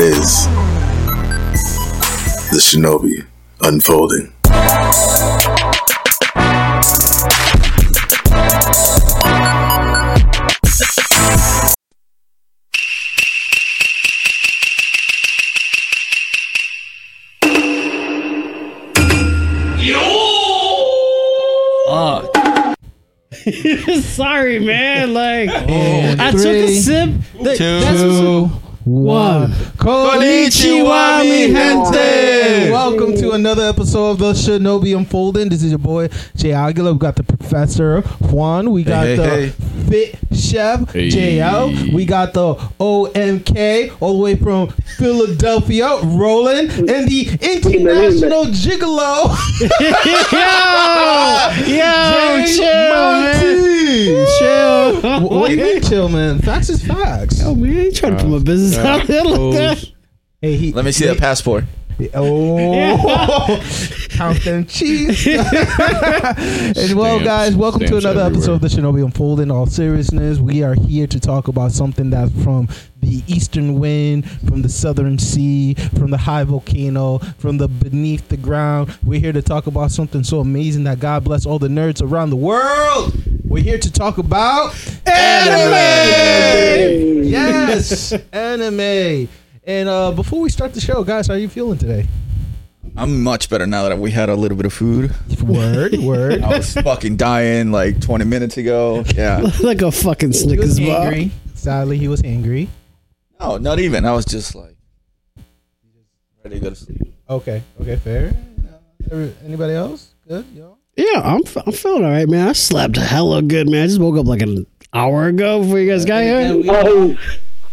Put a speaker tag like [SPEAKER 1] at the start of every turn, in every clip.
[SPEAKER 1] is the Shinobi unfolding.
[SPEAKER 2] Sorry, man. Like I took a
[SPEAKER 3] Three,
[SPEAKER 2] sip. Th- that's what's-
[SPEAKER 3] two, one.
[SPEAKER 4] Konnichiwa, mi gente.
[SPEAKER 3] Welcome to another episode of the Shinobi Unfolding. This is your boy Jay Aguilar. We got the Professor Juan. We got
[SPEAKER 4] hey,
[SPEAKER 3] the
[SPEAKER 4] hey.
[SPEAKER 3] Fit Chef
[SPEAKER 4] Hey.
[SPEAKER 3] JL. We got the OMK all the way from Philadelphia, Roland, and the International Gigolo.
[SPEAKER 2] yo, yo,
[SPEAKER 3] James
[SPEAKER 2] chill, man.
[SPEAKER 3] Monty.
[SPEAKER 2] Chill.
[SPEAKER 3] What do you mean, chill, man? Facts is facts.
[SPEAKER 2] Yo, man, you trying to put my business out there like that?
[SPEAKER 3] Hey, he,
[SPEAKER 4] Let me see that passport.
[SPEAKER 3] Oh, count them cheese. and well,
[SPEAKER 5] Stamps.
[SPEAKER 3] guys, welcome to
[SPEAKER 5] Stamps
[SPEAKER 3] another episode
[SPEAKER 5] everywhere.
[SPEAKER 3] of the Shinobi Unfold. In all seriousness, we are here to talk about something that's from the eastern wind, from the southern sea, from the high volcano, from the beneath the ground. We're here to talk about something so amazing that God bless all the nerds around the world. We're here to talk about anime. Yes, anime. And uh, before we start the show, guys, how are you feeling today?
[SPEAKER 4] I'm much better now that we had a little bit of food.
[SPEAKER 3] Word, word.
[SPEAKER 4] I was fucking dying like 20 minutes ago. Yeah.
[SPEAKER 2] Like a fucking Snickers bar.
[SPEAKER 3] Sadly, he was angry.
[SPEAKER 4] No, not even. I was just like ready to go to sleep.
[SPEAKER 3] Okay, okay, fair. Uh, Anybody else? Good, yo.
[SPEAKER 2] Yeah, I'm f- I'm feeling all right, man. I slept hella good, man. I just woke up like an hour ago before you guys got here.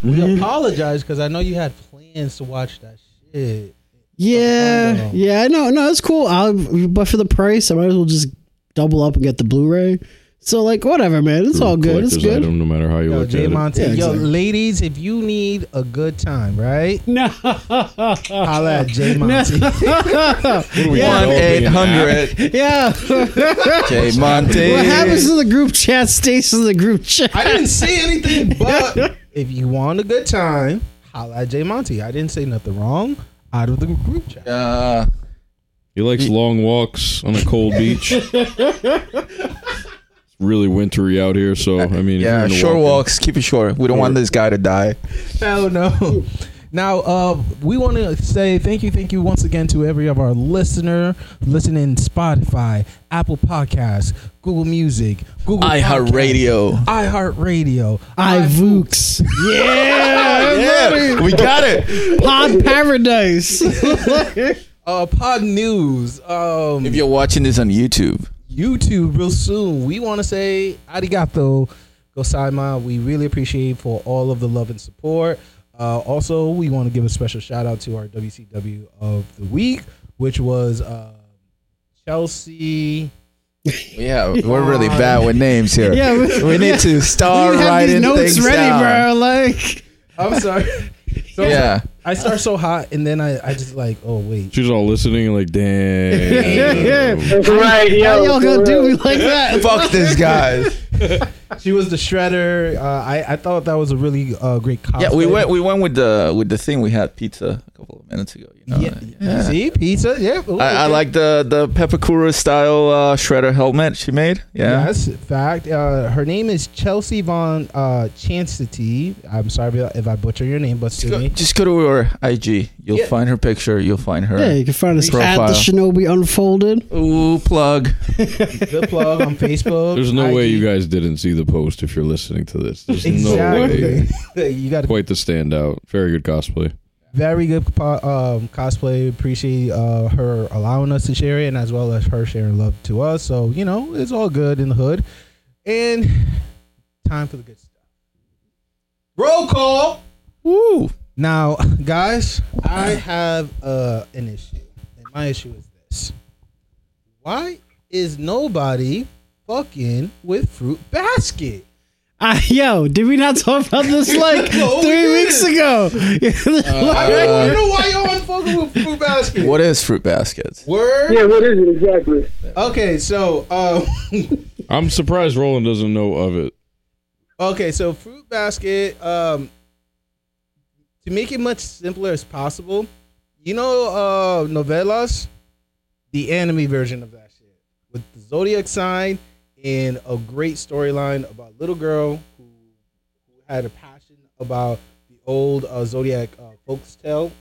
[SPEAKER 3] we, we apologize because I know you had plans to watch that shit.
[SPEAKER 2] Yeah, yeah, I know. No, it's cool. I'll, but for the price, I might as well just double up and get the Blu-ray. So like, whatever, man. It's all good. It's
[SPEAKER 5] Collector's
[SPEAKER 2] good.
[SPEAKER 5] Item, no matter how you
[SPEAKER 3] Yo,
[SPEAKER 5] look
[SPEAKER 3] Jay
[SPEAKER 5] at
[SPEAKER 3] Monte.
[SPEAKER 2] Yeah,
[SPEAKER 3] Yo,
[SPEAKER 2] exactly.
[SPEAKER 3] ladies, if you need a good time, right?
[SPEAKER 2] No,
[SPEAKER 3] Holla at Jay Monte.
[SPEAKER 5] it. What are we
[SPEAKER 4] One
[SPEAKER 5] doing?
[SPEAKER 4] eight hundred
[SPEAKER 2] yeah.
[SPEAKER 4] J Monte.
[SPEAKER 2] What happens to the group chat stays in the group chat.
[SPEAKER 3] I didn't say anything, but if you want a good time, holla at Jay Monte. I didn't say nothing wrong out of the group chat.
[SPEAKER 4] Uh,
[SPEAKER 5] He likes long walks on a cold beach. it's really wintry out here, so I mean, if you're
[SPEAKER 4] yeah,
[SPEAKER 5] into
[SPEAKER 4] short
[SPEAKER 5] walking-
[SPEAKER 4] walks. Keep it short. We don't want this guy to die.
[SPEAKER 3] Hell no. Now, uh, we want to say thank you, thank you once again to every of our listener listening Spotify, Apple Podcasts, Google Music, Google Podcasts,
[SPEAKER 4] iHeartRadio.
[SPEAKER 3] iHeartRadio,
[SPEAKER 2] I vooks. Yeah,
[SPEAKER 4] Yeah, we got it.
[SPEAKER 2] pod paradise.
[SPEAKER 3] uh, Pod News, um,
[SPEAKER 4] If you're watching this on YouTube,
[SPEAKER 3] YouTube real soon. We want to say arigato gosaima. We really appreciate for all of the love and support. Uh, also, we want to give a special shout out to our WCW of the week, which was uh, Chelsea.
[SPEAKER 4] yeah, we're really bad with names here.
[SPEAKER 2] Yeah, we-
[SPEAKER 4] we need to
[SPEAKER 2] You
[SPEAKER 4] start
[SPEAKER 2] have these
[SPEAKER 4] writing
[SPEAKER 2] notes
[SPEAKER 4] things
[SPEAKER 2] ready,
[SPEAKER 4] down.
[SPEAKER 2] bro. Like,
[SPEAKER 3] I'm sorry. So
[SPEAKER 4] Yeah.
[SPEAKER 3] I start so hot, and then I, I just like, oh wait.
[SPEAKER 5] She's all listening and like, damn.
[SPEAKER 6] Right, yo.
[SPEAKER 2] how y'all gonna
[SPEAKER 6] for
[SPEAKER 2] do
[SPEAKER 6] real.
[SPEAKER 2] me like that?
[SPEAKER 4] Fuck this guy.
[SPEAKER 3] She was the shredder. Uh, I I thought that was a really uh, great. Cosplay.
[SPEAKER 4] Yeah, we went. We went with the with the thing we had pizza a couple of minutes ago. You know?
[SPEAKER 3] Yeah, See pizza. Yeah. Ooh,
[SPEAKER 4] Oh, I, I
[SPEAKER 3] okay.
[SPEAKER 4] like the the pepperkura style uh, shredder helmet she made. Yeah,
[SPEAKER 3] Yes, fact. Uh, her name is Chelsea Von uh, Chancity. I'm sorry if I- if I butcher your name, but
[SPEAKER 4] Just,
[SPEAKER 3] sue
[SPEAKER 4] go,
[SPEAKER 3] me.
[SPEAKER 4] just go to her IG. You'll
[SPEAKER 3] Yeah.
[SPEAKER 4] find her picture. You'll find her.
[SPEAKER 2] Yeah, you can find us at
[SPEAKER 4] Profile.
[SPEAKER 2] the Shinobi Unfolded.
[SPEAKER 4] Ooh, plug.
[SPEAKER 3] Good plug on Facebook.
[SPEAKER 5] There's no
[SPEAKER 3] IG.
[SPEAKER 5] way you guys didn't see the post if you're listening to this. There's no way.
[SPEAKER 3] Exactly. you got a
[SPEAKER 5] Quite the standout. Very good cosplay.
[SPEAKER 3] very good po- um, cosplay. Appreciate uh, her allowing us to share it, and as well as her sharing love to us. So you know, it's all good in the hood. And time for the good stuff. Roll call.
[SPEAKER 4] Woo.
[SPEAKER 3] Now, guys, I have uh, an issue. And my issue is this Why is nobody fucking with Fruit Basket?
[SPEAKER 2] Uh, yo, did we not talk about this like
[SPEAKER 3] No, we
[SPEAKER 2] three weeks ago?
[SPEAKER 4] Uh,
[SPEAKER 3] I mean, you know why y'all ain't fucking with Fruit Basket?
[SPEAKER 4] What is fruit baskets?
[SPEAKER 3] Word?
[SPEAKER 6] Yeah, what is it exactly?
[SPEAKER 3] Okay, so um,
[SPEAKER 5] I'm surprised Roland doesn't know of it.
[SPEAKER 3] okay, so Fruit Basket um to make it much simpler as possible, you know, uh, novellas, the anime version of that shit with the zodiac sign and a great storyline about a little girl who, who had a passion about the old uh, zodiac uh, folks tale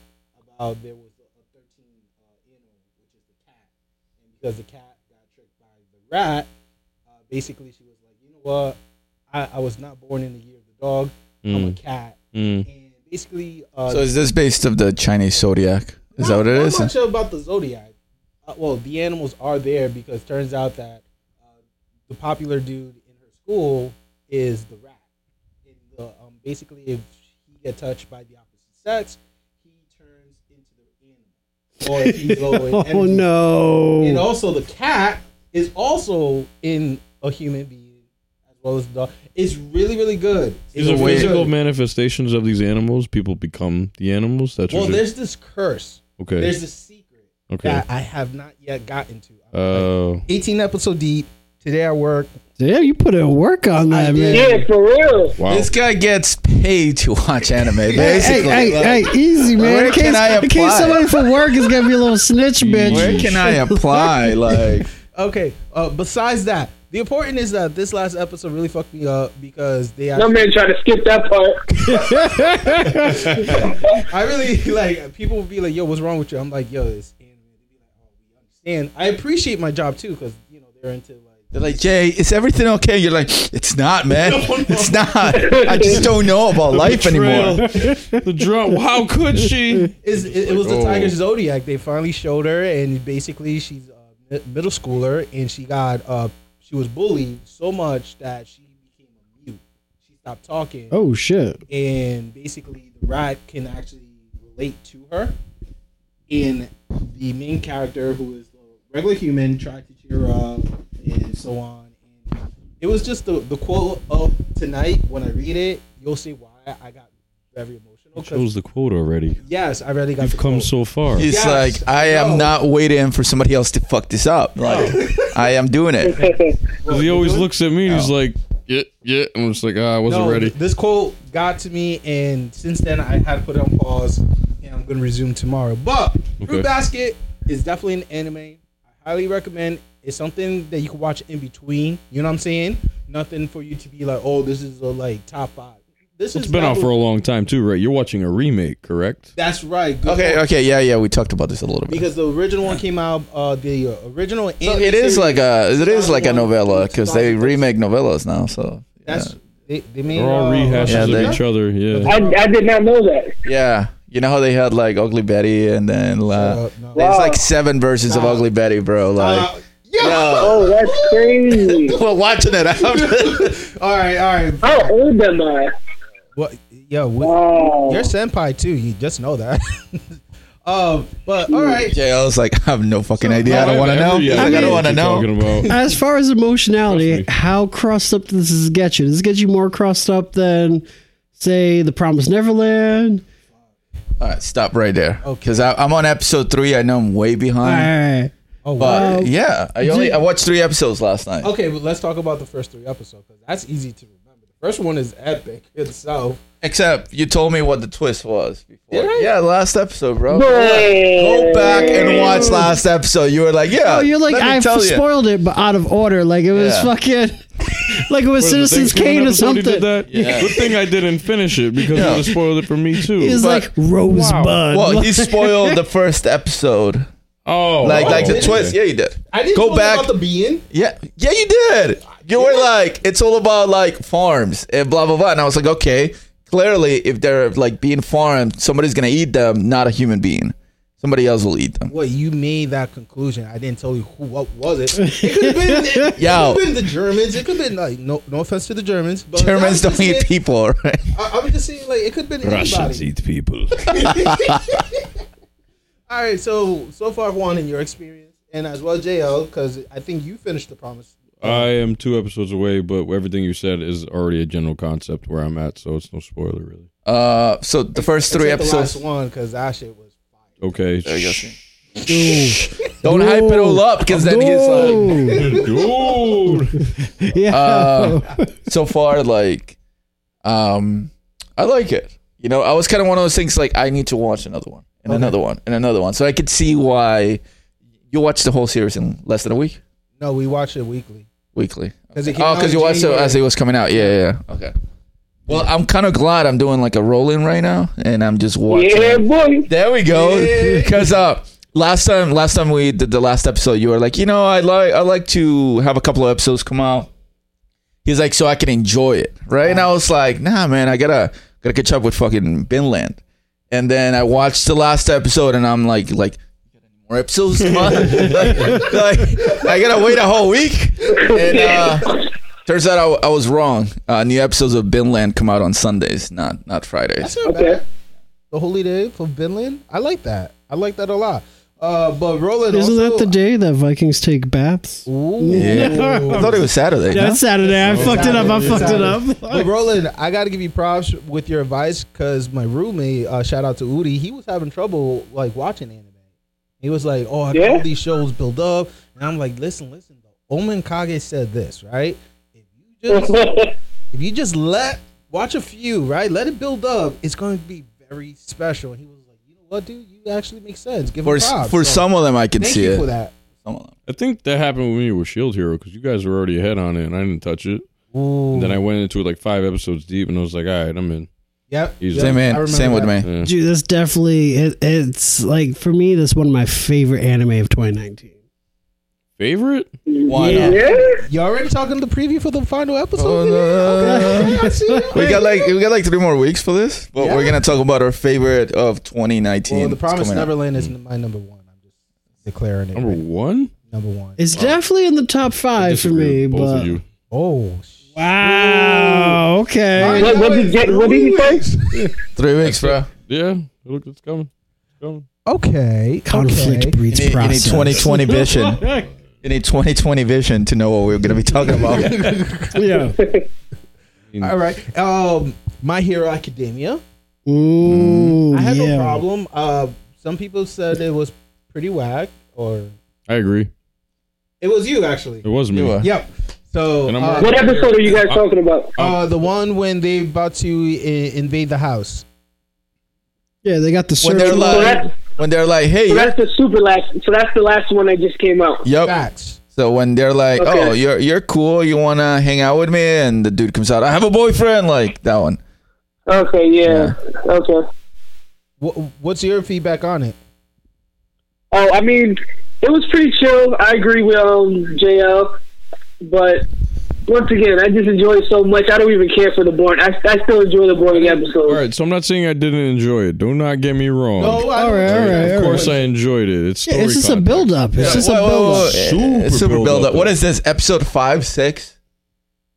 [SPEAKER 3] about there was a, a 13 uh, animal, which is the cat. And because the cat got tricked by the rat, uh, basically she was like, you know what? I, I was not born in the year of the dog. I'm a cat. And basically, uh,
[SPEAKER 4] Mm. So is this based of the Chinese zodiac? Is that
[SPEAKER 3] not-
[SPEAKER 4] what it
[SPEAKER 3] not
[SPEAKER 4] is?
[SPEAKER 3] much about the zodiac. Uh, well, the animals are there because turns out that uh, the popular dude in her school is the rat. In the, um, basically, if he get touched by the opposite sex, he turns into the animal, or if he's low in
[SPEAKER 2] Oh
[SPEAKER 3] energy. And
[SPEAKER 2] no!
[SPEAKER 3] also, the cat is also in a human being as well as the dog. It's really, really good.
[SPEAKER 5] These
[SPEAKER 3] It's
[SPEAKER 5] are
[SPEAKER 3] really
[SPEAKER 5] physical
[SPEAKER 3] good.
[SPEAKER 5] manifestations of these animals. People become the animals. That's
[SPEAKER 3] Well,
[SPEAKER 5] what it-
[SPEAKER 3] there's this curse.
[SPEAKER 5] okay.
[SPEAKER 3] There's this secret
[SPEAKER 5] okay.
[SPEAKER 3] that I have not yet gotten to. I'm like,
[SPEAKER 5] uh,
[SPEAKER 3] 18 episode deep. Today I work.
[SPEAKER 2] Damn, you put in work on
[SPEAKER 3] I
[SPEAKER 2] that, man.
[SPEAKER 3] did.
[SPEAKER 6] Yeah, for real.
[SPEAKER 5] wow.
[SPEAKER 4] This guy gets paid to watch anime,
[SPEAKER 2] Hey,
[SPEAKER 4] basically.
[SPEAKER 2] hey, hey, hey, easy, man.
[SPEAKER 4] Where
[SPEAKER 2] in case,
[SPEAKER 4] can I
[SPEAKER 2] in case
[SPEAKER 4] apply?
[SPEAKER 2] somebody from work is gonna be a little snitch, bitch.
[SPEAKER 4] Where can I apply? Like,
[SPEAKER 3] Okay. Uh, besides that, the important is that this last episode really fucked me up because they.
[SPEAKER 6] My
[SPEAKER 3] Actually,
[SPEAKER 6] man tried to skip that part.
[SPEAKER 3] I really like people will be like, "Yo, what's wrong with you?" I'm like, "Yo, it's anime." They be like, "Oh, we understand." I appreciate my job too because you know they're into like.
[SPEAKER 4] they're like, Jay, is everything okay? You're like, it's not, man. It's not. I just don't know about life anymore.
[SPEAKER 5] the drum. How could she?
[SPEAKER 3] It's, it, it was the
[SPEAKER 5] Oh.
[SPEAKER 3] Tiger Zodiac. They finally showed her, and basically she's a mi- middle schooler, and she got uh she was bullied so much that she became a mute. She stopped talking.
[SPEAKER 2] Oh shit!
[SPEAKER 3] and basically the rat can actually relate to her. And the main character, who is a regular human, tried to cheer her up and so on. And it was just the, the quote of tonight. When I read it, you'll see why I got very emotional.
[SPEAKER 5] I
[SPEAKER 3] 'cause-
[SPEAKER 5] chose the quote already.
[SPEAKER 3] yes, I really got.
[SPEAKER 5] You've
[SPEAKER 3] the
[SPEAKER 5] come
[SPEAKER 3] quote.
[SPEAKER 5] so far.
[SPEAKER 4] He's
[SPEAKER 3] Yes.
[SPEAKER 4] like, I am
[SPEAKER 3] No.
[SPEAKER 4] not waiting for somebody else to fuck this up. Like, I am doing it.
[SPEAKER 5] Because he always looks at me and he's like, yeah, yeah. And I'm just like, ah, I wasn't
[SPEAKER 3] no,
[SPEAKER 5] ready.
[SPEAKER 3] This quote got to me, and since then I had to put it on pause, and I'm gonna resume tomorrow. But Fruit
[SPEAKER 5] Okay.
[SPEAKER 3] Basket is definitely an anime. I highly recommend. It's something that you can watch in between. You know what I'm saying? Nothing for you to be like, oh, this is a like top five. This
[SPEAKER 5] It's
[SPEAKER 3] is
[SPEAKER 5] been out
[SPEAKER 3] probably-
[SPEAKER 5] for a long time too, right? You're watching a remake, correct?
[SPEAKER 3] That's right. Good
[SPEAKER 4] Okay, uh,
[SPEAKER 3] point.
[SPEAKER 4] okay, yeah, yeah. We talked about this a little bit.
[SPEAKER 3] Because the original one came out, uh, the uh, original.
[SPEAKER 4] So
[SPEAKER 3] anime
[SPEAKER 4] it is
[SPEAKER 3] series-
[SPEAKER 4] like a it is like a
[SPEAKER 3] 2001,
[SPEAKER 4] novella because they
[SPEAKER 3] 2013.
[SPEAKER 4] remake novellas now. So
[SPEAKER 3] That's they, they made.
[SPEAKER 5] They're all
[SPEAKER 3] uh,
[SPEAKER 5] rehashes
[SPEAKER 4] Yeah,
[SPEAKER 5] of
[SPEAKER 4] they-
[SPEAKER 5] each other. Yeah.
[SPEAKER 6] I, I did not know that.
[SPEAKER 4] yeah, you know how they had like Ugly Betty and then uh,
[SPEAKER 3] Shut up, no.
[SPEAKER 4] there's
[SPEAKER 6] Wow.
[SPEAKER 4] like seven versions of Ugly Betty, bro. Like,
[SPEAKER 3] Uh, yo!
[SPEAKER 6] Oh, that's crazy.
[SPEAKER 3] Oh.
[SPEAKER 4] we're watching it. after-
[SPEAKER 3] All right, all right.
[SPEAKER 6] How old am I? Oh.
[SPEAKER 3] What? Yo, we,
[SPEAKER 6] Wow.
[SPEAKER 3] You're senpai too. You just know that. um, but all right.
[SPEAKER 4] Jay, I was like, I have no fucking idea. I don't want to know. He's like, I don't want to know.
[SPEAKER 5] Talking about.
[SPEAKER 2] As far as emotionality, how crossed up does this get you? Does this get you more crossed up than, say, The Promised Neverland?
[SPEAKER 4] All right, stop right there.
[SPEAKER 3] Okay.
[SPEAKER 4] Because I'm on episode three. I know I'm way
[SPEAKER 2] All
[SPEAKER 4] behind.
[SPEAKER 2] right.
[SPEAKER 3] Oh
[SPEAKER 4] But
[SPEAKER 2] Wow.
[SPEAKER 4] yeah, I only I watched three episodes last night.
[SPEAKER 3] Okay, but let's talk about the first three episodes because that's easy to remember. The first one is epic itself.
[SPEAKER 4] Except you told me what the twist was before.
[SPEAKER 3] Did I?
[SPEAKER 4] Yeah, last episode, bro.
[SPEAKER 6] Go
[SPEAKER 4] Go back and watch last episode. You were like, yeah.
[SPEAKER 2] Oh, you're like
[SPEAKER 4] let me
[SPEAKER 2] I
[SPEAKER 4] tell you.
[SPEAKER 2] spoiled it, but out of order. Like it was
[SPEAKER 4] Yeah.
[SPEAKER 2] fucking, like it was
[SPEAKER 5] The
[SPEAKER 2] Citizens
[SPEAKER 5] Thanksgiving
[SPEAKER 2] Kane or
[SPEAKER 5] episode he
[SPEAKER 2] something.
[SPEAKER 5] Did that?
[SPEAKER 4] Yeah.
[SPEAKER 5] Good thing I didn't finish it because it
[SPEAKER 4] Yeah.
[SPEAKER 5] would have spoiled it for me too.
[SPEAKER 2] It was
[SPEAKER 4] But-
[SPEAKER 2] like Rosebud.
[SPEAKER 4] Well, he spoiled the first episode.
[SPEAKER 5] oh,
[SPEAKER 4] Like,
[SPEAKER 5] oh,
[SPEAKER 4] like the
[SPEAKER 5] okay.
[SPEAKER 4] twist. Yeah, you did.
[SPEAKER 3] I didn't
[SPEAKER 4] Go
[SPEAKER 3] know
[SPEAKER 4] back.
[SPEAKER 3] about the being.
[SPEAKER 4] Yeah, yeah, you did. You were like, it's all about like farms and blah blah blah. And I was like, okay, clearly, if they're like being farmed, somebody's gonna eat them, not a human being. Somebody else will eat them.
[SPEAKER 3] What you made that conclusion? I didn't tell you who. What was it? It could have been. It,
[SPEAKER 4] Yo.
[SPEAKER 3] could have been the Germans. It could have been like no. No offense to the Germans. But
[SPEAKER 4] Germans
[SPEAKER 3] I'm just
[SPEAKER 4] don't eat
[SPEAKER 3] saying-
[SPEAKER 4] people, right?
[SPEAKER 3] I, I'm just saying, like it could have been
[SPEAKER 5] Russians
[SPEAKER 3] anybody.
[SPEAKER 5] eat people.
[SPEAKER 3] All right. So so far, Juan, in your experience, and as well JL, because I think you finished the promise.
[SPEAKER 5] I am two episodes away, but everything you said is already a general concept where I'm at, so it's no spoiler really.
[SPEAKER 4] Uh, so the first three
[SPEAKER 3] Except the
[SPEAKER 4] episodes.
[SPEAKER 3] last one because that shit was fire.
[SPEAKER 5] Okay.
[SPEAKER 4] There you go.
[SPEAKER 2] Dude.
[SPEAKER 4] Don't hype it all up because then he gets like.
[SPEAKER 2] Dude.
[SPEAKER 5] Dude.
[SPEAKER 2] yeah.
[SPEAKER 4] Uh, so far, like, um, I like it. You know, I was kind of one of those things like I need to watch another one and
[SPEAKER 3] Okay.
[SPEAKER 4] another one and another one, so I could see why you watched the whole series in less than a week,
[SPEAKER 3] No, we watch it weekly.
[SPEAKER 4] weekly.
[SPEAKER 3] 'Cause it came
[SPEAKER 4] oh,
[SPEAKER 3] out in
[SPEAKER 4] because you watched it
[SPEAKER 3] January.
[SPEAKER 4] as it was coming out. Yeah, yeah. yeah. Okay. Well, I'm kind of glad I'm doing like a roll in right now, and I'm just watching.
[SPEAKER 6] Yeah, boy.
[SPEAKER 4] There we go. Because uh, last time, last time we did the last episode, you were like, you know, I like, I like to have a couple of episodes come out. He's like, so I can enjoy it, right? And I was like, nah, man, I gotta, gotta catch up with fucking Binland. And then I watched the last episode, and I'm like, like. More episodes, come on. like, like, I gotta wait a whole week. And uh, turns out I, w- I was wrong. Uh, new episodes of Binland come out on Sundays, not not Fridays.
[SPEAKER 6] Okay.
[SPEAKER 3] The holy day for Finland. I like that. I like that a lot. Uh, but Roland
[SPEAKER 2] Isn't
[SPEAKER 3] also,
[SPEAKER 2] that the day that Vikings take baths?
[SPEAKER 3] Ooh.
[SPEAKER 4] Yeah. I thought it was Saturday. no?
[SPEAKER 2] That's Saturday. I fucked it up. I
[SPEAKER 3] Saturday.
[SPEAKER 2] fucked it up.
[SPEAKER 3] But Roland, I gotta give you props with your advice because my roommate, uh, shout out to Udi, he was having trouble like watching anime. He was like, "Oh, I
[SPEAKER 6] Yeah?
[SPEAKER 3] all these shows build up," and I'm like, "Listen, listen, though. Omen Kage said this, right? If you just if you just let watch a few, right? Let it build up. It's going to be very special." And he was like, "You know what, dude? You actually make sense. Give
[SPEAKER 4] For
[SPEAKER 3] him props
[SPEAKER 4] for
[SPEAKER 3] So,
[SPEAKER 4] some of them, I can
[SPEAKER 3] Thank
[SPEAKER 4] see
[SPEAKER 3] you
[SPEAKER 4] it.
[SPEAKER 3] for that.
[SPEAKER 4] Some of them.
[SPEAKER 5] I think that happened with me with Shield Hero because you guys were already ahead on it and I didn't touch it.
[SPEAKER 3] Ooh.
[SPEAKER 5] Then I went into it like five episodes deep and I was like, all right, I'm in.
[SPEAKER 3] Yep.
[SPEAKER 5] Easy.
[SPEAKER 3] yep,
[SPEAKER 4] Same
[SPEAKER 3] I
[SPEAKER 4] man.
[SPEAKER 3] remember
[SPEAKER 4] Same with
[SPEAKER 3] that.
[SPEAKER 4] me.
[SPEAKER 5] Yeah.
[SPEAKER 2] Dude, that's definitely it, it's like for me, that's one of my favorite anime of 2019.
[SPEAKER 5] Favorite?
[SPEAKER 4] Why
[SPEAKER 6] yeah.
[SPEAKER 4] not?
[SPEAKER 3] You already talking the preview for the final episode?
[SPEAKER 4] Oh,
[SPEAKER 3] man?
[SPEAKER 4] no.
[SPEAKER 3] Okay, I see it.
[SPEAKER 4] We got like we got like three more weeks for this, but we're
[SPEAKER 3] Yeah.
[SPEAKER 4] gonna talk about our favorite of 2019.
[SPEAKER 3] Well, the Promised
[SPEAKER 4] coming up.
[SPEAKER 3] Neverland is my number one. I'm just declaring it.
[SPEAKER 5] Number one?
[SPEAKER 3] Number one.
[SPEAKER 2] It's definitely in the top
[SPEAKER 5] I
[SPEAKER 2] five for me.
[SPEAKER 5] disagree with both of
[SPEAKER 2] But
[SPEAKER 5] you.
[SPEAKER 3] oh, sh-
[SPEAKER 2] wow, okay.
[SPEAKER 6] What, what did you get? What did you say?
[SPEAKER 4] Three weeks, bro.
[SPEAKER 5] Yeah, look, it's coming. It's coming.
[SPEAKER 3] okay.
[SPEAKER 2] Conflict
[SPEAKER 3] okay.
[SPEAKER 4] You
[SPEAKER 2] breeds
[SPEAKER 4] need, you need
[SPEAKER 2] process.
[SPEAKER 4] 2020 vision. You need 2020 vision to know what we're gonna be talking about.
[SPEAKER 2] yeah.
[SPEAKER 3] All right. Um, My Hero Academia.
[SPEAKER 2] Ooh,
[SPEAKER 3] Mm. I had
[SPEAKER 2] yeah.
[SPEAKER 3] no problem. Uh, some people said it was pretty whack, or
[SPEAKER 5] I agree.
[SPEAKER 3] it was you actually.
[SPEAKER 5] It was me.
[SPEAKER 4] You are.
[SPEAKER 3] Yep. So
[SPEAKER 5] And I'm
[SPEAKER 3] uh,
[SPEAKER 6] What episode are you guys talking about?
[SPEAKER 3] uh, the one when they about to I- invade the house.
[SPEAKER 2] Yeah, they got the
[SPEAKER 4] When
[SPEAKER 2] search.
[SPEAKER 4] they're
[SPEAKER 6] So
[SPEAKER 4] like,
[SPEAKER 6] that's,
[SPEAKER 4] when they're like, hey,
[SPEAKER 6] so
[SPEAKER 4] yep,
[SPEAKER 6] that's the super last. So that's the last one that just came out.
[SPEAKER 4] yep.
[SPEAKER 3] Facts.
[SPEAKER 4] So when they're like,
[SPEAKER 6] Okay.
[SPEAKER 4] oh, you're you're cool, you wanna hang out with me, and the dude comes out, I have a boyfriend, like that one.
[SPEAKER 6] Okay, yeah. Okay.
[SPEAKER 3] Wh- what's your feedback on it?
[SPEAKER 6] Oh, I mean, it was pretty chill. I agree with um, JL, but once again, I just enjoy it so much. I don't even care for the boring. I, I still enjoy the boring episodes.
[SPEAKER 5] All right, so I'm not saying I didn't enjoy it. Do not get me wrong.
[SPEAKER 3] I
[SPEAKER 2] All right, all right, all
[SPEAKER 5] of
[SPEAKER 2] right.
[SPEAKER 5] course, I enjoyed it. It's
[SPEAKER 2] Yeah,
[SPEAKER 5] story
[SPEAKER 2] it's just a
[SPEAKER 5] context.
[SPEAKER 2] build-up. It's just
[SPEAKER 4] Whoa,
[SPEAKER 2] a
[SPEAKER 4] whoa, whoa.
[SPEAKER 2] buildup,
[SPEAKER 5] Super
[SPEAKER 4] Eh, Super
[SPEAKER 5] build-up.
[SPEAKER 4] build up. What is this? Episode five, six,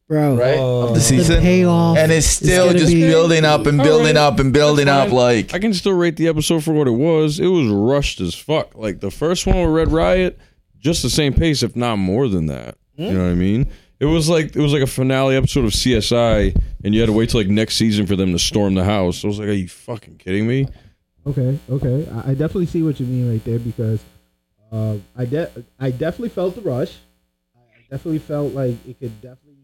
[SPEAKER 2] bro.
[SPEAKER 4] right? of the
[SPEAKER 2] The
[SPEAKER 4] season.
[SPEAKER 2] payoff,
[SPEAKER 4] and it's still
[SPEAKER 2] gonna
[SPEAKER 4] just
[SPEAKER 2] be-
[SPEAKER 4] building up and building
[SPEAKER 5] Alright.
[SPEAKER 4] up and building
[SPEAKER 5] That's
[SPEAKER 4] up.
[SPEAKER 5] fine.
[SPEAKER 4] Like
[SPEAKER 5] I can still rate the episode for what it was. It was rushed as fuck. Like the first one with Red Riot, just the same pace, if not more than that.
[SPEAKER 4] Hmm?
[SPEAKER 5] You know what I mean? It was like it was like a finale episode of CSI, and you had to wait till like next season for them to storm the house. I was like, are you fucking kidding me?
[SPEAKER 3] Okay, okay. I, I definitely see what you mean right there because uh, I de- I definitely felt the rush. I I definitely felt like it could definitely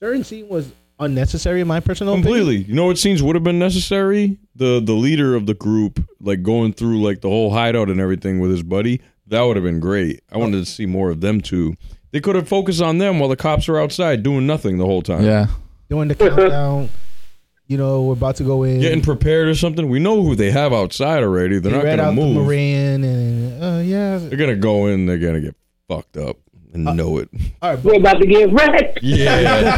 [SPEAKER 3] certain scene was unnecessary in my personal
[SPEAKER 5] Completely. You know what scenes would have been necessary? The the leader of the group, like going through like the whole hideout and everything with his buddy. That would have been great. I wanted to see more of them too. They could have focused on them while the cops are outside doing nothing the whole time.
[SPEAKER 4] yeah,
[SPEAKER 3] Doing the countdown, you know, we're about to go in.
[SPEAKER 5] getting prepared or something. We know who they have outside already. They're
[SPEAKER 3] they
[SPEAKER 5] not
[SPEAKER 3] read
[SPEAKER 5] gonna
[SPEAKER 3] out the
[SPEAKER 5] move.
[SPEAKER 3] Moran and uh, yeah.
[SPEAKER 5] They're gonna go in. They're gonna get fucked up and
[SPEAKER 2] Uh,
[SPEAKER 5] know it.
[SPEAKER 3] All right,
[SPEAKER 6] We're about to get wrecked.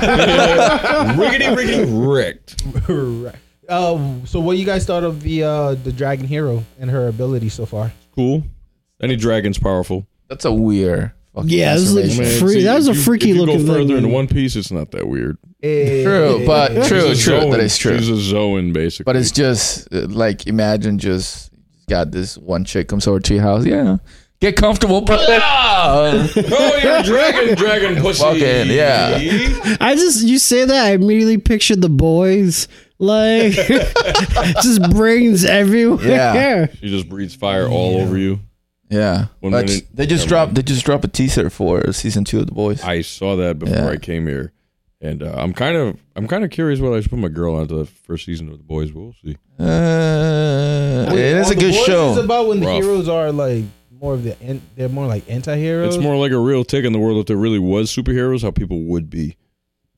[SPEAKER 5] Yeah, riggedy riggedy wrecked.
[SPEAKER 3] but, uh, so what you guys thought of the uh, the dragon hero and her ability so far?
[SPEAKER 5] Cool. Any dragon's powerful.
[SPEAKER 4] that's a weird. Fucking
[SPEAKER 2] Yeah, this is like-
[SPEAKER 4] transformation.
[SPEAKER 2] Free-
[SPEAKER 5] see,
[SPEAKER 2] that was
[SPEAKER 5] if
[SPEAKER 2] a
[SPEAKER 5] you-
[SPEAKER 2] freaky
[SPEAKER 5] if you
[SPEAKER 2] looking
[SPEAKER 5] Go further
[SPEAKER 2] thing.
[SPEAKER 5] in One Piece. It's not that weird.
[SPEAKER 4] true, but true,
[SPEAKER 5] It's a
[SPEAKER 4] true. That
[SPEAKER 5] Zoan.
[SPEAKER 4] is true.
[SPEAKER 5] She's a Zoan, basically.
[SPEAKER 4] But it's just uh, like imagine just got this one chick comes over to your house. Yeah, get comfortable. Blah!
[SPEAKER 5] oh, you're a dragon, dragon pussy.
[SPEAKER 4] Fucking, yeah.
[SPEAKER 2] I just you say that I immediately pictured the boys like just brains everywhere.
[SPEAKER 4] Yeah.
[SPEAKER 5] She just breathes fire all over you.
[SPEAKER 4] yeah,
[SPEAKER 5] One
[SPEAKER 4] But
[SPEAKER 5] minute-
[SPEAKER 4] they just
[SPEAKER 5] never
[SPEAKER 4] dropped. They just dropped a teaser for season two of the boys.
[SPEAKER 5] I saw that before
[SPEAKER 4] Yeah.
[SPEAKER 5] I came here. And uh, I'm kind of I'm kind of curious whether I should put my girl onto the first season of The Boys. We'll see.
[SPEAKER 4] Uh, it is
[SPEAKER 3] On
[SPEAKER 4] a
[SPEAKER 3] The
[SPEAKER 4] good
[SPEAKER 3] Boys, It's
[SPEAKER 4] show.
[SPEAKER 3] about when the
[SPEAKER 5] Rough.
[SPEAKER 3] heroes are like more of the en- they're more like anti-heroes.
[SPEAKER 5] It's more like a real take on the world if there really was superheroes, how people would be.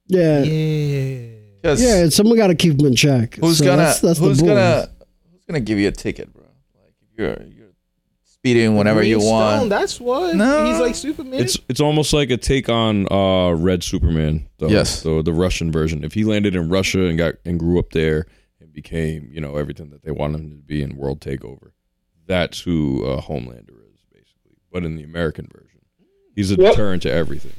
[SPEAKER 2] Yeah. yeah.
[SPEAKER 3] yeah.
[SPEAKER 4] 'Cause
[SPEAKER 2] and someone got to keep them in check.
[SPEAKER 4] who's
[SPEAKER 2] So
[SPEAKER 4] gonna
[SPEAKER 2] That's, that's
[SPEAKER 4] who's
[SPEAKER 2] the boys.
[SPEAKER 4] gonna who's gonna give you a ticket, bro? Like if you're you're speeding whenever you
[SPEAKER 3] Green Stone,
[SPEAKER 4] want.
[SPEAKER 3] That's what.
[SPEAKER 4] No.
[SPEAKER 3] He's like Superman.
[SPEAKER 5] It's it's almost like a take on uh, Red Superman. The,
[SPEAKER 4] Yes.
[SPEAKER 5] the, the Russian version. If he landed in Russia and got and grew up there and became you know everything that they want him to be in World Takeover, that's who uh, Homelander is basically. But in the American version, he's a
[SPEAKER 6] Yep.
[SPEAKER 5] deterrent to everything.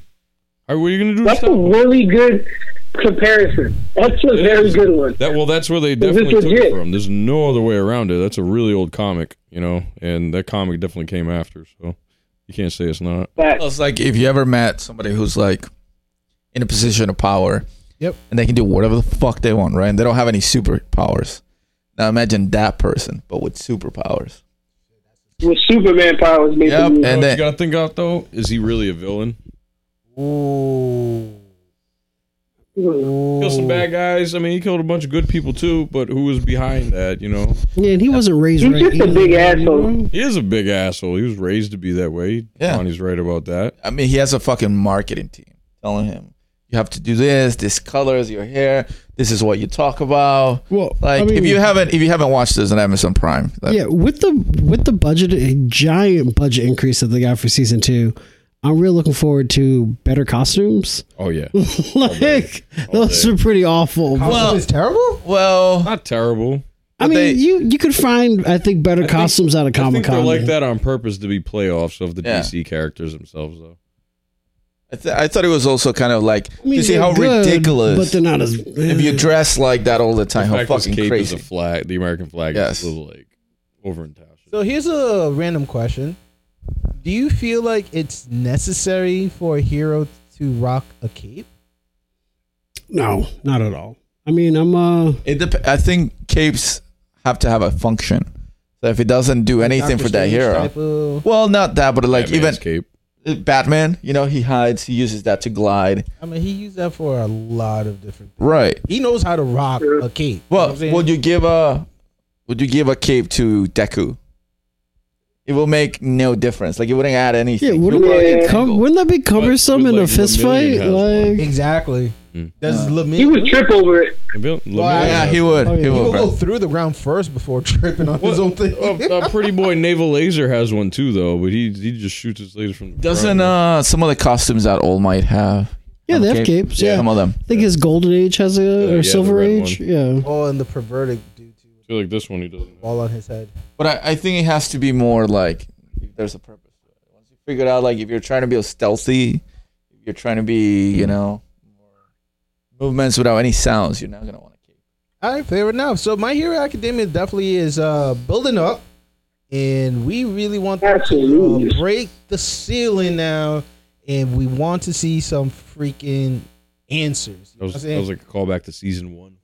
[SPEAKER 5] All right, what are you gonna do? To
[SPEAKER 6] That's
[SPEAKER 5] stop
[SPEAKER 6] a
[SPEAKER 5] him?
[SPEAKER 6] really good comparison. That's a very good one.
[SPEAKER 5] That well, that's where they
[SPEAKER 6] This is
[SPEAKER 5] definitely took it
[SPEAKER 6] legit.
[SPEAKER 5] from. There's no other way around it. That's a really old comic, you know, and that comic definitely came after. So you can't say it's not.
[SPEAKER 6] That
[SPEAKER 4] It's like if you ever met somebody who's like in a position of power.
[SPEAKER 3] Yep.
[SPEAKER 4] And they can do whatever the fuck they want, right? And they don't have any superpowers. Now imagine that person, but with superpowers.
[SPEAKER 6] with Superman powers,
[SPEAKER 4] Yep.
[SPEAKER 6] basically.
[SPEAKER 4] And
[SPEAKER 5] And you
[SPEAKER 4] then
[SPEAKER 5] gotta think out though, is he really a villain?
[SPEAKER 3] Ooh.
[SPEAKER 5] Kill some
[SPEAKER 3] Ooh.
[SPEAKER 5] bad guys. I mean, he killed a bunch of good people too, but who was behind that? You know,
[SPEAKER 2] Yeah, and he wasn't raised
[SPEAKER 6] He's
[SPEAKER 2] right.
[SPEAKER 6] just a
[SPEAKER 2] either, Mm-hmm.
[SPEAKER 6] big
[SPEAKER 2] you
[SPEAKER 6] asshole.
[SPEAKER 2] know?
[SPEAKER 5] he is a big asshole. He was raised to be that way.
[SPEAKER 4] Yeah.
[SPEAKER 5] Johnny's right about that.
[SPEAKER 4] I mean, he has a fucking marketing team telling him you have to do this, this colors your hair, this is what you talk about.
[SPEAKER 2] Well,
[SPEAKER 4] Like
[SPEAKER 2] I mean-
[SPEAKER 4] if you haven't if you haven't watched this on Amazon Prime, that-
[SPEAKER 2] Yeah, with the with the budget a giant budget increase that they got for season two, I'm really looking forward to better costumes.
[SPEAKER 5] Oh yeah,
[SPEAKER 2] like those are pretty awful. but-
[SPEAKER 3] Well, it's terrible.
[SPEAKER 4] well,
[SPEAKER 5] not terrible.
[SPEAKER 2] I mean,
[SPEAKER 4] they-
[SPEAKER 2] you you could find I think better costumes out of
[SPEAKER 5] I
[SPEAKER 2] Comic
[SPEAKER 5] think they're
[SPEAKER 2] Con.
[SPEAKER 5] like that on purpose to be playoffs of the
[SPEAKER 4] Yeah.
[SPEAKER 5] DC characters themselves, though.
[SPEAKER 4] I, th- I thought it was also kind of like
[SPEAKER 2] I mean,
[SPEAKER 4] you see
[SPEAKER 2] they're
[SPEAKER 4] how
[SPEAKER 2] good, but
[SPEAKER 4] ridiculous
[SPEAKER 2] they're not as. uh,
[SPEAKER 4] if you dress like that all the time,
[SPEAKER 5] the
[SPEAKER 4] how
[SPEAKER 5] fact this
[SPEAKER 4] fucking
[SPEAKER 5] cape is
[SPEAKER 4] crazy.
[SPEAKER 5] a flag. The American flag
[SPEAKER 4] Yes.
[SPEAKER 5] is a little like over in town.
[SPEAKER 3] So here's a random question. Do you feel like it's necessary for a hero to rock a cape?
[SPEAKER 2] no, not at all. I mean, I'm uh,
[SPEAKER 4] It dep- I think capes have to have a function. So if it doesn't do anything
[SPEAKER 3] Doctor
[SPEAKER 4] for that
[SPEAKER 3] Strange
[SPEAKER 4] hero,
[SPEAKER 3] type of-
[SPEAKER 4] well, not that, but like
[SPEAKER 5] Batman's
[SPEAKER 4] even
[SPEAKER 5] cape.
[SPEAKER 4] Batman, you know, he hides, he uses that to glide.
[SPEAKER 3] I mean, he used that for a lot of different.
[SPEAKER 4] Right.
[SPEAKER 3] He knows how to rock a cape.
[SPEAKER 4] Well,
[SPEAKER 3] you know what I'm saying?
[SPEAKER 4] would you give a would you give a cape to Deku? It will make no difference. Like it wouldn't add
[SPEAKER 2] yeah.
[SPEAKER 4] anything.
[SPEAKER 2] Wouldn't,
[SPEAKER 4] He'll
[SPEAKER 2] that
[SPEAKER 6] Yeah.
[SPEAKER 2] be
[SPEAKER 4] probably
[SPEAKER 2] cum-
[SPEAKER 4] tangle.
[SPEAKER 2] wouldn't that be cumbersome
[SPEAKER 5] with,
[SPEAKER 2] in a
[SPEAKER 5] like,
[SPEAKER 2] fist
[SPEAKER 5] Lemillion
[SPEAKER 2] fight?
[SPEAKER 5] has one.
[SPEAKER 2] Like,
[SPEAKER 3] exactly.
[SPEAKER 5] Mm.
[SPEAKER 3] That's
[SPEAKER 6] He would trip over it.
[SPEAKER 5] Bill-
[SPEAKER 3] I-
[SPEAKER 4] yeah,
[SPEAKER 5] Lemire-
[SPEAKER 4] he would.
[SPEAKER 2] Oh, yeah.
[SPEAKER 4] He
[SPEAKER 2] He
[SPEAKER 3] He'll
[SPEAKER 4] would. bro.
[SPEAKER 3] go through the ground first before tripping on his own thing.
[SPEAKER 5] Uh, uh, pretty boy Naval Laser has one too, though. But he he just shoots his laser from. The
[SPEAKER 4] Doesn't
[SPEAKER 5] front.
[SPEAKER 4] uh some of the costumes that All Might have?
[SPEAKER 2] Yeah,
[SPEAKER 4] have
[SPEAKER 2] they
[SPEAKER 4] a
[SPEAKER 2] have
[SPEAKER 4] cape?
[SPEAKER 2] capes, yeah.
[SPEAKER 4] some of them.
[SPEAKER 2] I think his Golden Age has a
[SPEAKER 5] Uh, yeah,
[SPEAKER 2] or
[SPEAKER 5] the
[SPEAKER 2] Silver
[SPEAKER 5] red
[SPEAKER 2] Age. Yeah.
[SPEAKER 3] Oh, and the perverted dude too,
[SPEAKER 4] uh,
[SPEAKER 3] with
[SPEAKER 5] I feel like this one he doesn't.
[SPEAKER 3] the ball on his head.
[SPEAKER 4] But I, I think it has to be more like if there's a purpose. Once you figure out, like if you're trying to be stealthy, if you're trying to be, you know, more movements without any sounds, you're not gonna want to keep.
[SPEAKER 3] All right, fair enough. So My Hero Academia definitely is uh, building up, and we really want them to
[SPEAKER 6] Absolutely.
[SPEAKER 4] Oh,
[SPEAKER 3] uh, break the ceiling now, and we want to see some freaking answers. You know
[SPEAKER 5] That
[SPEAKER 3] what I'm
[SPEAKER 5] was, that
[SPEAKER 3] saying?
[SPEAKER 5] was like a callback to season one.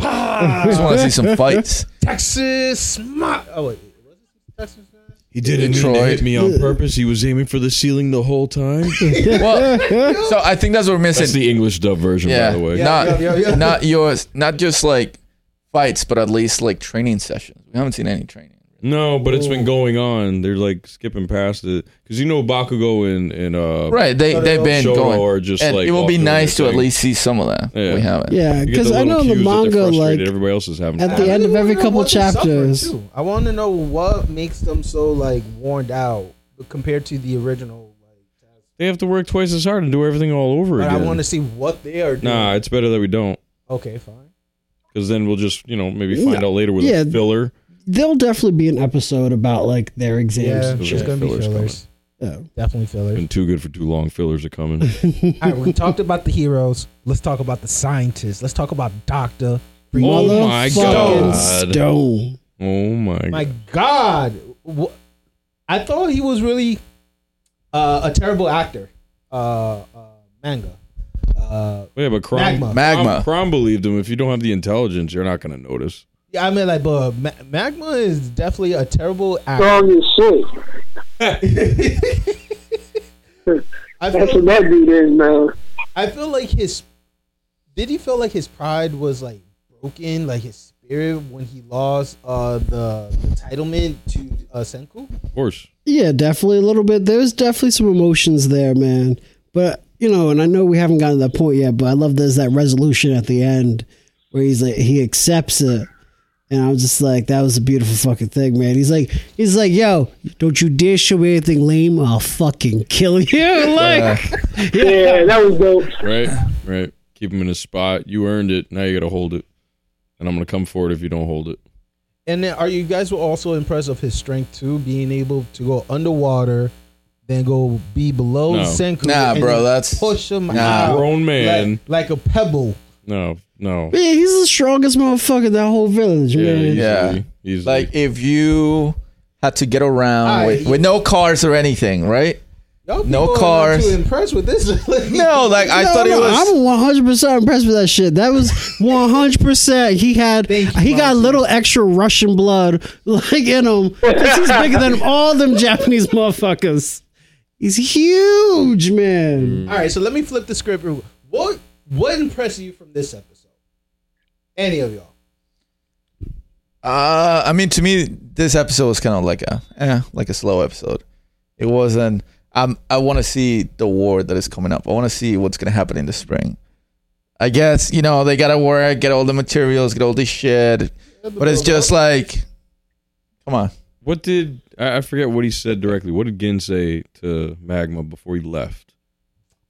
[SPEAKER 4] I just want to see some fights.
[SPEAKER 3] Texas Smart. Oh wait, was it Texas? Smash?
[SPEAKER 5] He
[SPEAKER 4] mean
[SPEAKER 5] didn't
[SPEAKER 4] to Detroit. hit
[SPEAKER 5] me on purpose. He was aiming for the ceiling the whole time.
[SPEAKER 4] Well, so I think that's what we're missing.
[SPEAKER 5] That's the English dub version,
[SPEAKER 4] yeah,
[SPEAKER 5] by the way.
[SPEAKER 4] not
[SPEAKER 3] yeah, yeah, yeah.
[SPEAKER 4] not yours, not just like fights, but at least like training sessions. We haven't seen any training.
[SPEAKER 5] No, but it's been going on. They're like skipping past it because you know Bakugo and and uh,
[SPEAKER 4] Right? They they've been
[SPEAKER 5] Shoto
[SPEAKER 4] going.
[SPEAKER 5] are just,
[SPEAKER 4] and
[SPEAKER 5] like,
[SPEAKER 4] it will be
[SPEAKER 5] off doing their
[SPEAKER 4] nice to at
[SPEAKER 5] thing.
[SPEAKER 4] least see some of that.
[SPEAKER 5] Yeah.
[SPEAKER 4] We haven't.
[SPEAKER 2] Yeah,
[SPEAKER 5] you get
[SPEAKER 2] because
[SPEAKER 5] the
[SPEAKER 2] I know
[SPEAKER 5] little
[SPEAKER 2] in the
[SPEAKER 5] cues that they're
[SPEAKER 2] manga,
[SPEAKER 5] frustrated.
[SPEAKER 2] like
[SPEAKER 5] everybody else is having.
[SPEAKER 2] at
[SPEAKER 5] fun.
[SPEAKER 2] the end of
[SPEAKER 3] really
[SPEAKER 2] every
[SPEAKER 3] wanna know
[SPEAKER 2] couple
[SPEAKER 3] what they're suffering,
[SPEAKER 2] chapters.
[SPEAKER 3] too. I want to know what makes them so like worn out compared to the original. Like,
[SPEAKER 5] they have to work twice as hard and do everything all over
[SPEAKER 3] but I
[SPEAKER 5] again.
[SPEAKER 3] want to see what they are doing.
[SPEAKER 5] nah, it's better that we don't
[SPEAKER 3] Okay, fine.
[SPEAKER 5] because then we'll just you know maybe find out later with
[SPEAKER 2] Yeah.
[SPEAKER 5] a filler.
[SPEAKER 2] there'll definitely be an episode about like their exams.
[SPEAKER 3] Yeah,
[SPEAKER 2] and
[SPEAKER 5] those
[SPEAKER 3] it's
[SPEAKER 5] are
[SPEAKER 3] gonna be
[SPEAKER 5] fillers coming.
[SPEAKER 3] fillers.
[SPEAKER 2] shit.
[SPEAKER 3] Definitely fillers.
[SPEAKER 5] Been too good for too long. Fillers are coming.
[SPEAKER 3] All right, we talked about the heroes. Let's talk about the scientists. Let's talk about Doctor.
[SPEAKER 5] Oh
[SPEAKER 3] Freeman.
[SPEAKER 5] my
[SPEAKER 2] Motherfucking
[SPEAKER 5] God.
[SPEAKER 2] Stone.
[SPEAKER 5] oh my,
[SPEAKER 3] my
[SPEAKER 5] god!
[SPEAKER 3] God! Wh- I thought he was really uh, a terrible actor. Uh, uh, manga. Uh,
[SPEAKER 5] Yeah, but Crom,
[SPEAKER 3] Magma.
[SPEAKER 4] Magma.
[SPEAKER 5] Crom, Crom believed him. If you don't have the intelligence, you're not going to notice.
[SPEAKER 3] yeah, I mean, like, but Ma- Magma is definitely a terrible actor.
[SPEAKER 6] Strong as shit.
[SPEAKER 3] I
[SPEAKER 6] That's
[SPEAKER 3] feel,
[SPEAKER 6] what that dude is, man.
[SPEAKER 3] I feel like his did he feel like his pride was like broken, like his spirit when he lost uh the entitlement to uh Senku?
[SPEAKER 5] Of course.
[SPEAKER 2] Yeah, definitely a little bit. There's definitely some emotions there, man. But you know, and I know we haven't gotten to that point yet, but I love there's that resolution at the end where he's like he accepts it. And I was just like, that was a beautiful fucking thing, man. He's like, he's like, yo, don't you dare show me anything lame, I'll fucking kill you. Like,
[SPEAKER 6] Yeah, that was dope.
[SPEAKER 5] Right, right. Keep him in his spot. You earned it. Now you got to hold it. And I'm gonna come for it if you don't hold it.
[SPEAKER 3] And then are you guys were also impressed of his strength too, being able to go underwater, then go be below
[SPEAKER 5] No.
[SPEAKER 3] Senku.
[SPEAKER 4] Nah,
[SPEAKER 3] and
[SPEAKER 4] bro, that's-
[SPEAKER 3] push him
[SPEAKER 4] nah.
[SPEAKER 3] out
[SPEAKER 5] Grown man.
[SPEAKER 3] like, like a pebble.
[SPEAKER 5] No, no.
[SPEAKER 2] man, he's the strongest motherfucker in that whole village, man.
[SPEAKER 4] Yeah.
[SPEAKER 5] easily, easily.
[SPEAKER 4] Like if you had to get around
[SPEAKER 3] All
[SPEAKER 4] with,
[SPEAKER 3] right.
[SPEAKER 4] with no cars or anything, right?
[SPEAKER 3] Y'all
[SPEAKER 4] No
[SPEAKER 3] people are not
[SPEAKER 4] cars.
[SPEAKER 3] Too impressed with this?
[SPEAKER 4] No, like I
[SPEAKER 2] No,
[SPEAKER 4] thought it
[SPEAKER 2] no,
[SPEAKER 4] was.
[SPEAKER 2] I'm 100 percent impressed with that shit. That was 100. percent He had
[SPEAKER 3] Thank you,
[SPEAKER 2] he got a
[SPEAKER 3] Monty.
[SPEAKER 2] little extra Russian blood like in him. 'cause He's bigger than all them Japanese motherfuckers. He's huge, man.
[SPEAKER 4] Mm.
[SPEAKER 3] All right, so let me flip the script. real- What what impressed you from this episode? Any of y'all?
[SPEAKER 4] Uh, I mean, to me, this episode was kind of like a, eh, like a slow episode. It wasn't. I'm. I want to see the war that is coming up. I want to see what's gonna happen in the spring. I guess you know they gotta work, get all the materials, get all this shit. But it's just like, come on.
[SPEAKER 5] what did I, I forget what he said directly? What did Gin say to Magma before he left?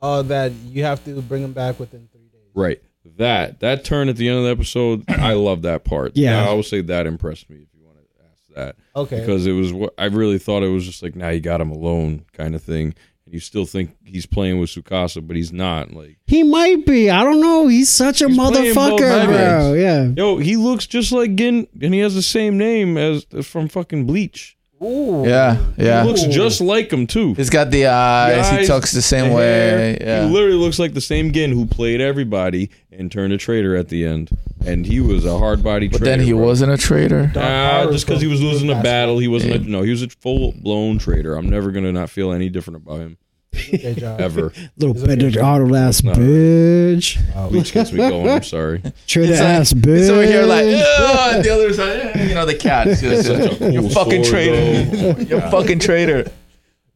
[SPEAKER 3] uh, that you have to bring him back within three days.
[SPEAKER 5] Right. That that turn at the end of the episode, I love that part.
[SPEAKER 2] Yeah.
[SPEAKER 5] I will say that impressed me. If you want to ask that,
[SPEAKER 3] Okay.
[SPEAKER 5] because it was what I really thought it was just like, now you got him alone kind of thing, and you still think he's playing with Sukasa, but he's not. Like.
[SPEAKER 2] He might be. I don't know. He's such a
[SPEAKER 5] He's playing both
[SPEAKER 2] motherfucker, bro.
[SPEAKER 5] sides.
[SPEAKER 2] Yeah.
[SPEAKER 5] Yo, he looks just like Gin, and he has the same name as from fucking Bleach.
[SPEAKER 3] Ooh.
[SPEAKER 4] Yeah, yeah.
[SPEAKER 5] He looks just like him too.
[SPEAKER 4] He's got the eyes.
[SPEAKER 5] The
[SPEAKER 4] he
[SPEAKER 5] eyes,
[SPEAKER 4] talks the same
[SPEAKER 5] the
[SPEAKER 4] way.
[SPEAKER 5] hair.
[SPEAKER 4] Yeah.
[SPEAKER 5] He literally looks like the same Gin who played everybody and turned a traitor at the end. And he was a hard body.
[SPEAKER 4] but then he wasn't a traitor.
[SPEAKER 5] Nah, just because he was losing a
[SPEAKER 3] Basket.
[SPEAKER 5] battle, he wasn't. A, no, he was a full blown traitor. I'm never gonna not feel any different about him
[SPEAKER 3] Okay, John.
[SPEAKER 5] ever.
[SPEAKER 2] Little Benedict Arnold ass bitch.
[SPEAKER 5] Bleach gets me going. I'm sorry.
[SPEAKER 2] Trade
[SPEAKER 4] He's like-
[SPEAKER 2] ass bitch.
[SPEAKER 4] He's over here like, "Ugh," and the other side, you know, the cat. It's just-
[SPEAKER 5] Such a
[SPEAKER 4] You're
[SPEAKER 5] cool
[SPEAKER 4] fucking
[SPEAKER 5] story,
[SPEAKER 4] traitor.
[SPEAKER 5] though. Oh my
[SPEAKER 4] You're
[SPEAKER 5] God.
[SPEAKER 4] fucking traitor.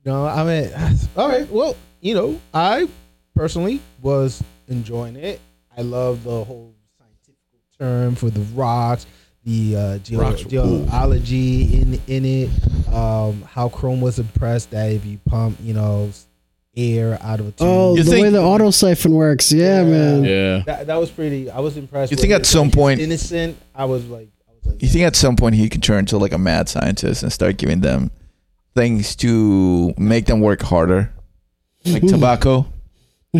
[SPEAKER 3] No, I mean, all right. Well, you know, I personally was enjoying it. I love the whole scientific term for the rocks, the uh, geo-
[SPEAKER 5] Rocks were cool.
[SPEAKER 3] geology in in it. Um, how Chrome was impressed that if you pump, you know, air out of a tube.
[SPEAKER 2] Oh,
[SPEAKER 4] You
[SPEAKER 2] the
[SPEAKER 4] think-
[SPEAKER 2] way the auto siphon works. Yeah,
[SPEAKER 3] Yeah.
[SPEAKER 2] man.
[SPEAKER 5] Yeah.
[SPEAKER 3] that, that was pretty. I was impressed.
[SPEAKER 4] You
[SPEAKER 3] with
[SPEAKER 4] think
[SPEAKER 3] it.
[SPEAKER 4] at some point-
[SPEAKER 3] innocent? I was like, I was like,
[SPEAKER 4] You think at some point he could turn into like a mad scientist and start giving them things to make them work harder, like tobacco?
[SPEAKER 3] I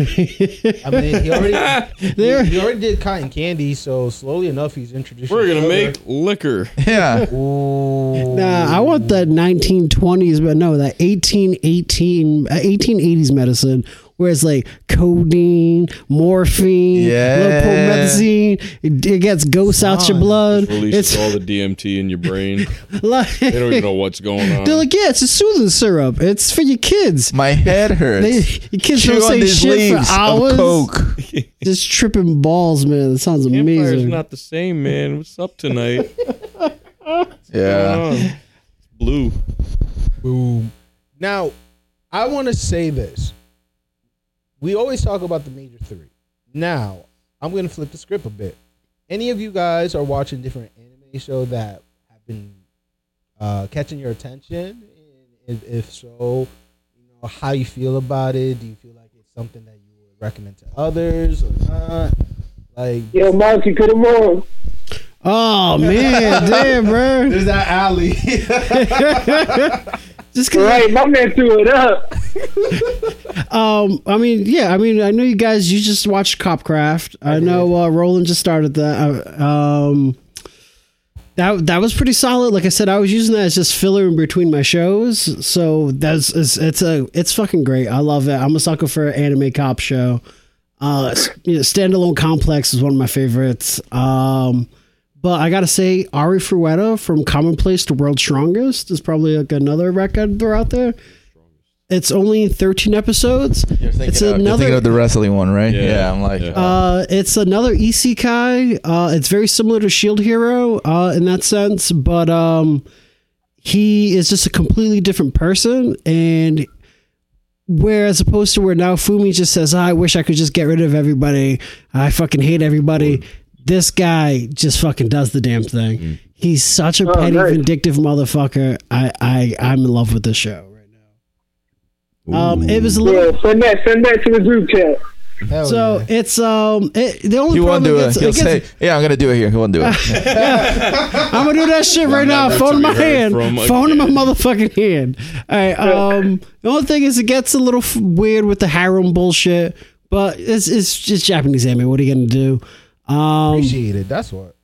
[SPEAKER 3] mean, he already
[SPEAKER 2] There.
[SPEAKER 3] he, he already did cotton candy, so slowly enough he's introducing.
[SPEAKER 5] We're gonna
[SPEAKER 3] sugar.
[SPEAKER 5] make liquor.
[SPEAKER 4] Yeah.
[SPEAKER 3] Ooh.
[SPEAKER 2] Nah, I want that 1920s, but no, that 1818, uh, 1880s medicine, where it's like codeine, morphine,
[SPEAKER 4] Yeah.
[SPEAKER 2] lopomethazine. It, it gets ghosts out your
[SPEAKER 3] Son.
[SPEAKER 2] blood.
[SPEAKER 5] Releases
[SPEAKER 2] It's
[SPEAKER 5] all the DMT in your brain.
[SPEAKER 2] like
[SPEAKER 5] They don't even know what's going on.
[SPEAKER 2] they're like, yeah, it's a soothing syrup. It's for your kids.
[SPEAKER 4] My head hurts.
[SPEAKER 2] They, your kids
[SPEAKER 4] Chew
[SPEAKER 2] don't
[SPEAKER 4] on
[SPEAKER 2] say
[SPEAKER 4] these
[SPEAKER 2] shit
[SPEAKER 4] leaves
[SPEAKER 2] for hours.
[SPEAKER 4] of coke.
[SPEAKER 2] Just tripping balls, man. That sounds
[SPEAKER 5] Campfire's
[SPEAKER 2] amazing.
[SPEAKER 5] not the same, man. What's up tonight?
[SPEAKER 4] Yeah.
[SPEAKER 5] It's blue.
[SPEAKER 3] Boom. Now, I want to say this. We always talk about the major three. Now, I'm going to flip the script a bit. Any of you guys are watching different anime show that have been uh, catching your attention? And if, if so, you know how you feel about it. Do you feel like it's something that you would recommend to others or not? Like
[SPEAKER 6] Yo, Mark, you could have won.
[SPEAKER 2] Oh man, damn, bro.
[SPEAKER 3] there's that alley.
[SPEAKER 2] Just 'cause
[SPEAKER 6] Right, my man threw it up.
[SPEAKER 2] Um, I mean, yeah, I mean, I know you guys. You just watched Copcraft. I, know uh, Roland just started that. Uh, um, that that was pretty solid. Like I said, I was using that as just filler in between my shows. So that's it's, it's a it's fucking great. I love it. I'm a sucker for an anime cop show. Uh, s- you know, standalone complex is one of my favorites. Um, but I gotta say, Ari Frueta from Commonplace to World's Strongest is probably like another record they're out there It's only 13 episodes.
[SPEAKER 4] You're thinking,
[SPEAKER 2] It's
[SPEAKER 4] of, you're
[SPEAKER 2] another-
[SPEAKER 4] thinking of the wrestling one, right?
[SPEAKER 5] Yeah.
[SPEAKER 4] Yeah, I'm like,
[SPEAKER 5] Yeah.
[SPEAKER 2] Uh, it's another isekai. Uh, it's very similar to Shield Hero uh, in that sense, but um, he is just a completely different person. And where, as opposed to where now Fumi just says, "I wish I could just get rid of everybody. I fucking hate everybody." This guy just fucking does the damn thing.
[SPEAKER 4] Mm.
[SPEAKER 2] He's such a
[SPEAKER 6] Oh,
[SPEAKER 2] petty,
[SPEAKER 6] nice.
[SPEAKER 2] vindictive motherfucker. I, I, I'm in love with the show right now. Um, it was a little.
[SPEAKER 6] Yeah, send that, send that to the group chat.
[SPEAKER 3] Hell
[SPEAKER 2] So
[SPEAKER 3] yeah.
[SPEAKER 2] it's um it, the only
[SPEAKER 4] he won't
[SPEAKER 2] problem
[SPEAKER 4] do
[SPEAKER 2] it
[SPEAKER 4] it.
[SPEAKER 2] gets,
[SPEAKER 4] He'll
[SPEAKER 2] it
[SPEAKER 4] say,
[SPEAKER 2] gets-
[SPEAKER 4] "Yeah, I'm gonna do it here." He won't do it.
[SPEAKER 2] I'm gonna do that shit right now.
[SPEAKER 5] never
[SPEAKER 2] Phone
[SPEAKER 5] to
[SPEAKER 2] in
[SPEAKER 5] be
[SPEAKER 2] my
[SPEAKER 5] heard
[SPEAKER 2] hand.
[SPEAKER 5] from
[SPEAKER 2] Phone in my motherfucking hand. All right. Um, the only thing is it gets a little f- weird with the harem bullshit, but it's it's just Japanese anime. What are you gonna do? Um,
[SPEAKER 3] appreciate it. That's what.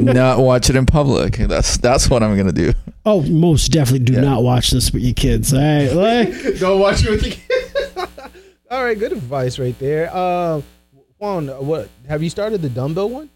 [SPEAKER 4] Not watch it in public. That's that's what I'm gonna do.
[SPEAKER 2] oh, most definitely do not watch this with your kids. All right. Like,
[SPEAKER 3] Don't watch it with the kids. All right, good advice right there. Um, Juan, what have you started the dumbbell one?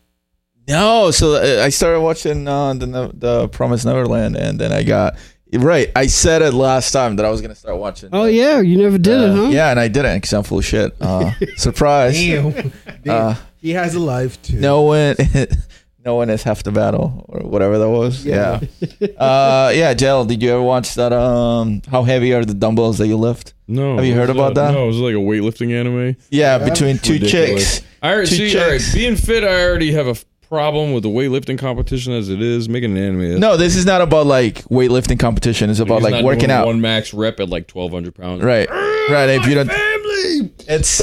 [SPEAKER 4] No, so uh, I started watching uh, the Ne- the Promised Neverland, and then I got right. I said it last time that I was gonna start watching.
[SPEAKER 2] oh yeah, you never did it,
[SPEAKER 4] Uh,
[SPEAKER 2] huh?
[SPEAKER 4] Yeah, and I didn't because I'm full of shit. Uh, surprise.
[SPEAKER 3] Damn,
[SPEAKER 4] Uh,
[SPEAKER 3] he has a life too.
[SPEAKER 4] No one, no one is half the battle or whatever that was.
[SPEAKER 3] Yeah.
[SPEAKER 4] Yeah. Uh, yeah, Jell, did you ever watch that? Um, how heavy are the dumbbells that you lift?
[SPEAKER 5] no.
[SPEAKER 4] Have you
[SPEAKER 5] what
[SPEAKER 4] heard
[SPEAKER 5] was
[SPEAKER 4] about that?
[SPEAKER 5] No, it was like a weightlifting anime.
[SPEAKER 4] Yeah, between two
[SPEAKER 5] Ridiculous.
[SPEAKER 4] chicks.
[SPEAKER 5] I already
[SPEAKER 4] Two
[SPEAKER 5] see. All right,
[SPEAKER 4] chicks.
[SPEAKER 5] being fit, I already have a f- problem with the weightlifting competition as it is. Making an anime.
[SPEAKER 4] No, this is not about like weightlifting competition. It's about
[SPEAKER 5] He's
[SPEAKER 4] like
[SPEAKER 5] not
[SPEAKER 4] working
[SPEAKER 5] doing
[SPEAKER 4] out.
[SPEAKER 5] One max rep at like 1,200 pounds.
[SPEAKER 4] Right. Right. If you don't,
[SPEAKER 5] Family.
[SPEAKER 4] it's.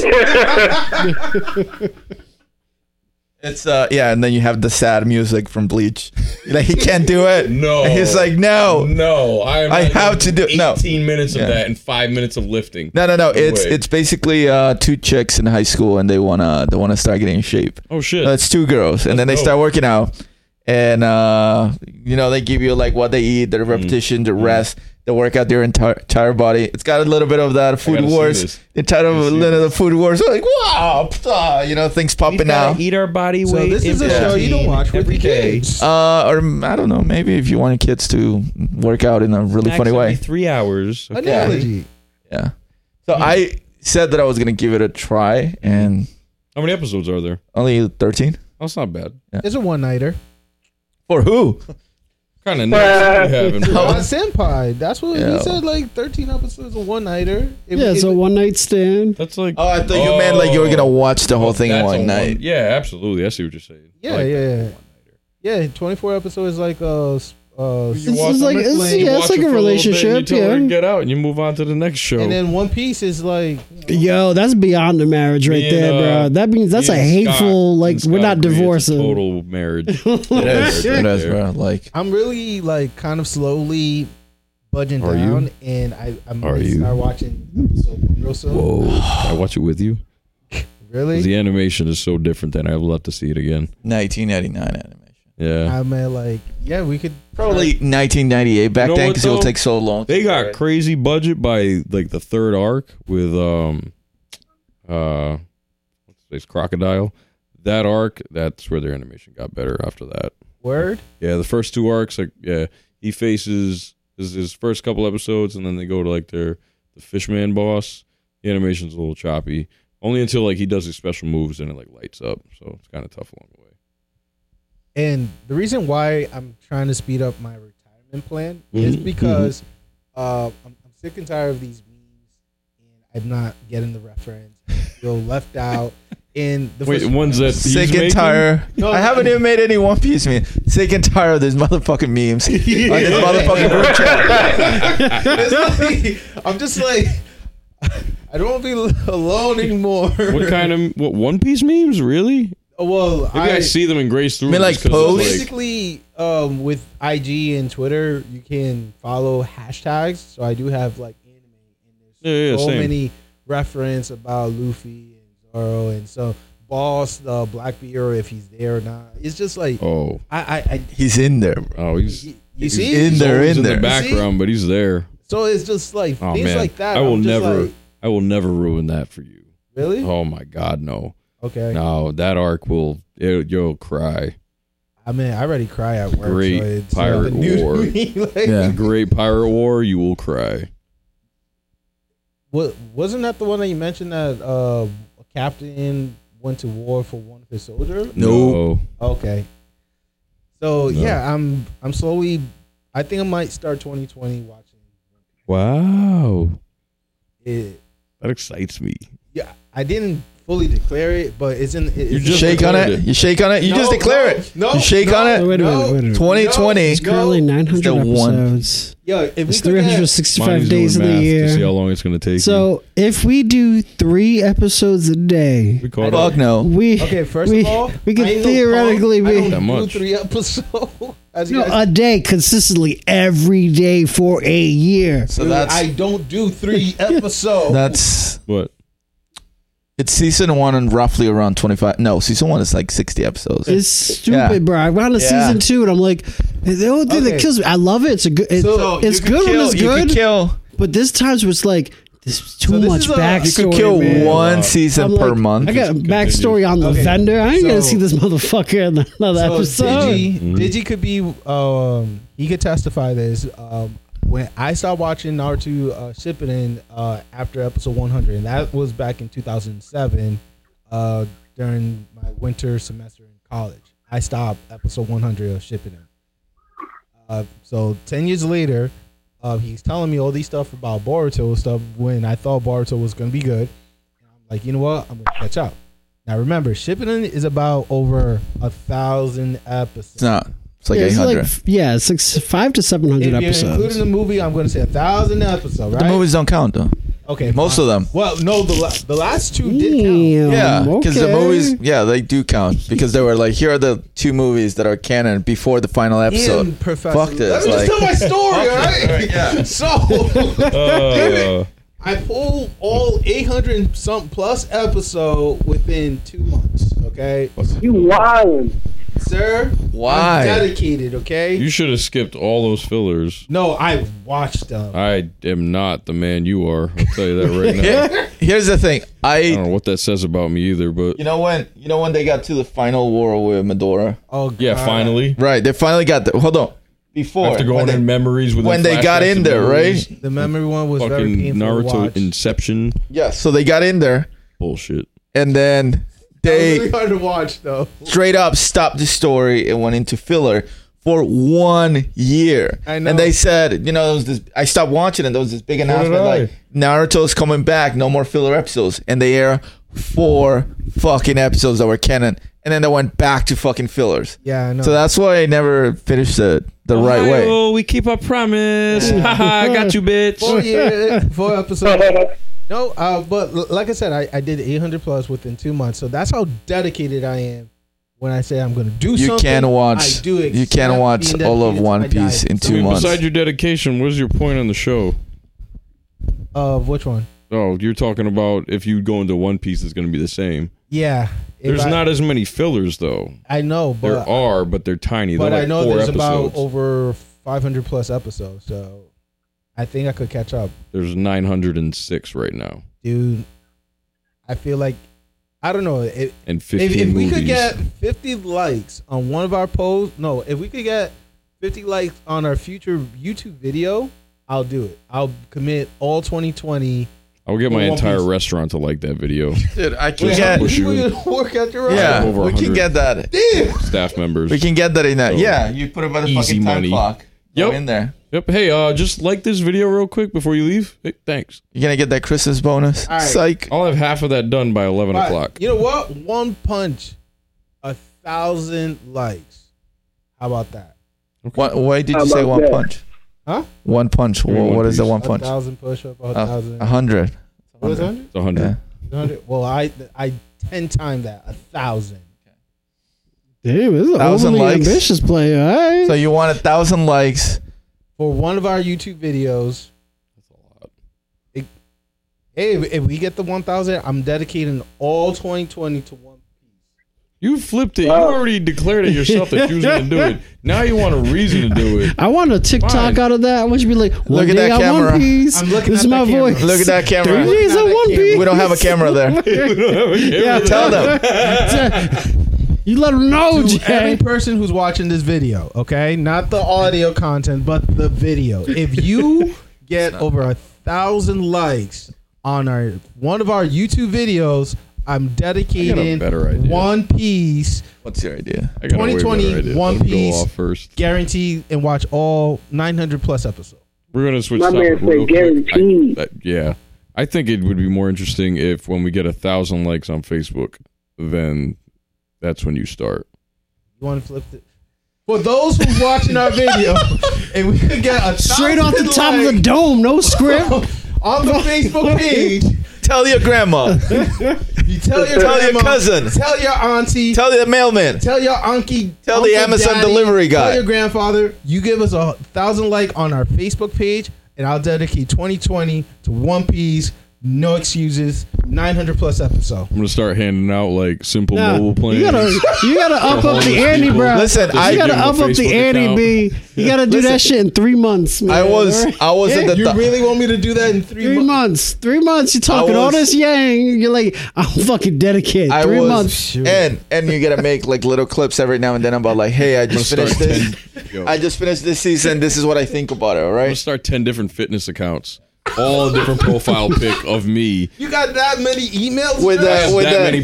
[SPEAKER 4] It's uh yeah, and then you have the sad music from Bleach. Like he can't do it.
[SPEAKER 5] No.
[SPEAKER 4] and he's like no,
[SPEAKER 5] No, I. am
[SPEAKER 4] I
[SPEAKER 5] not
[SPEAKER 4] have
[SPEAKER 5] doing
[SPEAKER 4] to do- no.
[SPEAKER 5] 18 minutes of
[SPEAKER 4] Yeah.
[SPEAKER 5] that and five minutes of lifting.
[SPEAKER 4] No, no, no. It's
[SPEAKER 5] way.
[SPEAKER 4] it's basically uh, two chicks in high school, and they wanna they wanna start getting in shape.
[SPEAKER 5] Oh shit.
[SPEAKER 4] No, Uh, it's two girls, and then they
[SPEAKER 5] dope.
[SPEAKER 4] start working out, and uh, you know they give you like what they eat,
[SPEAKER 5] Mm.
[SPEAKER 4] their repetition, the rest, they work out their entire entire body. It's got a little bit of that food
[SPEAKER 5] gotta see
[SPEAKER 4] wars,
[SPEAKER 5] this.
[SPEAKER 4] the title of a little of the food wars. Like wow, pta, you know things popping out.
[SPEAKER 5] eat our body
[SPEAKER 3] so this is a show you don't watch with the kids.
[SPEAKER 4] Uh, or mm, I don't know, maybe if you want kids to work out in a really funny way.
[SPEAKER 5] Three hours.
[SPEAKER 3] Analogy.
[SPEAKER 4] Yeah. So I said that I was gonna give it a try, and
[SPEAKER 5] How many episodes are there?
[SPEAKER 4] only thirteen.
[SPEAKER 5] That's not bad.
[SPEAKER 3] It's a one nighter.
[SPEAKER 4] For who?
[SPEAKER 5] Kind of nice. you having, bro.
[SPEAKER 3] Uh, senpai. That's what he
[SPEAKER 4] Yeah.
[SPEAKER 3] said. Like thirteen episodes of one nighter.
[SPEAKER 2] Yeah, it's a one night stand.
[SPEAKER 5] That's like.
[SPEAKER 4] Oh, I thought you meant like you were gonna watch the whole thing in
[SPEAKER 5] Oh. That's a
[SPEAKER 4] one night.
[SPEAKER 5] Yeah, absolutely. I see what you're saying.
[SPEAKER 3] Yeah,
[SPEAKER 5] Like,
[SPEAKER 3] yeah, yeah. Yeah, twenty four episodes like uh s- uh.
[SPEAKER 5] You
[SPEAKER 2] This
[SPEAKER 5] walk
[SPEAKER 2] is
[SPEAKER 5] them
[SPEAKER 2] like-
[SPEAKER 5] in
[SPEAKER 2] it's-
[SPEAKER 5] lane, you
[SPEAKER 2] yeah, it's
[SPEAKER 5] watch
[SPEAKER 2] like
[SPEAKER 5] them
[SPEAKER 2] a
[SPEAKER 5] for little bit, and you
[SPEAKER 2] relationship,
[SPEAKER 5] tell her
[SPEAKER 2] yeah.
[SPEAKER 5] to Get out and you move on to the next show.
[SPEAKER 3] And then One Piece is like
[SPEAKER 2] Yo, that's beyond the marriage right
[SPEAKER 5] Me and,
[SPEAKER 2] there, bro.
[SPEAKER 5] uh,
[SPEAKER 2] That means that's a
[SPEAKER 5] Me and
[SPEAKER 2] hateful.
[SPEAKER 5] Scott-
[SPEAKER 2] like
[SPEAKER 5] and
[SPEAKER 2] we're not
[SPEAKER 5] Scott agree, it's a
[SPEAKER 2] divorcing.
[SPEAKER 5] Total marriage.
[SPEAKER 4] It is, it is, bro. Like
[SPEAKER 3] I'm really like kind of slowly budging
[SPEAKER 5] Are you?
[SPEAKER 3] down, and I I'm
[SPEAKER 5] Are
[SPEAKER 3] gonna
[SPEAKER 5] you?
[SPEAKER 3] start watching episode one real soon.
[SPEAKER 5] I watch it with you.
[SPEAKER 3] Really?
[SPEAKER 5] The animation is so different that I would love to see it again.
[SPEAKER 4] 1999 animation.
[SPEAKER 2] Uh,
[SPEAKER 5] Yeah.
[SPEAKER 3] I'm at like yeah, we could
[SPEAKER 4] Probably 1998 back
[SPEAKER 5] You know
[SPEAKER 4] then
[SPEAKER 5] what,
[SPEAKER 4] because it will
[SPEAKER 5] though?
[SPEAKER 4] take so long.
[SPEAKER 5] They got crazy budget by like the third arc with um uh what's his face? crocodile. That arc, that's where their animation got better after that.
[SPEAKER 3] word.
[SPEAKER 5] Yeah, the first two arcs, like yeah, he faces his, his first couple episodes, and then they go to like their the Fishman boss. The animation's a little choppy, only until like he does his special moves and it like lights up. So it's kind of tough along the way.
[SPEAKER 3] And the reason why I'm trying to speed up my retirement plan is
[SPEAKER 5] Mm-hmm.
[SPEAKER 3] because uh, I'm, I'm sick and tired of these memes, and I'm not getting the reference. Go left out. And the
[SPEAKER 5] Wait,
[SPEAKER 3] first-
[SPEAKER 5] ones that he's
[SPEAKER 4] Sick and
[SPEAKER 5] making?
[SPEAKER 4] tired. I haven't even made any One Piece meme. Sick and tired of these motherfucking memes. on this motherfucking group chat.
[SPEAKER 3] It's like- I'm just like, I don't want to be alone anymore. Oh,
[SPEAKER 5] What kind of what One Piece memes? Really?
[SPEAKER 3] Well,
[SPEAKER 5] Maybe I,
[SPEAKER 3] I,
[SPEAKER 5] see them in Grace through.
[SPEAKER 4] I mean, like,
[SPEAKER 5] just 'cause
[SPEAKER 4] Pose?
[SPEAKER 5] it's, like-
[SPEAKER 3] basically um, with IG and Twitter, you can follow hashtags. So I do have like anime, and there's
[SPEAKER 5] Yeah, yeah,
[SPEAKER 3] so
[SPEAKER 5] same.
[SPEAKER 3] many reference about Luffy and Zoro, and so Boss, the uh, Blackbeard, if he's there or not. It's just like
[SPEAKER 5] oh,
[SPEAKER 3] I, I, I
[SPEAKER 4] He's in there. Bro.
[SPEAKER 5] oh, he's
[SPEAKER 3] you, you
[SPEAKER 4] He's
[SPEAKER 3] see.
[SPEAKER 4] in there,
[SPEAKER 5] always
[SPEAKER 4] in
[SPEAKER 5] the
[SPEAKER 4] there.
[SPEAKER 5] background, but he's there.
[SPEAKER 3] so it's just like
[SPEAKER 5] Oh
[SPEAKER 3] things
[SPEAKER 5] man,
[SPEAKER 3] like that.
[SPEAKER 5] I will
[SPEAKER 3] I'm just
[SPEAKER 5] never,
[SPEAKER 3] like,
[SPEAKER 5] I will never ruin that for you.
[SPEAKER 3] really.
[SPEAKER 5] Oh my God, no,
[SPEAKER 3] Okay,
[SPEAKER 5] no, that arc will, it, you'll cry.
[SPEAKER 3] I mean, I already cry at work.
[SPEAKER 5] Great
[SPEAKER 3] so it's
[SPEAKER 5] pirate
[SPEAKER 3] nothing new to
[SPEAKER 5] war.
[SPEAKER 3] me, like-
[SPEAKER 4] Yeah.
[SPEAKER 5] Great Pirate War, you will cry.
[SPEAKER 3] What wasn't that the one that you mentioned that uh, a captain went to war for one of his soldiers?
[SPEAKER 5] No.
[SPEAKER 3] Okay. So yeah, I'm I'm slowly. I think I might start 2020 watching
[SPEAKER 5] Wow.
[SPEAKER 3] it.
[SPEAKER 5] That excites me.
[SPEAKER 3] Yeah, I didn't fully declare it, but it's in. It's
[SPEAKER 5] You
[SPEAKER 3] in-
[SPEAKER 5] just
[SPEAKER 4] shake on
[SPEAKER 5] declared
[SPEAKER 4] it.
[SPEAKER 5] it.
[SPEAKER 4] You shake on it. You
[SPEAKER 3] No,
[SPEAKER 4] just declare
[SPEAKER 3] no,
[SPEAKER 4] it.
[SPEAKER 3] no,
[SPEAKER 4] you shake
[SPEAKER 3] no.
[SPEAKER 4] on it.
[SPEAKER 2] Oh, wait a minute, wait a minute.
[SPEAKER 4] 2020.
[SPEAKER 2] It's currently
[SPEAKER 3] No,
[SPEAKER 2] 900
[SPEAKER 4] the one.
[SPEAKER 2] episodes.
[SPEAKER 3] Yo, if we
[SPEAKER 2] It's
[SPEAKER 3] could get,
[SPEAKER 2] 365
[SPEAKER 5] Monty's doing
[SPEAKER 2] days in
[SPEAKER 5] math
[SPEAKER 2] the
[SPEAKER 5] To see how
[SPEAKER 2] year.
[SPEAKER 5] long it's going to take. you.
[SPEAKER 2] So if we do three episodes a day,
[SPEAKER 5] we caught
[SPEAKER 4] Fuck
[SPEAKER 5] it.
[SPEAKER 4] no.
[SPEAKER 2] we
[SPEAKER 3] okay, first
[SPEAKER 2] we,
[SPEAKER 3] of all,
[SPEAKER 2] we
[SPEAKER 3] I
[SPEAKER 2] could
[SPEAKER 3] ain't
[SPEAKER 2] theoretically
[SPEAKER 3] no punk. I
[SPEAKER 2] be
[SPEAKER 5] That
[SPEAKER 3] don't do
[SPEAKER 5] much.
[SPEAKER 3] three episodes. As you
[SPEAKER 2] no,
[SPEAKER 3] guys-
[SPEAKER 2] a day consistently every day for a year.
[SPEAKER 4] So
[SPEAKER 3] Dude,
[SPEAKER 4] that's
[SPEAKER 3] I don't do three episodes.
[SPEAKER 4] that's
[SPEAKER 5] What?
[SPEAKER 4] it's season one and roughly around 25. No, season one is like 60 episodes.
[SPEAKER 2] It's stupid,
[SPEAKER 4] Yeah.
[SPEAKER 2] bro. I got to
[SPEAKER 4] Yeah.
[SPEAKER 2] season two, and I'm like, the only thing
[SPEAKER 3] Okay.
[SPEAKER 2] that kills me. I love it. It's a good. It's,
[SPEAKER 4] So
[SPEAKER 2] it's
[SPEAKER 4] you could
[SPEAKER 2] good
[SPEAKER 4] kill,
[SPEAKER 2] when it's
[SPEAKER 4] You
[SPEAKER 2] good,
[SPEAKER 4] could kill.
[SPEAKER 2] but there's times where it's like this is too
[SPEAKER 3] So this
[SPEAKER 2] much
[SPEAKER 3] is a- you could
[SPEAKER 4] You
[SPEAKER 2] backstory.
[SPEAKER 4] could kill
[SPEAKER 2] man.
[SPEAKER 4] one
[SPEAKER 5] Wow.
[SPEAKER 4] season
[SPEAKER 2] I'm
[SPEAKER 4] per
[SPEAKER 2] like,
[SPEAKER 4] month.
[SPEAKER 2] I got backstory on the
[SPEAKER 3] Okay.
[SPEAKER 2] vendor. I ain't gonna
[SPEAKER 3] So-
[SPEAKER 2] see this motherfucker in another
[SPEAKER 3] So
[SPEAKER 2] episode.
[SPEAKER 3] Digi, Digi could be um he could testify this. Um when I stopped watching Naruto uh Shippuden uh after episode 100 and that was back in 2007 uh during my winter semester in college. I stopped episode 100 of Shippuden. Uh so 10 years later, uh he's telling me all these stuff about Boruto and stuff when I thought Boruto was going to be good. And I'm like, "You know what? I'm going to catch up." Now remember, Shippuden is about over a thousand episodes.
[SPEAKER 4] It's not. It's like
[SPEAKER 2] yeah, it's
[SPEAKER 4] 800.
[SPEAKER 2] like yeah, it's like s- five to seven
[SPEAKER 3] if
[SPEAKER 2] hundred
[SPEAKER 3] you're
[SPEAKER 2] episodes.
[SPEAKER 3] including the movie, I'm going to say a thousand episodes,
[SPEAKER 4] the
[SPEAKER 3] right?
[SPEAKER 4] movies don't count though.
[SPEAKER 3] okay,
[SPEAKER 4] Most of them.
[SPEAKER 3] Well, no, the la- the last two did
[SPEAKER 2] Damn,
[SPEAKER 3] count.
[SPEAKER 4] Yeah, because
[SPEAKER 2] Mm, okay.
[SPEAKER 4] the movies, yeah, they do count because they were like, here are the two movies that are canon before the final episode.
[SPEAKER 3] Damn, Professor.
[SPEAKER 4] Fuck
[SPEAKER 3] Let
[SPEAKER 4] this!
[SPEAKER 3] me
[SPEAKER 4] Like,
[SPEAKER 3] just tell my story, all right?
[SPEAKER 4] yeah.
[SPEAKER 3] So
[SPEAKER 5] Uh,
[SPEAKER 3] I pulled all 800 and some plus episode within two months. Okay,
[SPEAKER 6] You wildin'.
[SPEAKER 3] sir.
[SPEAKER 4] Why?
[SPEAKER 3] I'm dedicated. Okay.
[SPEAKER 5] you should have skipped all those fillers.
[SPEAKER 3] no, I watched um, them.
[SPEAKER 5] I am not the man you are. I'll tell you that right now.
[SPEAKER 4] Here's the thing.
[SPEAKER 5] I don't
[SPEAKER 4] I,
[SPEAKER 5] know what that says about me either, but
[SPEAKER 4] you know when, you know when they got to the final war with Medora,
[SPEAKER 3] Oh,
[SPEAKER 5] yeah,
[SPEAKER 4] uh,
[SPEAKER 3] God.
[SPEAKER 5] finally.
[SPEAKER 4] right? They finally got the. Hold on. Before
[SPEAKER 5] After going
[SPEAKER 4] when they,
[SPEAKER 5] in memories with
[SPEAKER 4] when they got in there, right?
[SPEAKER 3] The memory one was very
[SPEAKER 5] Fucking
[SPEAKER 3] painful to
[SPEAKER 5] Naruto
[SPEAKER 3] watch.
[SPEAKER 5] Inception
[SPEAKER 4] Yeah. So they got in there,
[SPEAKER 5] bullshit.
[SPEAKER 4] and then
[SPEAKER 3] really
[SPEAKER 4] they
[SPEAKER 3] hard to watch though.
[SPEAKER 4] straight up stopped the story and went into filler for one year.
[SPEAKER 3] I know.
[SPEAKER 4] And they said, you know, there was this, I stopped watching it. There was this big announcement
[SPEAKER 5] I?
[SPEAKER 4] like Naruto's coming back, no more filler episodes. And they air four fucking episodes that were canon. And then they went back to fucking fillers.
[SPEAKER 3] Yeah, I know.
[SPEAKER 4] So that's why I never finished it the right way.
[SPEAKER 5] Oh, we keep our promise. I got you, bitch.
[SPEAKER 3] four year, four episodes. No, uh, but l- like I said, I, I did 800 plus within two months. So that's how dedicated I am. When I say I'm going to do
[SPEAKER 4] You
[SPEAKER 3] something,
[SPEAKER 4] can watch.
[SPEAKER 3] I do
[SPEAKER 4] you
[SPEAKER 3] except
[SPEAKER 4] can watch
[SPEAKER 3] being
[SPEAKER 4] all of
[SPEAKER 3] dedicated to my
[SPEAKER 4] One Piece
[SPEAKER 3] diet.
[SPEAKER 4] in
[SPEAKER 5] I
[SPEAKER 4] two
[SPEAKER 5] mean,
[SPEAKER 4] months.
[SPEAKER 5] beside your dedication, what's your point on the show?
[SPEAKER 3] Of which one?
[SPEAKER 5] Oh, you're talking about if you go into One Piece, it's going to be the same.
[SPEAKER 3] Yeah. If
[SPEAKER 5] There's
[SPEAKER 3] I,
[SPEAKER 5] not as many fillers though.
[SPEAKER 3] I know,
[SPEAKER 5] There
[SPEAKER 3] but
[SPEAKER 5] are, but they're tiny.
[SPEAKER 3] but
[SPEAKER 5] they're like
[SPEAKER 3] I know
[SPEAKER 5] four
[SPEAKER 3] there's
[SPEAKER 5] episodes.
[SPEAKER 3] about over 500 plus episodes. So I think I could catch up,
[SPEAKER 5] there's 906 right now,
[SPEAKER 3] dude. I feel like I don't know. It,
[SPEAKER 5] and 15
[SPEAKER 3] if, if we
[SPEAKER 5] movies.
[SPEAKER 3] could get 50 likes on one of our polls no if we could get 50 likes on our future youtube video i'll do it i'll commit all 2020
[SPEAKER 5] I'll get my
[SPEAKER 3] One
[SPEAKER 5] entire
[SPEAKER 3] Piece.
[SPEAKER 5] restaurant to like that video.
[SPEAKER 4] Dude, I can
[SPEAKER 5] Wait, how
[SPEAKER 4] get.
[SPEAKER 5] much-
[SPEAKER 3] you gonna work at your
[SPEAKER 4] Yeah,
[SPEAKER 5] Over
[SPEAKER 4] we can
[SPEAKER 5] 100.
[SPEAKER 4] get that.
[SPEAKER 5] Staff members.
[SPEAKER 4] We can get that in that.
[SPEAKER 5] So,
[SPEAKER 4] yeah, you put it by the
[SPEAKER 5] easy
[SPEAKER 4] fucking time
[SPEAKER 5] money.
[SPEAKER 4] clock. Go
[SPEAKER 5] Yep.
[SPEAKER 4] in there.
[SPEAKER 5] Yep. Hey, uh, just like this video real quick before you leave. Hey, thanks.
[SPEAKER 4] You're gonna get that Christmas bonus.
[SPEAKER 3] All right.
[SPEAKER 4] Psych.
[SPEAKER 5] I'll have half of that done by 11
[SPEAKER 3] But
[SPEAKER 5] o'clock.
[SPEAKER 3] you know what one punch a thousand likes how about that
[SPEAKER 4] Why, why did
[SPEAKER 6] How
[SPEAKER 4] you say
[SPEAKER 6] about
[SPEAKER 4] one
[SPEAKER 6] that?
[SPEAKER 4] punch?
[SPEAKER 3] Huh?
[SPEAKER 4] One punch.
[SPEAKER 5] mean
[SPEAKER 4] Wha-
[SPEAKER 5] one
[SPEAKER 4] what is the
[SPEAKER 5] piece?
[SPEAKER 4] one
[SPEAKER 3] a
[SPEAKER 4] punch? A
[SPEAKER 3] thousand push-up a thousand
[SPEAKER 4] a hundred.
[SPEAKER 3] what was 100?
[SPEAKER 5] It's 100.
[SPEAKER 4] Yeah.
[SPEAKER 3] 100 well i i 10 times that a thousand
[SPEAKER 2] Damn, this is an
[SPEAKER 4] Thousand
[SPEAKER 2] overly
[SPEAKER 4] likes.
[SPEAKER 2] ambitious player. All right.
[SPEAKER 4] So you want a thousand likes?
[SPEAKER 3] for one of our youtube videos Hey, if, if we get the 1,000, I'm dedicating all 2020 to one.
[SPEAKER 5] You flipped it.
[SPEAKER 6] Wow.
[SPEAKER 5] You already declared it yourself that you was going to do it. Now you want a reason to do it.
[SPEAKER 2] I want a TikTok
[SPEAKER 5] Fine.
[SPEAKER 2] out of that. I want you to be like, one
[SPEAKER 4] Look at
[SPEAKER 2] day
[SPEAKER 4] that
[SPEAKER 2] I
[SPEAKER 4] camera.
[SPEAKER 2] One Piece.
[SPEAKER 3] I'm looking
[SPEAKER 2] this
[SPEAKER 3] at
[SPEAKER 2] is my
[SPEAKER 3] that camera.
[SPEAKER 2] voice.
[SPEAKER 4] Look at that camera.
[SPEAKER 2] Three days
[SPEAKER 3] at
[SPEAKER 2] on
[SPEAKER 3] that
[SPEAKER 2] One
[SPEAKER 3] camera.
[SPEAKER 2] Piece.
[SPEAKER 4] We don't have a camera there.
[SPEAKER 5] yeah,
[SPEAKER 4] Tell them.
[SPEAKER 2] you let them know,
[SPEAKER 3] To every
[SPEAKER 2] Jay.
[SPEAKER 3] person who's watching this video, okay, not the audio content, but the video. If you get over a thousand likes on our one of our YouTube videos. I'm dedicating
[SPEAKER 5] better idea.
[SPEAKER 3] One Piece
[SPEAKER 4] What's your idea?
[SPEAKER 5] I got a way better
[SPEAKER 3] 2020
[SPEAKER 5] idea.
[SPEAKER 3] One
[SPEAKER 5] Let him go
[SPEAKER 3] Piece.
[SPEAKER 5] off first.
[SPEAKER 3] guaranteed and watch all 900 plus episodes.
[SPEAKER 5] We're gonna switch.
[SPEAKER 6] My
[SPEAKER 5] topic
[SPEAKER 6] man said
[SPEAKER 5] real quick. I-
[SPEAKER 6] guaranteed.
[SPEAKER 5] that- yeah, I think it would be more interesting if when we get a thousand likes on Facebook, then that's when you start.
[SPEAKER 3] You want to flip it? For those who's watching our video, and we could get a
[SPEAKER 2] Straight off the
[SPEAKER 3] thousand
[SPEAKER 2] top of the
[SPEAKER 3] likes
[SPEAKER 2] dome, no script.
[SPEAKER 3] on the Facebook page.
[SPEAKER 4] Tell your grandma.
[SPEAKER 3] You tell your
[SPEAKER 4] Tell your
[SPEAKER 3] grandma,
[SPEAKER 4] cousin.
[SPEAKER 3] tell your auntie,
[SPEAKER 4] Tell the mailman.
[SPEAKER 3] Tell your unky.
[SPEAKER 4] Tell the
[SPEAKER 3] uncle,
[SPEAKER 4] Amazon delivery guy.
[SPEAKER 3] Tell your grandfather. You give us a thousand like on our Facebook page, and I'll dedicate 2020 to One Piece. No excuses. 900 plus episode.
[SPEAKER 5] I'm gonna start handing out like simple
[SPEAKER 2] Nah,
[SPEAKER 5] mobile plans.
[SPEAKER 2] you gotta, you gotta up up the ante, bro.
[SPEAKER 4] Listen,
[SPEAKER 2] you
[SPEAKER 4] I-
[SPEAKER 2] gotta
[SPEAKER 5] Give 'em a
[SPEAKER 2] up up
[SPEAKER 5] Facebook
[SPEAKER 2] the ante,
[SPEAKER 5] account.
[SPEAKER 2] B. You gotta do that shit in three months, man.
[SPEAKER 4] I was I was at the
[SPEAKER 3] You
[SPEAKER 4] th-
[SPEAKER 3] really want me to do that in three,
[SPEAKER 2] Three
[SPEAKER 3] months?
[SPEAKER 2] months, three months. You're talking all
[SPEAKER 4] was-
[SPEAKER 2] this yang. You're like, I'm fucking dedicated.
[SPEAKER 4] I
[SPEAKER 2] Three
[SPEAKER 4] was
[SPEAKER 2] months.
[SPEAKER 4] and and you gotta make like little clips every now and then about like, hey, I just
[SPEAKER 5] I'm gonna
[SPEAKER 4] finished
[SPEAKER 5] start
[SPEAKER 4] this.
[SPEAKER 5] ten- yo,
[SPEAKER 4] I just finished this season. This is what I think about it. All
[SPEAKER 5] I'm gonna
[SPEAKER 4] right.
[SPEAKER 5] start ten different fitness accounts, all different profile pic of me.
[SPEAKER 3] You got that many emails?
[SPEAKER 4] With
[SPEAKER 3] for
[SPEAKER 4] the-
[SPEAKER 5] I have
[SPEAKER 4] with
[SPEAKER 5] that
[SPEAKER 4] the-
[SPEAKER 5] many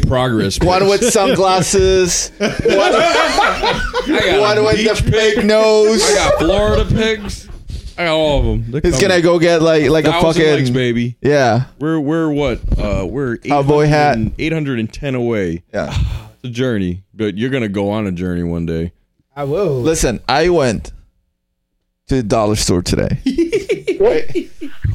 [SPEAKER 5] progress.
[SPEAKER 4] One
[SPEAKER 5] pics.
[SPEAKER 4] with sunglasses. one
[SPEAKER 5] I got
[SPEAKER 4] one
[SPEAKER 5] a
[SPEAKER 4] with the
[SPEAKER 5] beach
[SPEAKER 4] fake
[SPEAKER 5] pic.
[SPEAKER 4] nose.
[SPEAKER 5] I got Florida pigs. I got all of them. They're
[SPEAKER 4] He's gonna
[SPEAKER 5] coming.
[SPEAKER 4] go get like like a
[SPEAKER 5] Thousand
[SPEAKER 4] fucking
[SPEAKER 5] likes, baby.
[SPEAKER 4] yeah.
[SPEAKER 5] We're we're what? Uh, we're
[SPEAKER 4] Cowboy hat.
[SPEAKER 5] eight hundred and ten away.
[SPEAKER 4] Yeah.
[SPEAKER 5] It's a journey, but you're gonna go on a journey one day.
[SPEAKER 3] I will.
[SPEAKER 4] Listen, I went to the dollar store today. Right?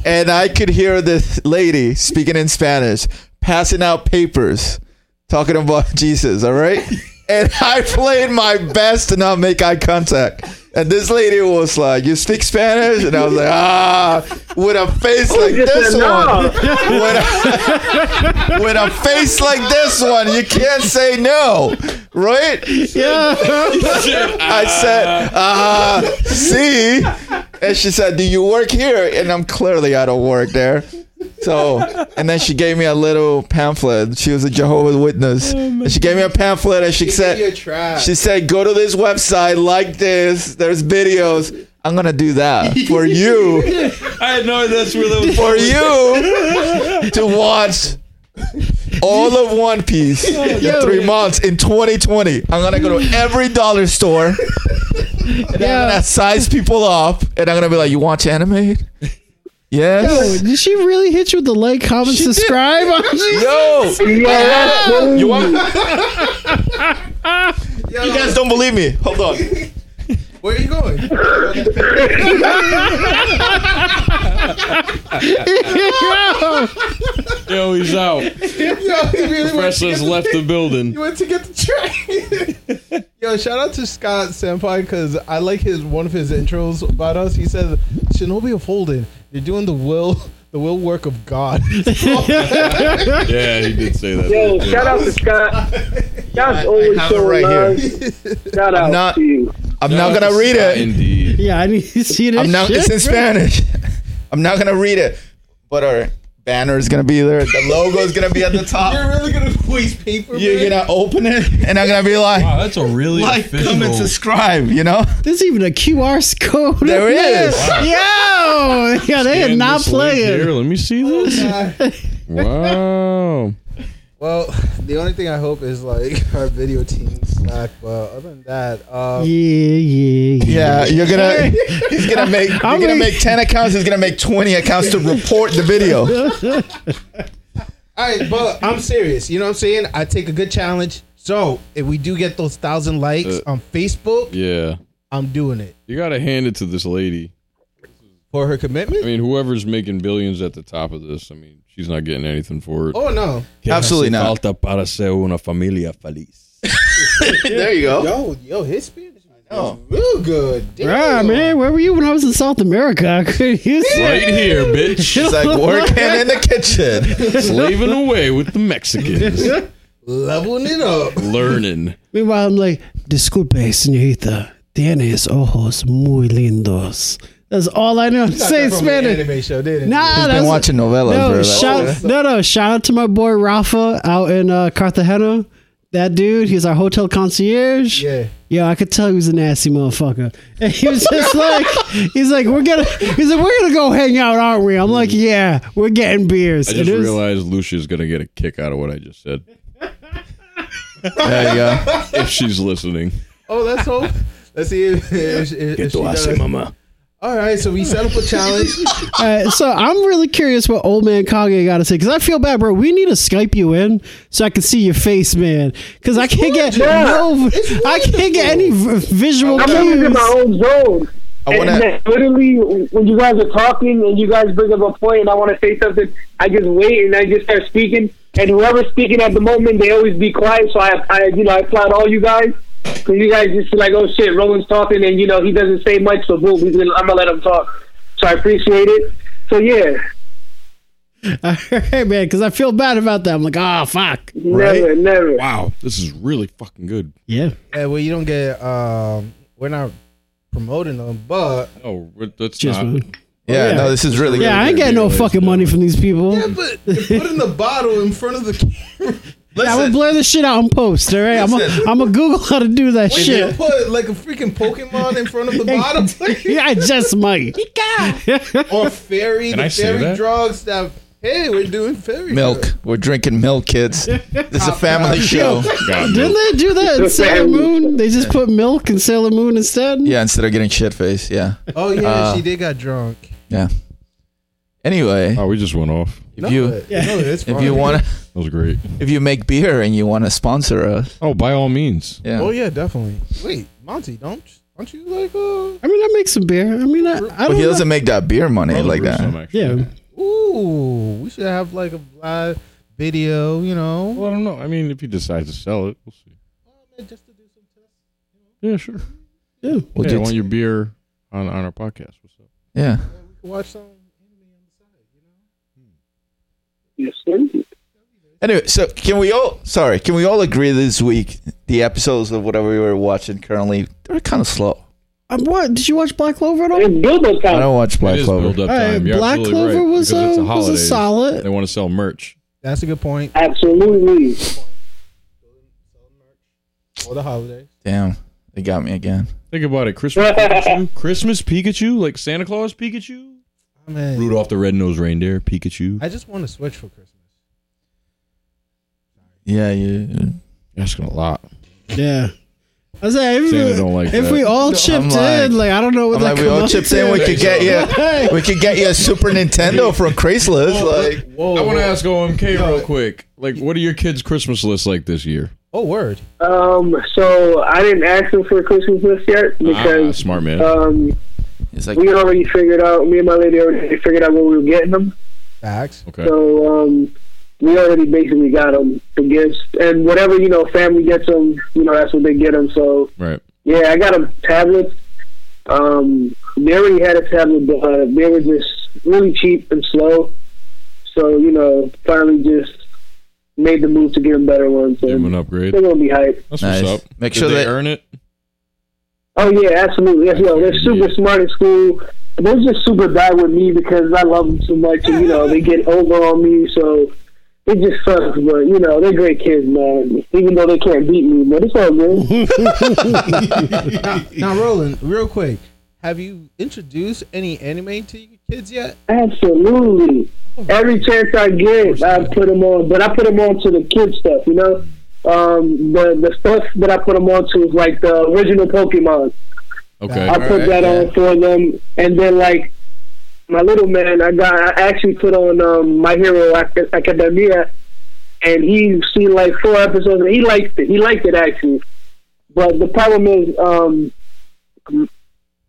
[SPEAKER 4] and I could hear this lady speaking in Spanish, passing out papers, talking about Jesus, all right? And I played my best to not make eye contact. And this lady was like, You speak Spanish? And I was like, Ah, with a face like
[SPEAKER 6] Just
[SPEAKER 4] this
[SPEAKER 6] Oh, said,
[SPEAKER 4] one. With
[SPEAKER 6] "No."
[SPEAKER 4] a, with a face like this one, you can't say no, right? I said, uh, see? And she said, do you work here? And I'm clearly, I don't work there. So, and then she gave me a little pamphlet. She was a Jehovah's Witness. and she gave me a pamphlet and Oh, she
[SPEAKER 3] Give me a
[SPEAKER 4] said,
[SPEAKER 3] try.
[SPEAKER 4] she said, go to this website, like this, there's videos. I'm going to do that for you,
[SPEAKER 5] I had no idea that's where that
[SPEAKER 4] for
[SPEAKER 5] was.
[SPEAKER 4] you to watch all of One Piece in three months in 2020. I'm going to go to every dollar store. I'm
[SPEAKER 2] Yeah.
[SPEAKER 4] gonna size people up, and I'm gonna be like, "You watch anime?
[SPEAKER 2] Yo,
[SPEAKER 4] Yes.
[SPEAKER 2] did she really hit you with the like, comment, subscribe?
[SPEAKER 4] Yo,
[SPEAKER 6] Yeah, boom.
[SPEAKER 4] you want? You guys don't believe me. Hold on.
[SPEAKER 3] Where are you going?
[SPEAKER 5] Yo, he's out.
[SPEAKER 3] Yo, you really went to,
[SPEAKER 5] Preston's
[SPEAKER 3] get
[SPEAKER 5] left the building.
[SPEAKER 3] you went to get the train. Yo, shout out to Scott Senpai because I like his one of his intros about us. He says, "Shinobi of Holden, you're doing the will, the will work of God."
[SPEAKER 5] Yeah, he did say that.
[SPEAKER 6] Yo,
[SPEAKER 5] Yeah.
[SPEAKER 6] shout out to Scott. Scott's always
[SPEAKER 4] have it
[SPEAKER 6] so
[SPEAKER 4] right
[SPEAKER 6] nice. Shout out
[SPEAKER 4] not-
[SPEAKER 6] to you.
[SPEAKER 4] I'm
[SPEAKER 5] Shout
[SPEAKER 4] not
[SPEAKER 5] out
[SPEAKER 4] gonna
[SPEAKER 5] to
[SPEAKER 4] read
[SPEAKER 5] Scott,
[SPEAKER 4] it.
[SPEAKER 5] Indeed.
[SPEAKER 2] yeah, I need to see this.
[SPEAKER 4] I'm not.
[SPEAKER 2] shit,
[SPEAKER 4] It's in
[SPEAKER 2] bro.
[SPEAKER 4] Spanish. I'm not gonna read it. But our banner is gonna be there. The logo is gonna be at the
[SPEAKER 3] you're
[SPEAKER 4] top.
[SPEAKER 3] really gonna waste paper.
[SPEAKER 4] You're
[SPEAKER 3] man?
[SPEAKER 4] gonna open it, and I'm gonna be like,
[SPEAKER 5] Wow, that's a really
[SPEAKER 4] like, comment,
[SPEAKER 5] official.
[SPEAKER 4] subscribe. You know?
[SPEAKER 2] There's even a QR code. in
[SPEAKER 4] There is.
[SPEAKER 2] Yo, yeah, they are
[SPEAKER 5] Hand
[SPEAKER 2] not
[SPEAKER 5] this link Here,
[SPEAKER 2] playing.
[SPEAKER 5] let me see this.
[SPEAKER 3] Uh,
[SPEAKER 5] Wow.
[SPEAKER 3] well, the only thing I hope is like our video team's slack. But other than that,
[SPEAKER 2] Yeah,
[SPEAKER 3] um,
[SPEAKER 2] yeah, yeah.
[SPEAKER 4] Yeah, you're gonna. He's gonna make. You're
[SPEAKER 2] I'm
[SPEAKER 4] gonna
[SPEAKER 2] gonna-
[SPEAKER 4] make ten accounts. He's gonna make twenty accounts to report the video.
[SPEAKER 3] All right, but I'm serious. You know what I'm saying? I take a good challenge. So if we do get those thousand likes
[SPEAKER 5] Uh,
[SPEAKER 3] on Facebook,
[SPEAKER 5] Yeah.
[SPEAKER 3] I'm doing it
[SPEAKER 5] You got to hand it to this lady.
[SPEAKER 3] for her
[SPEAKER 5] I
[SPEAKER 3] commitment.
[SPEAKER 5] mean, whoever's making billions at the top of this, I mean, she's not getting anything for it.
[SPEAKER 3] Oh no,
[SPEAKER 4] Absolutely not.
[SPEAKER 5] Falta para ser una familia feliz.
[SPEAKER 4] There you go.
[SPEAKER 3] yo, yo, his Spanish is
[SPEAKER 4] Oh.
[SPEAKER 3] real good. Damn.
[SPEAKER 2] Bruh, man, where were you when I was in South America? I couldn't use
[SPEAKER 5] Right here, bitch.
[SPEAKER 4] It's like working in the kitchen.
[SPEAKER 5] Slaving away with the Mexicans.
[SPEAKER 3] leveling it up.
[SPEAKER 5] Learning.
[SPEAKER 2] Meanwhile, I'm like, disculpe, señorita, tienes ojos muy lindos. That's all I know. Say in
[SPEAKER 3] From an
[SPEAKER 2] Spanish.
[SPEAKER 3] anime show, didn't it?
[SPEAKER 2] Nah,
[SPEAKER 4] Been
[SPEAKER 2] that's
[SPEAKER 4] watching novellas.
[SPEAKER 2] no
[SPEAKER 4] bro.
[SPEAKER 2] shout. No, no, shout out to my boy Rafa out in uh, Cartagena. that dude, he was our hotel concierge.
[SPEAKER 3] Yeah.
[SPEAKER 2] Yo, I could tell he was a nasty motherfucker. And he was just like, he's like, we're gonna, he's like, we're gonna go hang out, aren't we? I'm like, yeah, we're getting beers.
[SPEAKER 5] I
[SPEAKER 2] And
[SPEAKER 5] just
[SPEAKER 2] it was-
[SPEAKER 5] realized Lucia's gonna get a kick out of what I just said
[SPEAKER 4] There you go.
[SPEAKER 5] if she's listening.
[SPEAKER 3] Oh, that's hope. Let's see if, if, if, if she does.
[SPEAKER 1] mama.
[SPEAKER 3] All right, so we set up a challenge.
[SPEAKER 2] Uh, so I'm really curious what old man Kage got to say because I feel bad, bro. We need to Skype you in so I can see your face, man. Because I can't get no, I can't get any v- visual
[SPEAKER 6] I'm always in
[SPEAKER 2] cues.
[SPEAKER 6] my own zone.
[SPEAKER 4] I
[SPEAKER 6] And
[SPEAKER 4] wanna.
[SPEAKER 6] then literally, when you guys are talking and you guys bring up a point and I want to say something, I just wait and I just start speaking. And whoever's speaking at the moment, they always be quiet. So I, I you know, I applaud all you guys because you guys just be like, oh shit, Roland's talking, and you know he doesn't say much, so boom, he's gonna, I'm gonna let him talk. So I appreciate it. So yeah,
[SPEAKER 2] Alright, man, because I feel bad about that. I'm like, ah, fuck.
[SPEAKER 6] never, never.
[SPEAKER 5] Wow, this is really fucking good.
[SPEAKER 2] Yeah,
[SPEAKER 3] yeah, well, you don't get. Um, we're not promoting them, but
[SPEAKER 5] Oh, but that's
[SPEAKER 2] just
[SPEAKER 5] not.
[SPEAKER 2] man.
[SPEAKER 4] Yeah,
[SPEAKER 2] yeah.
[SPEAKER 4] no, this is really
[SPEAKER 2] yeah. I ain't
[SPEAKER 4] good.
[SPEAKER 2] getting no fucking money from these people.
[SPEAKER 3] yeah, but they put in the bottle in front of the camera.
[SPEAKER 2] I'm gonna
[SPEAKER 4] Listen,
[SPEAKER 2] blur this shit out and post. All right, I'm gonna
[SPEAKER 4] Listen.
[SPEAKER 2] I'm gonna Google how to do that
[SPEAKER 3] We
[SPEAKER 2] shit.
[SPEAKER 3] should put like a freaking Pokemon in front of the bottle,
[SPEAKER 2] Yeah, I just might.
[SPEAKER 3] or fairy.
[SPEAKER 5] Can
[SPEAKER 3] the
[SPEAKER 5] I say
[SPEAKER 3] fairy
[SPEAKER 5] that?
[SPEAKER 3] drugs that. Hey, we're doing fairy
[SPEAKER 4] milk.
[SPEAKER 3] drugs.
[SPEAKER 4] We're drinking milk, kids. This is a family show.
[SPEAKER 5] God, no.
[SPEAKER 2] Didn't they do that in Sailor Moon? They just put milk in Sailor Moon instead.
[SPEAKER 4] Yeah, instead of getting shit face. Yeah,
[SPEAKER 3] Oh yeah,
[SPEAKER 4] Uh,
[SPEAKER 3] she did got drunk.
[SPEAKER 4] yeah. Anyway,
[SPEAKER 5] Oh, we just went off.
[SPEAKER 4] if you
[SPEAKER 3] but- no, it's
[SPEAKER 4] if
[SPEAKER 3] fine.
[SPEAKER 4] you want to
[SPEAKER 5] That was great.
[SPEAKER 4] if you make beer and you want to sponsor us,
[SPEAKER 5] Oh, by all means.
[SPEAKER 4] yeah.
[SPEAKER 3] Oh yeah, definitely. Wait, Monty, don't aren't you like uh?
[SPEAKER 2] I mean, I make some beer. I mean, I, I
[SPEAKER 4] But
[SPEAKER 2] don't.
[SPEAKER 4] he
[SPEAKER 2] know.
[SPEAKER 4] doesn't make that beer money
[SPEAKER 5] Probably
[SPEAKER 4] like
[SPEAKER 5] brew some,
[SPEAKER 4] that.
[SPEAKER 5] actually.
[SPEAKER 2] Yeah,
[SPEAKER 3] Ooh, we should have like a live video, you know.
[SPEAKER 5] Well, I don't know. I mean, if he decides to sell it, we'll see. Yeah, sure.
[SPEAKER 2] yeah.
[SPEAKER 4] We'll
[SPEAKER 5] Hey, I
[SPEAKER 4] do-
[SPEAKER 5] want your beer on, on our podcast. What's up?
[SPEAKER 4] yeah.
[SPEAKER 3] Watch some.
[SPEAKER 6] Yes, sir.
[SPEAKER 4] Anyway, so can we all? Sorry, can we all agree this week the episodes of whatever we were watching currently they're kind of slow.
[SPEAKER 2] Um, what did you watch Black Clover at all?
[SPEAKER 6] It's Bilbo
[SPEAKER 4] I
[SPEAKER 6] time.
[SPEAKER 4] don't watch Black
[SPEAKER 5] it is
[SPEAKER 4] Clover.
[SPEAKER 5] build up
[SPEAKER 2] All right,
[SPEAKER 5] time. You're
[SPEAKER 2] Black
[SPEAKER 5] absolutely
[SPEAKER 2] Clover
[SPEAKER 5] right,
[SPEAKER 2] was
[SPEAKER 5] because
[SPEAKER 2] a
[SPEAKER 5] it's the
[SPEAKER 2] was a
[SPEAKER 5] holidays.
[SPEAKER 2] solid.
[SPEAKER 5] They want to sell merch.
[SPEAKER 3] That's a good point
[SPEAKER 6] Absolutely.
[SPEAKER 3] for the holidays.
[SPEAKER 4] Damn, they got me again.
[SPEAKER 5] Think about it. Christmas Pikachu. Christmas Pikachu, like Santa Claus Pikachu.
[SPEAKER 3] I mean,
[SPEAKER 5] Rudolph the Red-Nosed Reindeer Pikachu.
[SPEAKER 3] I just want to switch for Christmas.
[SPEAKER 4] Yeah, you.
[SPEAKER 5] Asking a lot.
[SPEAKER 2] Yeah. I was like,
[SPEAKER 5] Santa
[SPEAKER 2] if,
[SPEAKER 5] don't
[SPEAKER 2] we,
[SPEAKER 5] like
[SPEAKER 2] if
[SPEAKER 5] that.
[SPEAKER 2] we all chipped
[SPEAKER 4] like-
[SPEAKER 2] in, like I don't know what
[SPEAKER 4] I'm
[SPEAKER 2] that
[SPEAKER 4] like, we all chipped in. We could get you. We could get you a Super Nintendo from Craigslist. Like,
[SPEAKER 3] Whoa!
[SPEAKER 5] I want to ask OMK real quick. Like, what are your kids' Christmas lists like this year?
[SPEAKER 3] Oh, word.
[SPEAKER 6] Um, so I didn't ask him for a Christmas list yet
[SPEAKER 5] Ah,
[SPEAKER 6] because
[SPEAKER 5] smart man.
[SPEAKER 6] um,
[SPEAKER 4] it's like
[SPEAKER 6] we had already figured out. Me and my lady already figured out what we were getting them.
[SPEAKER 3] Facts.
[SPEAKER 5] Okay.
[SPEAKER 6] So um, we already basically got them the gifts and whatever you know family gets them. You know that's what they get them. So
[SPEAKER 5] Right.
[SPEAKER 6] yeah, I got them tablets. Um, they already had a tablet, but uh, they were just really cheap and slow. So you know, finally just made the move to get them better ones.
[SPEAKER 5] Give them an
[SPEAKER 6] And
[SPEAKER 5] upgrade.
[SPEAKER 6] they're gonna be hyped.
[SPEAKER 5] That's
[SPEAKER 4] Nice.
[SPEAKER 5] what's up.
[SPEAKER 4] Make
[SPEAKER 5] Did
[SPEAKER 4] sure
[SPEAKER 5] they
[SPEAKER 4] they-
[SPEAKER 5] earn it.
[SPEAKER 6] Oh yeah, absolutely. That's, yo, they're super
[SPEAKER 5] Yeah.
[SPEAKER 6] smart in school. They're just super bad with me because I love them so much, and you know they get over on me. So it just sucks. But you know they're great kids, man. Even though they can't beat me, but it's all good.
[SPEAKER 3] Now, Roland, real quick, have you introduced any anime to your kids yet?
[SPEAKER 6] absolutely. Every chance I get, I put them on. But I put them on to the kid stuff, you know. Um, the the stuff that I put them on to is like the original Pokemon.
[SPEAKER 5] Okay.
[SPEAKER 6] I put
[SPEAKER 4] Alright,
[SPEAKER 6] that
[SPEAKER 4] yeah.
[SPEAKER 6] on for them, and then like my little man, I got I actually put on um, My Hero Ac- Academia, and he seen like four episodes, and he liked it. He liked it actually, but the problem is, um,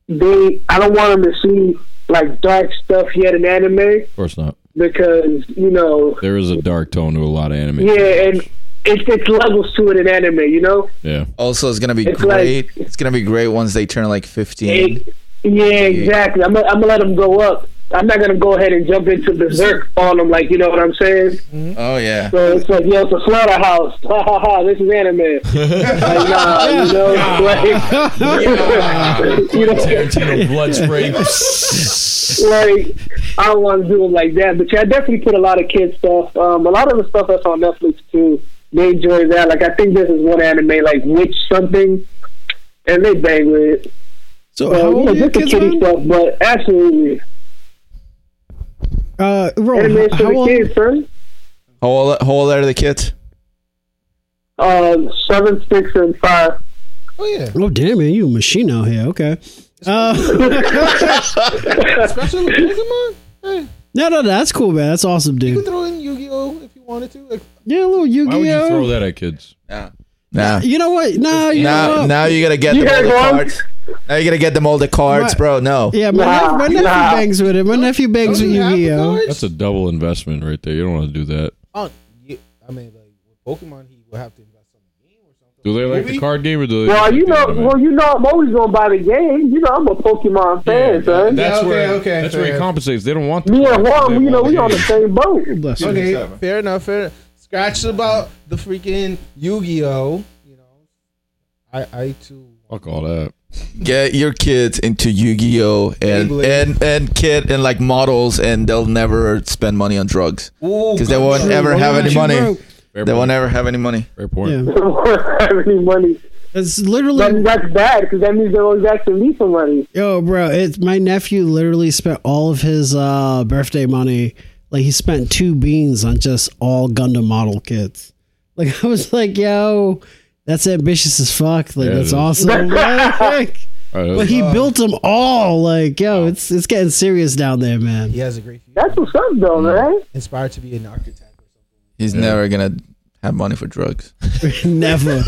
[SPEAKER 6] they I don't want him to see like dark stuff yet in anime
[SPEAKER 5] Of course not.
[SPEAKER 6] because you know,
[SPEAKER 5] There is a dark tone to a lot of anime.
[SPEAKER 6] yeah, and it's it's levels to it in anime, you know.
[SPEAKER 5] Yeah.
[SPEAKER 4] also it's gonna be
[SPEAKER 6] It's
[SPEAKER 4] great. it's gonna be great once they turn like 15.
[SPEAKER 6] It- yeah, exactly. I'm gonna, I'm gonna let them go up. I'm not gonna go ahead and jump into berserk on them, like you know what I'm saying.
[SPEAKER 4] Oh yeah.
[SPEAKER 6] So it's like, yo, it's a slaughterhouse. Ha ha ha! This is anime. like, nah, you know, like, you know,
[SPEAKER 5] Tarantino blood spray.
[SPEAKER 6] like I don't want to do them like that. But yeah, I definitely put a lot of kids stuff. Um, a lot of the stuff that's on Netflix too. they enjoy that. Like I think this is one anime like Witch something, and they bang with it.
[SPEAKER 4] Oh,
[SPEAKER 2] So
[SPEAKER 6] So
[SPEAKER 2] how
[SPEAKER 6] you
[SPEAKER 2] old
[SPEAKER 6] know,
[SPEAKER 2] are your
[SPEAKER 6] just the
[SPEAKER 2] kids?
[SPEAKER 6] kitty
[SPEAKER 2] Man?
[SPEAKER 6] stuff, but absolutely
[SPEAKER 2] Uh, Roland,
[SPEAKER 6] anime's
[SPEAKER 2] how,
[SPEAKER 6] for
[SPEAKER 2] how
[SPEAKER 6] the
[SPEAKER 2] old?
[SPEAKER 6] kids, son.
[SPEAKER 4] How old, how old are the kids?
[SPEAKER 6] Um, seven, six, and five.
[SPEAKER 3] Oh yeah,
[SPEAKER 2] Oh damn man, you a machine out here? Okay. Uh,
[SPEAKER 3] especially with Pokemon. Hey,
[SPEAKER 2] no, no, no, that's cool, man. That's awesome,
[SPEAKER 3] you could
[SPEAKER 2] dude.
[SPEAKER 3] throw in Yu-Gi-Oh if you wanted to. Like,
[SPEAKER 2] Yeah, a little Yu
[SPEAKER 5] Why would
[SPEAKER 2] Gi
[SPEAKER 5] you throw
[SPEAKER 2] Oh.
[SPEAKER 5] that at kids?
[SPEAKER 4] Nah.
[SPEAKER 2] You know what? Nah, you know
[SPEAKER 4] Now,
[SPEAKER 2] what?
[SPEAKER 4] now you gotta get
[SPEAKER 6] You
[SPEAKER 4] them all
[SPEAKER 6] gotta
[SPEAKER 4] the
[SPEAKER 6] go on.
[SPEAKER 4] cards. Now you gotta get them all the cards,
[SPEAKER 2] Right.
[SPEAKER 4] bro. No.
[SPEAKER 2] Yeah, my,
[SPEAKER 6] Nah,
[SPEAKER 2] nep- my nephew
[SPEAKER 6] nah.
[SPEAKER 2] bangs with it. My nephew bangs
[SPEAKER 3] don't
[SPEAKER 2] with Yu
[SPEAKER 3] you have the
[SPEAKER 2] Gi Oh.
[SPEAKER 3] cards?
[SPEAKER 5] That's a double investment right there. You don't want to do that.
[SPEAKER 3] Oh, yeah. I mean, like with Pokemon, he would have to invest in the game or something.
[SPEAKER 5] Do they like the card game or do they?
[SPEAKER 6] Well,
[SPEAKER 5] like
[SPEAKER 6] you
[SPEAKER 5] the
[SPEAKER 6] know,
[SPEAKER 5] anime?
[SPEAKER 6] well, you know, I'm always gonna buy the game. You know, I'm a Pokemon fan, son.
[SPEAKER 5] That's
[SPEAKER 3] Yeah, okay,
[SPEAKER 5] where
[SPEAKER 3] okay,
[SPEAKER 5] that's where he
[SPEAKER 3] fair.
[SPEAKER 5] compensates. They don't want the
[SPEAKER 6] Me and
[SPEAKER 5] cards,
[SPEAKER 6] Juan,
[SPEAKER 5] they
[SPEAKER 6] you know,
[SPEAKER 5] want
[SPEAKER 6] we
[SPEAKER 5] the
[SPEAKER 6] on the
[SPEAKER 5] game.
[SPEAKER 6] same boat.
[SPEAKER 2] Bless you.
[SPEAKER 3] Okay, fair enough. Fair. enough. Scratch about the freaking Yu-Gi-Oh. You know, I I too.
[SPEAKER 5] Fuck all that.
[SPEAKER 4] Get your kids into Yu-Gi-Oh and
[SPEAKER 3] Beyblade.
[SPEAKER 4] and and kid and like models, and they'll never spend money on drugs because they won't ever
[SPEAKER 2] Why
[SPEAKER 4] have
[SPEAKER 2] not?
[SPEAKER 4] any
[SPEAKER 2] You
[SPEAKER 4] money.
[SPEAKER 2] broke.
[SPEAKER 5] Fair
[SPEAKER 4] They
[SPEAKER 5] point.
[SPEAKER 4] won't ever have any money.
[SPEAKER 5] Fair point.
[SPEAKER 2] Yeah,
[SPEAKER 6] I don't have any money.
[SPEAKER 2] it's
[SPEAKER 6] That,
[SPEAKER 2] literally.
[SPEAKER 6] that's bad because that means they're always asking me for money.
[SPEAKER 2] Yo, bro, it's my nephew. Literally spent all of his uh, birthday money. Like he spent two beans on just all Gundam model kits. Like I was like, yo, that's ambitious as fuck. Like
[SPEAKER 5] Yeah, it
[SPEAKER 2] that's
[SPEAKER 5] is.
[SPEAKER 2] awesome. Like,
[SPEAKER 5] All right,
[SPEAKER 2] but
[SPEAKER 5] that's-
[SPEAKER 2] he built them all. Like yo, it's it's getting serious down there, man.
[SPEAKER 3] He has a great future.
[SPEAKER 6] That's what's up, though,
[SPEAKER 3] Mm.
[SPEAKER 6] man.
[SPEAKER 3] Inspired to be an architect.
[SPEAKER 4] He's never gonna have money for drugs.
[SPEAKER 2] Never.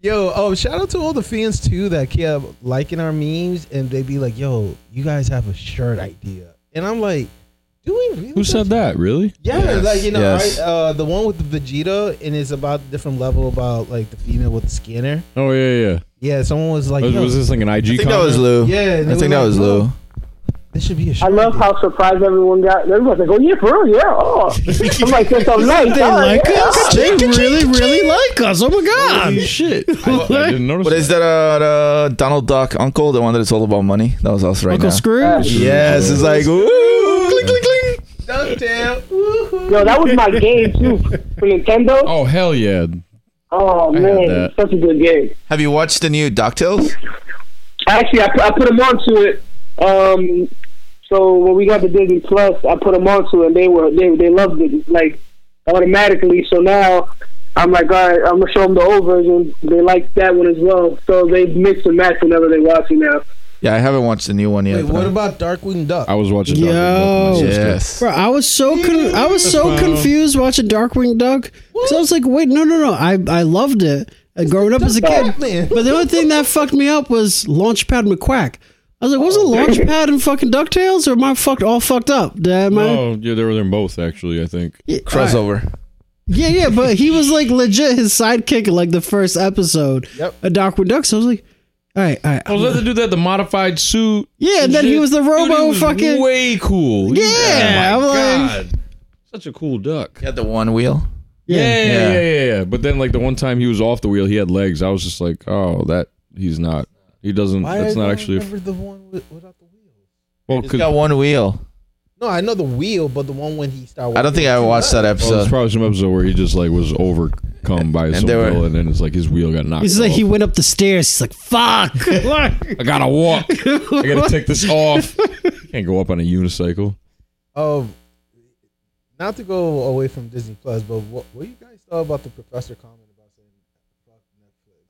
[SPEAKER 3] Yo, oh, shout out to all the fans too that kept liking our memes and they be like, "Yo, you guys have a shirt idea," and I'm like, "Do we really?"
[SPEAKER 5] Who said that? Really?
[SPEAKER 3] Yeah,
[SPEAKER 4] Yes,
[SPEAKER 3] like you know,
[SPEAKER 4] yes.
[SPEAKER 3] right? Uh, the one with the Vegeta and it's about the different level about like the female with the scanner.
[SPEAKER 5] Oh yeah, yeah.
[SPEAKER 3] Yeah, someone was like,
[SPEAKER 5] Was,
[SPEAKER 3] Yo,
[SPEAKER 5] was this like an
[SPEAKER 4] I
[SPEAKER 5] IG?
[SPEAKER 4] think that was
[SPEAKER 5] comment?
[SPEAKER 4] Lou.
[SPEAKER 3] Yeah,
[SPEAKER 4] I
[SPEAKER 3] they
[SPEAKER 4] think
[SPEAKER 3] were
[SPEAKER 4] that
[SPEAKER 3] like,
[SPEAKER 4] was
[SPEAKER 3] "No."
[SPEAKER 4] Lou.
[SPEAKER 3] "This should be a shirt."
[SPEAKER 6] I love
[SPEAKER 3] idea."
[SPEAKER 6] how surprised everyone got. Everyone's like, "Oh yeah, for real, yeah." Oh, I'm like, "That's a nice."
[SPEAKER 2] They
[SPEAKER 6] Oh,
[SPEAKER 2] like
[SPEAKER 6] yeah.
[SPEAKER 2] us. They really, really like us. Oh my god! shit!
[SPEAKER 5] I didn't notice.
[SPEAKER 4] But is that uh, uh Donald Duck uncle, the one that is all about money? That was us right
[SPEAKER 2] Uncle
[SPEAKER 4] now.
[SPEAKER 2] Scrooge.
[SPEAKER 4] Yes, it's like ooh, cling, cling, cling.
[SPEAKER 3] Ducktail. Woohoo.
[SPEAKER 6] Yo, that was my game too for Nintendo.
[SPEAKER 5] Oh hell yeah!
[SPEAKER 6] Oh
[SPEAKER 5] had
[SPEAKER 6] man,
[SPEAKER 5] that.
[SPEAKER 6] such a good game.
[SPEAKER 4] Have you watched the new DuckTales?
[SPEAKER 6] Actually, I, put- I put them onto it. Um, so when we got the Disney Plus, I put them onto it. and They were they they loved it like automatically. So now I'm like, all right, I'm gonna show them the old version. They like that one as well. So they mix and match whenever they watch it now.
[SPEAKER 4] Yeah, I haven't watched the new one yet.
[SPEAKER 3] Wait, what
[SPEAKER 4] but-
[SPEAKER 3] about Darkwing Duck?
[SPEAKER 5] I was watching.
[SPEAKER 2] Yo.
[SPEAKER 5] Dr. Duck with my sister.
[SPEAKER 4] Yes.
[SPEAKER 2] Bro, I was so con- I was so
[SPEAKER 5] Wow.
[SPEAKER 2] confused watching Darkwing Duck because I was like, wait, no, no, no, I I loved it uh, growing up as a kid.
[SPEAKER 3] Batman.
[SPEAKER 2] But the only thing that fucked me up was Launchpad McQuack. I was like, wasn't
[SPEAKER 3] Oh,
[SPEAKER 2] Launchpad and fucking Ducktales, or am I fucked all fucked up? Damn, I,
[SPEAKER 5] Oh yeah, they were in both actually. I think.
[SPEAKER 2] yeah, alright.
[SPEAKER 4] Crossover.
[SPEAKER 2] Yeah, yeah, but he was like legit his sidekick in, like the first episode
[SPEAKER 3] Yep.
[SPEAKER 2] of Darkwing Duck. So I was like, all right, all right,
[SPEAKER 5] I was about to do that. The modified suit.
[SPEAKER 2] yeah. And then he
[SPEAKER 5] shit.
[SPEAKER 2] was the
[SPEAKER 5] Dude,
[SPEAKER 2] robo
[SPEAKER 5] was
[SPEAKER 2] fucking.
[SPEAKER 5] Way cool.
[SPEAKER 2] Yeah,
[SPEAKER 5] Oh my
[SPEAKER 2] I'm like-
[SPEAKER 5] God. Such a cool duck.
[SPEAKER 4] He had the one wheel.
[SPEAKER 5] Yeah,
[SPEAKER 4] Yeah.
[SPEAKER 5] yeah, yeah, yeah, yeah. But then, like the one time he was off the wheel, he had legs. I was just like, oh, that he's not. He doesn't.
[SPEAKER 3] Why
[SPEAKER 5] that's
[SPEAKER 3] I
[SPEAKER 5] not
[SPEAKER 3] don't
[SPEAKER 5] actually.
[SPEAKER 3] remember the one with, without the wheel.
[SPEAKER 5] well,
[SPEAKER 4] He's
[SPEAKER 5] 'cause-
[SPEAKER 4] got one wheel.
[SPEAKER 3] No, I know the wheel, but the one when he started.
[SPEAKER 4] I don't think I watched that
[SPEAKER 5] well, there's
[SPEAKER 4] episode.
[SPEAKER 5] probably some episode where he just like was overcome by some
[SPEAKER 4] they were-
[SPEAKER 5] villain, and it's like his wheel got knocked.
[SPEAKER 2] He's like,
[SPEAKER 5] off.
[SPEAKER 2] he went up the stairs. He's like, fuck. Like,
[SPEAKER 5] I gotta walk. I gotta take this off. Can't go up on a unicycle.
[SPEAKER 3] Um, not to go away from Disney Plus, but what, what you guys thought about the professor comment about saying fuck Netflix?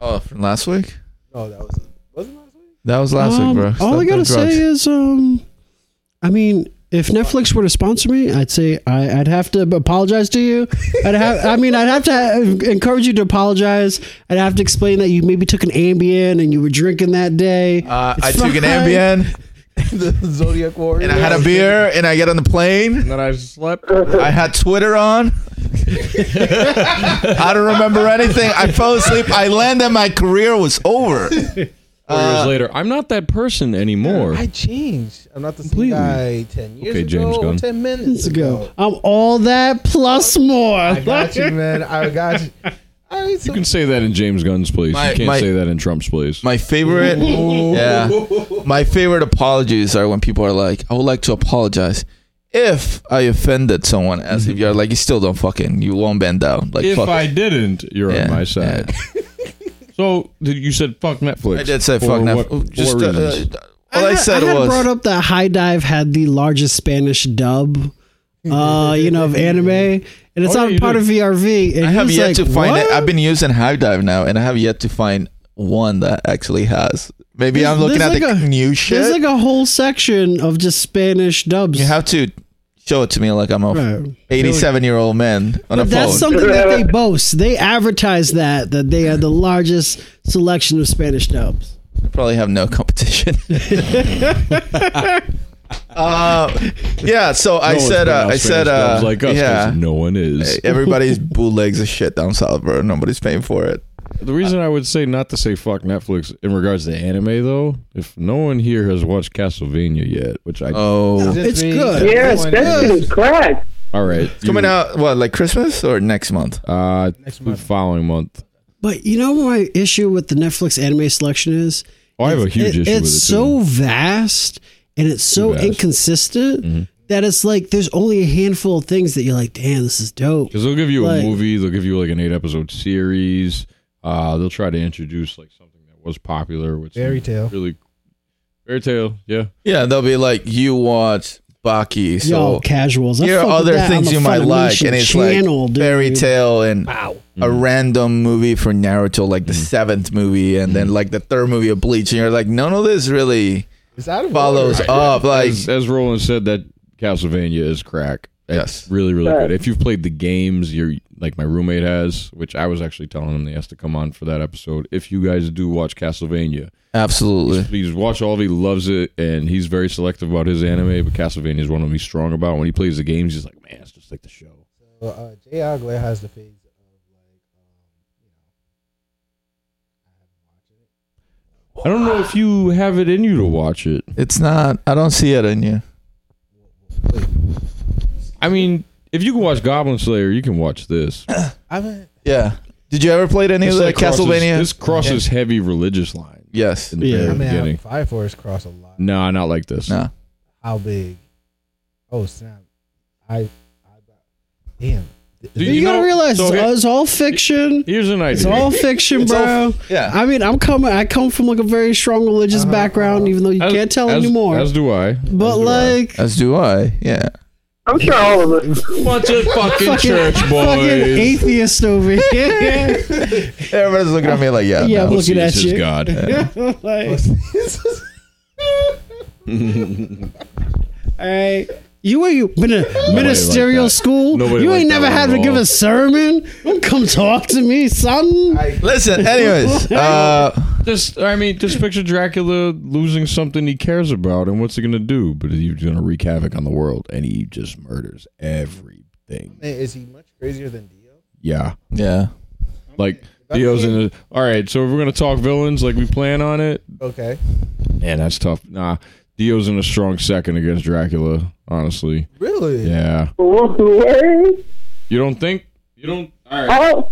[SPEAKER 4] oh, from last week?
[SPEAKER 3] No, that was wasn't last week.
[SPEAKER 4] That was last
[SPEAKER 2] Um,
[SPEAKER 4] week, bro. Stop
[SPEAKER 2] All I
[SPEAKER 4] doing
[SPEAKER 2] gotta
[SPEAKER 4] drugs.
[SPEAKER 2] say is, um, I mean, if Netflix were to sponsor me, I'd say I, I'd have to apologize to you. I'd have, I mean, I'd have to ha- encourage you to apologize. I'd have to explain that you maybe took an Ambien and you were drinking that day.
[SPEAKER 4] uh,
[SPEAKER 2] It's
[SPEAKER 4] I took an
[SPEAKER 2] fine.
[SPEAKER 4] Ambien
[SPEAKER 3] the Zodiac Warrior.
[SPEAKER 4] and I had a beer and I get on the plane.
[SPEAKER 5] And then I slept.
[SPEAKER 4] I had Twitter on. I don't remember anything. I fell asleep. I landed. My career was over.
[SPEAKER 5] Four years later, I'm not that person anymore.
[SPEAKER 3] I changed. I'm not the same
[SPEAKER 5] Completely.
[SPEAKER 3] guy ten years
[SPEAKER 5] Okay,
[SPEAKER 3] ago.
[SPEAKER 5] James
[SPEAKER 3] or
[SPEAKER 5] Gunn.
[SPEAKER 3] Ten minutes
[SPEAKER 2] Let's
[SPEAKER 3] ago.
[SPEAKER 2] go. I'm all that plus more.
[SPEAKER 3] I got you, man. I got you. All right, so
[SPEAKER 5] you can say that in James Gunn's place.
[SPEAKER 4] My-
[SPEAKER 5] you can't
[SPEAKER 4] my-
[SPEAKER 5] say that in Trump's place.
[SPEAKER 4] My favorite, yeah, my favorite apologies are when people are like, "I would like to apologize," if I offended someone, as if you're like, you still don't fucking, you won't bend down. Like,
[SPEAKER 5] if
[SPEAKER 4] fuck.
[SPEAKER 5] I didn't, you're
[SPEAKER 4] Yeah,
[SPEAKER 5] on my side. So did you said fuck Netflix.
[SPEAKER 4] I did say
[SPEAKER 5] For
[SPEAKER 4] fuck now.
[SPEAKER 5] what- what
[SPEAKER 4] Just uh,
[SPEAKER 5] reasons?
[SPEAKER 4] uh, all I,
[SPEAKER 2] had-
[SPEAKER 4] said
[SPEAKER 2] I had
[SPEAKER 4] was
[SPEAKER 2] brought up that High Dive had the largest Spanish dub, uh, you know, of anime, and it's
[SPEAKER 5] Oh, yeah,
[SPEAKER 2] on
[SPEAKER 5] you
[SPEAKER 2] part
[SPEAKER 5] did.
[SPEAKER 2] of VRV. And
[SPEAKER 4] I have
[SPEAKER 2] he's
[SPEAKER 4] yet
[SPEAKER 2] like,
[SPEAKER 4] to find
[SPEAKER 2] what?
[SPEAKER 4] it. I've been using High Dive now, and I have yet to find one that actually has. Maybe
[SPEAKER 2] There's-
[SPEAKER 4] I'm looking at
[SPEAKER 2] there's
[SPEAKER 4] the
[SPEAKER 2] like a-
[SPEAKER 4] new
[SPEAKER 2] There's
[SPEAKER 4] shit.
[SPEAKER 2] like a whole section of just Spanish dubs.
[SPEAKER 4] you have to show it to me like I'm a
[SPEAKER 2] Right.
[SPEAKER 4] 87 year old man on a phone.
[SPEAKER 2] But that's something that they boast. They advertise that that they are the largest selection of Spanish dubs.
[SPEAKER 4] probably have no competition. uh, yeah, so I
[SPEAKER 5] No one's
[SPEAKER 4] said, uh, I
[SPEAKER 5] pronounced
[SPEAKER 4] said,
[SPEAKER 5] Spanish
[SPEAKER 4] uh,
[SPEAKER 5] dubs like us 'cause
[SPEAKER 4] yeah,
[SPEAKER 5] no one is.
[SPEAKER 4] everybody's bootlegs of shit down south, bro. Nobody's paying for it.
[SPEAKER 5] The reason I would say not to say fuck Netflix in regards to anime, though, if no one here has watched Castlevania yet, which I
[SPEAKER 4] Oh,
[SPEAKER 2] It's good.
[SPEAKER 6] Yes, that shit is crack.
[SPEAKER 5] all right
[SPEAKER 4] it's coming out what like Christmas or next month?
[SPEAKER 5] uh the following month.
[SPEAKER 2] But you know what my issue with the Netflix anime selection is?
[SPEAKER 5] Oh, I have a huge
[SPEAKER 2] It-
[SPEAKER 5] issue
[SPEAKER 2] it's
[SPEAKER 5] with it.
[SPEAKER 2] so vast and it's so
[SPEAKER 5] vast.
[SPEAKER 2] inconsistent
[SPEAKER 4] Mm-hmm.
[SPEAKER 2] that it's like there's only a handful of things that you're like, damn, this is dope.
[SPEAKER 5] because they'll give you
[SPEAKER 2] like-
[SPEAKER 5] a movie, they'll give you like an eight episode series. Uh, they'll try to introduce like something that was popular, which
[SPEAKER 3] Fairy tale.
[SPEAKER 5] really fairy tale. Yeah,
[SPEAKER 4] Yeah, they'll be like, you watch Baki, so
[SPEAKER 2] Yo, casuals. I
[SPEAKER 4] here are
[SPEAKER 2] fuck with
[SPEAKER 4] other
[SPEAKER 2] that on
[SPEAKER 4] things
[SPEAKER 2] the
[SPEAKER 4] you might like,
[SPEAKER 2] Funimation
[SPEAKER 4] and it's
[SPEAKER 2] channel,
[SPEAKER 4] like
[SPEAKER 2] dude.
[SPEAKER 4] fairy tale and a random movie for Naruto, like the seventh movie, and then like the third movie of Bleach, and you're like, none of this really
[SPEAKER 3] It's out of
[SPEAKER 4] follows
[SPEAKER 3] order.
[SPEAKER 4] up. Like,
[SPEAKER 5] as, as Roland said, that Castlevania is crack.
[SPEAKER 4] yes,
[SPEAKER 5] Really, really
[SPEAKER 6] Right.
[SPEAKER 5] good. If you've played the games, you're like my roommate has, which I was actually telling him he has to come on for that episode. If you guys do watch Castlevania,
[SPEAKER 4] absolutely.
[SPEAKER 5] Please watch all of it. He loves it, and he's very selective about his anime. But Castlevania is one of them he's strong about. When he plays the games, he's like, man, it's just like the show.
[SPEAKER 3] So, uh, Jay Agler has the phase of like, um,
[SPEAKER 5] I don't know if you have it in you to watch it.
[SPEAKER 4] It's not. I don't see it in you.
[SPEAKER 5] I mean, if you can watch Goblin Slayer, you can watch this.
[SPEAKER 3] I haven't.
[SPEAKER 4] Yeah. Did you ever play any
[SPEAKER 5] This,
[SPEAKER 4] of the
[SPEAKER 5] like, crosses-
[SPEAKER 4] Castlevania?
[SPEAKER 5] This crosses heavy religious lines.
[SPEAKER 4] yes.
[SPEAKER 5] in the
[SPEAKER 2] Yeah.
[SPEAKER 5] very
[SPEAKER 3] I mean,
[SPEAKER 5] beginning.
[SPEAKER 3] Fire Force cross a lot.
[SPEAKER 5] Nah, not like this.
[SPEAKER 4] No.
[SPEAKER 3] How big? Oh snap! I, I damn.
[SPEAKER 5] Do
[SPEAKER 2] You, gotta
[SPEAKER 5] know-
[SPEAKER 2] realize
[SPEAKER 5] so
[SPEAKER 2] it's,
[SPEAKER 5] here-
[SPEAKER 2] it's all fiction.
[SPEAKER 5] here's an
[SPEAKER 2] It's
[SPEAKER 5] idea.
[SPEAKER 2] all fiction,
[SPEAKER 4] It's
[SPEAKER 2] bro.
[SPEAKER 4] all- yeah.
[SPEAKER 2] I mean, I'm coming. I come from like a very strong religious background, even though you
[SPEAKER 5] Uh, As-
[SPEAKER 2] can't tell
[SPEAKER 5] as-
[SPEAKER 2] anymore.
[SPEAKER 5] As do I.
[SPEAKER 2] but like,
[SPEAKER 4] As do I. Yeah.
[SPEAKER 6] I'm sure all of us.
[SPEAKER 5] bunch of fucking church
[SPEAKER 2] fucking
[SPEAKER 5] boys.
[SPEAKER 2] atheist over here.
[SPEAKER 4] Everybody's looking at me like, yeah.
[SPEAKER 2] Yeah,
[SPEAKER 4] no.
[SPEAKER 2] look- looking at
[SPEAKER 5] Jesus
[SPEAKER 2] you.
[SPEAKER 5] God.
[SPEAKER 2] like, all right. You ain't been a ministerial
[SPEAKER 5] that.
[SPEAKER 2] school.
[SPEAKER 5] Nobody
[SPEAKER 2] you
[SPEAKER 5] liked
[SPEAKER 2] ain't
[SPEAKER 5] that
[SPEAKER 2] never
[SPEAKER 5] one
[SPEAKER 2] had
[SPEAKER 5] at
[SPEAKER 2] to give
[SPEAKER 5] all.
[SPEAKER 2] a sermon. Don't come talk to me, son.
[SPEAKER 4] Listen, anyways. Uh,
[SPEAKER 5] Just, I mean, just picture Dracula losing something he cares about, and what's he gonna do? But he's gonna wreak havoc on the world, and he just murders everything.
[SPEAKER 3] Man, is he much crazier than Dio?
[SPEAKER 5] Yeah.
[SPEAKER 4] yeah.
[SPEAKER 5] Like Dio's in the all right, so if we're gonna talk villains like we plan on it,
[SPEAKER 3] Okay,
[SPEAKER 5] man, that's tough. Nah, Dio's in a strong second against Dracula, honestly.
[SPEAKER 3] really?
[SPEAKER 5] Yeah,
[SPEAKER 6] What?
[SPEAKER 5] you don't think you don't. All right,
[SPEAKER 6] I don't,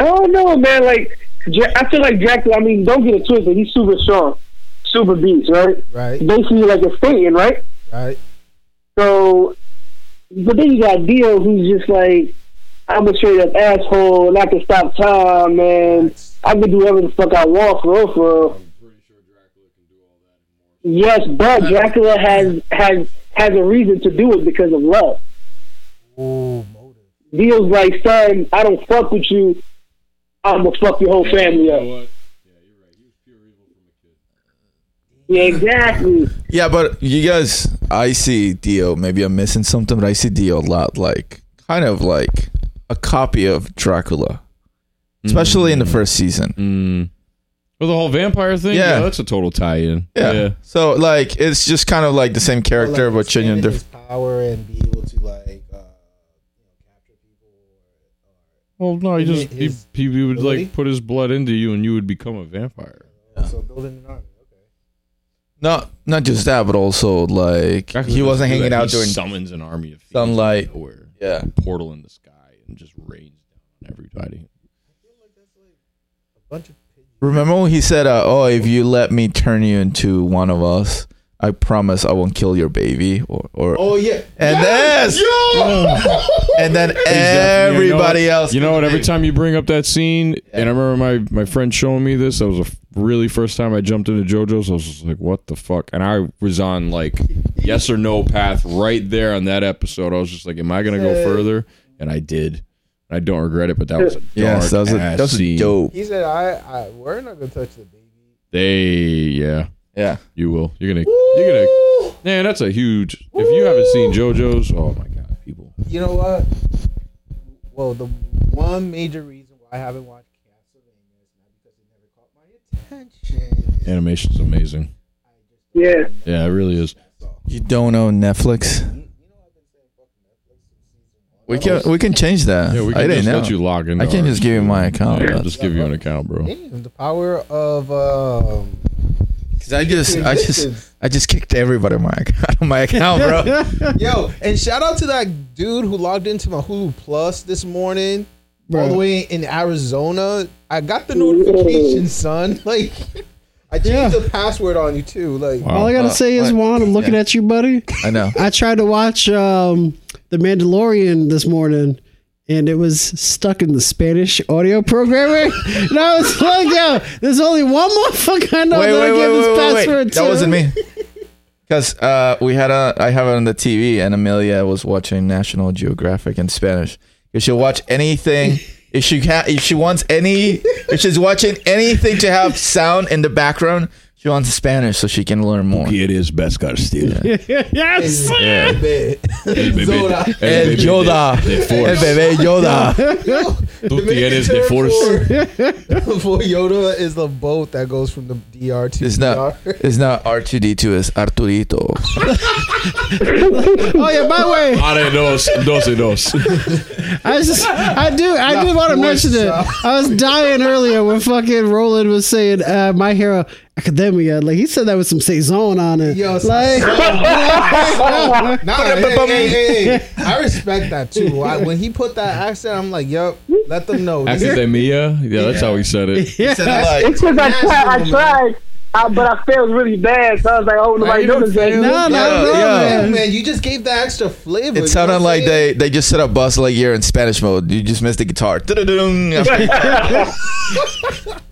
[SPEAKER 6] I don't know, man. Like, Dra- I feel like Dracula. I mean, don't get it twisted. He's super strong, super beast, right?
[SPEAKER 3] Right,
[SPEAKER 6] Basically, like a Satan, right?
[SPEAKER 3] right.
[SPEAKER 6] So, but then you got Dio, who's just like, I'm a straight up asshole, and I can stop time, and I can do whatever the fuck I want for real, for real. Yes, but Dracula has has has a reason to do it because of love.
[SPEAKER 3] Ooh, motive.
[SPEAKER 6] Dio's like, son, I don't fuck with you. I'm gonna fuck your whole family up. Yeah, exactly.
[SPEAKER 4] Yeah, but you guys, I see Dio. Maybe I'm missing something, but I see Dio a lot, like kind of like a copy of Dracula, especially
[SPEAKER 5] Mm.
[SPEAKER 4] in the first season.
[SPEAKER 5] well, the whole vampire thing.
[SPEAKER 4] Mm. Yeah.
[SPEAKER 5] Yeah, that's a total tie-in.
[SPEAKER 4] Yeah. So like, it's just kind of like the same character,
[SPEAKER 3] Like,
[SPEAKER 4] but changing
[SPEAKER 3] expanding his
[SPEAKER 4] different.
[SPEAKER 3] power and be able to like, uh, you know, capture people.
[SPEAKER 5] Well, no, he
[SPEAKER 3] His-
[SPEAKER 5] just he,
[SPEAKER 3] his
[SPEAKER 5] he, he would
[SPEAKER 3] ability?
[SPEAKER 5] like put his blood into you, and you would become a vampire.
[SPEAKER 3] So building an army. Okay.
[SPEAKER 4] Not not just that, but also like
[SPEAKER 5] Dracula
[SPEAKER 4] he
[SPEAKER 5] doesn't
[SPEAKER 4] wasn't
[SPEAKER 5] do
[SPEAKER 4] hanging
[SPEAKER 5] that.
[SPEAKER 4] out
[SPEAKER 5] He
[SPEAKER 4] during.
[SPEAKER 5] summons an army of
[SPEAKER 4] sunlight.
[SPEAKER 5] or
[SPEAKER 4] yeah.
[SPEAKER 5] portal in the sky, and just rains down on everybody.
[SPEAKER 3] A bunch of pigeons.
[SPEAKER 4] Remember when he said, uh, "Oh, if you let me turn you into one of us," I promise I won't kill your baby or, or
[SPEAKER 7] Oh yeah.
[SPEAKER 4] and this and then
[SPEAKER 5] Exactly. You know
[SPEAKER 4] everybody
[SPEAKER 5] what-
[SPEAKER 4] else
[SPEAKER 5] You know what? Every time you bring up that scene, and I remember my my friend showing me this. That was a f- really first time I jumped into JoJo's. I was just like, "What the fuck?" And I was on like yes or no path right there on that episode. I was just like, "Am I gonna go further?" And I did. I don't regret it, but that was a dark
[SPEAKER 4] yes that was, a,
[SPEAKER 5] ass
[SPEAKER 4] that was
[SPEAKER 5] scene.
[SPEAKER 4] dope
[SPEAKER 3] He said, "I, I we're not gonna touch the baby."
[SPEAKER 5] They yeah,
[SPEAKER 4] yeah
[SPEAKER 5] you will. You're gonna you're gonna man. That's a huge. If you haven't seen JoJo's, oh my god, people.
[SPEAKER 7] You know what?
[SPEAKER 3] Well, the one major reason why I haven't watched Castlevania is not because it never caught my attention.
[SPEAKER 5] Animation's amazing.
[SPEAKER 6] Yeah.
[SPEAKER 5] Yeah, it really is.
[SPEAKER 4] you don't own Netflix we can we can change that
[SPEAKER 5] Yeah, we
[SPEAKER 4] I
[SPEAKER 5] can
[SPEAKER 4] didn't
[SPEAKER 5] just
[SPEAKER 4] know
[SPEAKER 5] let you log in.
[SPEAKER 4] I can't just give you my account
[SPEAKER 5] Yeah, just give you an account, bro.
[SPEAKER 3] Damn, the power of um,
[SPEAKER 4] 'Cause I just I just I just kicked everybody my account my account bro
[SPEAKER 3] yo! And shout out to that dude who logged into my Hulu Plus this morning, all the way in Arizona. I got the notification, son. Like, I changed
[SPEAKER 2] Yeah.
[SPEAKER 3] the password on you too. Like,
[SPEAKER 5] Wow.
[SPEAKER 2] All I gotta
[SPEAKER 4] Uh,
[SPEAKER 2] say is,
[SPEAKER 4] what?
[SPEAKER 2] Juan, I'm looking
[SPEAKER 4] Yeah.
[SPEAKER 2] at you, buddy.
[SPEAKER 4] I know
[SPEAKER 2] I tried to watch um, The Mandalorian this morning and it was stuck in the Spanish audio programming. and I was like, yo, there's only one motherfucker I know
[SPEAKER 4] wait,
[SPEAKER 2] that I
[SPEAKER 4] wait,
[SPEAKER 2] give
[SPEAKER 4] wait,
[SPEAKER 2] this
[SPEAKER 4] wait, wait,
[SPEAKER 2] password
[SPEAKER 4] wait.
[SPEAKER 2] to.
[SPEAKER 4] That wasn't me. Because uh, we had a, I have it on the TV, and Amelia was watching National Geographic in Spanish. If she'll watch anything, if she ha- if she wants any, if she's watching anything to have sound in the background, she wants Spanish so she can learn more.
[SPEAKER 5] It is best car steel.
[SPEAKER 2] yes.
[SPEAKER 4] Yeah.
[SPEAKER 3] bit. Zoda.
[SPEAKER 4] El Yoda, El Bebe Yoda.
[SPEAKER 5] Tú tienes de
[SPEAKER 3] term
[SPEAKER 5] force.
[SPEAKER 3] For, for Yoda is the boat that goes from the DR to
[SPEAKER 4] It's
[SPEAKER 3] DR.
[SPEAKER 4] not, it's not R two D two. It's Arturito.
[SPEAKER 2] Oh yeah, by the way,
[SPEAKER 5] Are dos, dos y dos.
[SPEAKER 2] I just I do I did want to mention it. I was dying earlier when fucking Roland was saying uh, my hero academia. Like he said that with some saison on it.
[SPEAKER 3] Yo,
[SPEAKER 2] like
[SPEAKER 3] Nah, hey, hey, hey, hey. I respect that too. I, when he put that accent, I'm like, yup, let them know. This is-
[SPEAKER 5] Academia. Yeah, that's how he said it.
[SPEAKER 2] yeah.
[SPEAKER 6] It's because I tried, I tried uh, but I failed really bad. So I was like, oh, nobody
[SPEAKER 5] you don't
[SPEAKER 6] noticed
[SPEAKER 5] fail.
[SPEAKER 6] that.
[SPEAKER 2] No, no,
[SPEAKER 4] Yeah,
[SPEAKER 2] no,
[SPEAKER 4] yeah.
[SPEAKER 2] man.
[SPEAKER 3] Man, you just gave that extra flavor. you know
[SPEAKER 4] It sounded
[SPEAKER 3] what I'm
[SPEAKER 4] like
[SPEAKER 3] saying?
[SPEAKER 4] they, they just set up bus like you're in Spanish mode. You just missed the guitar.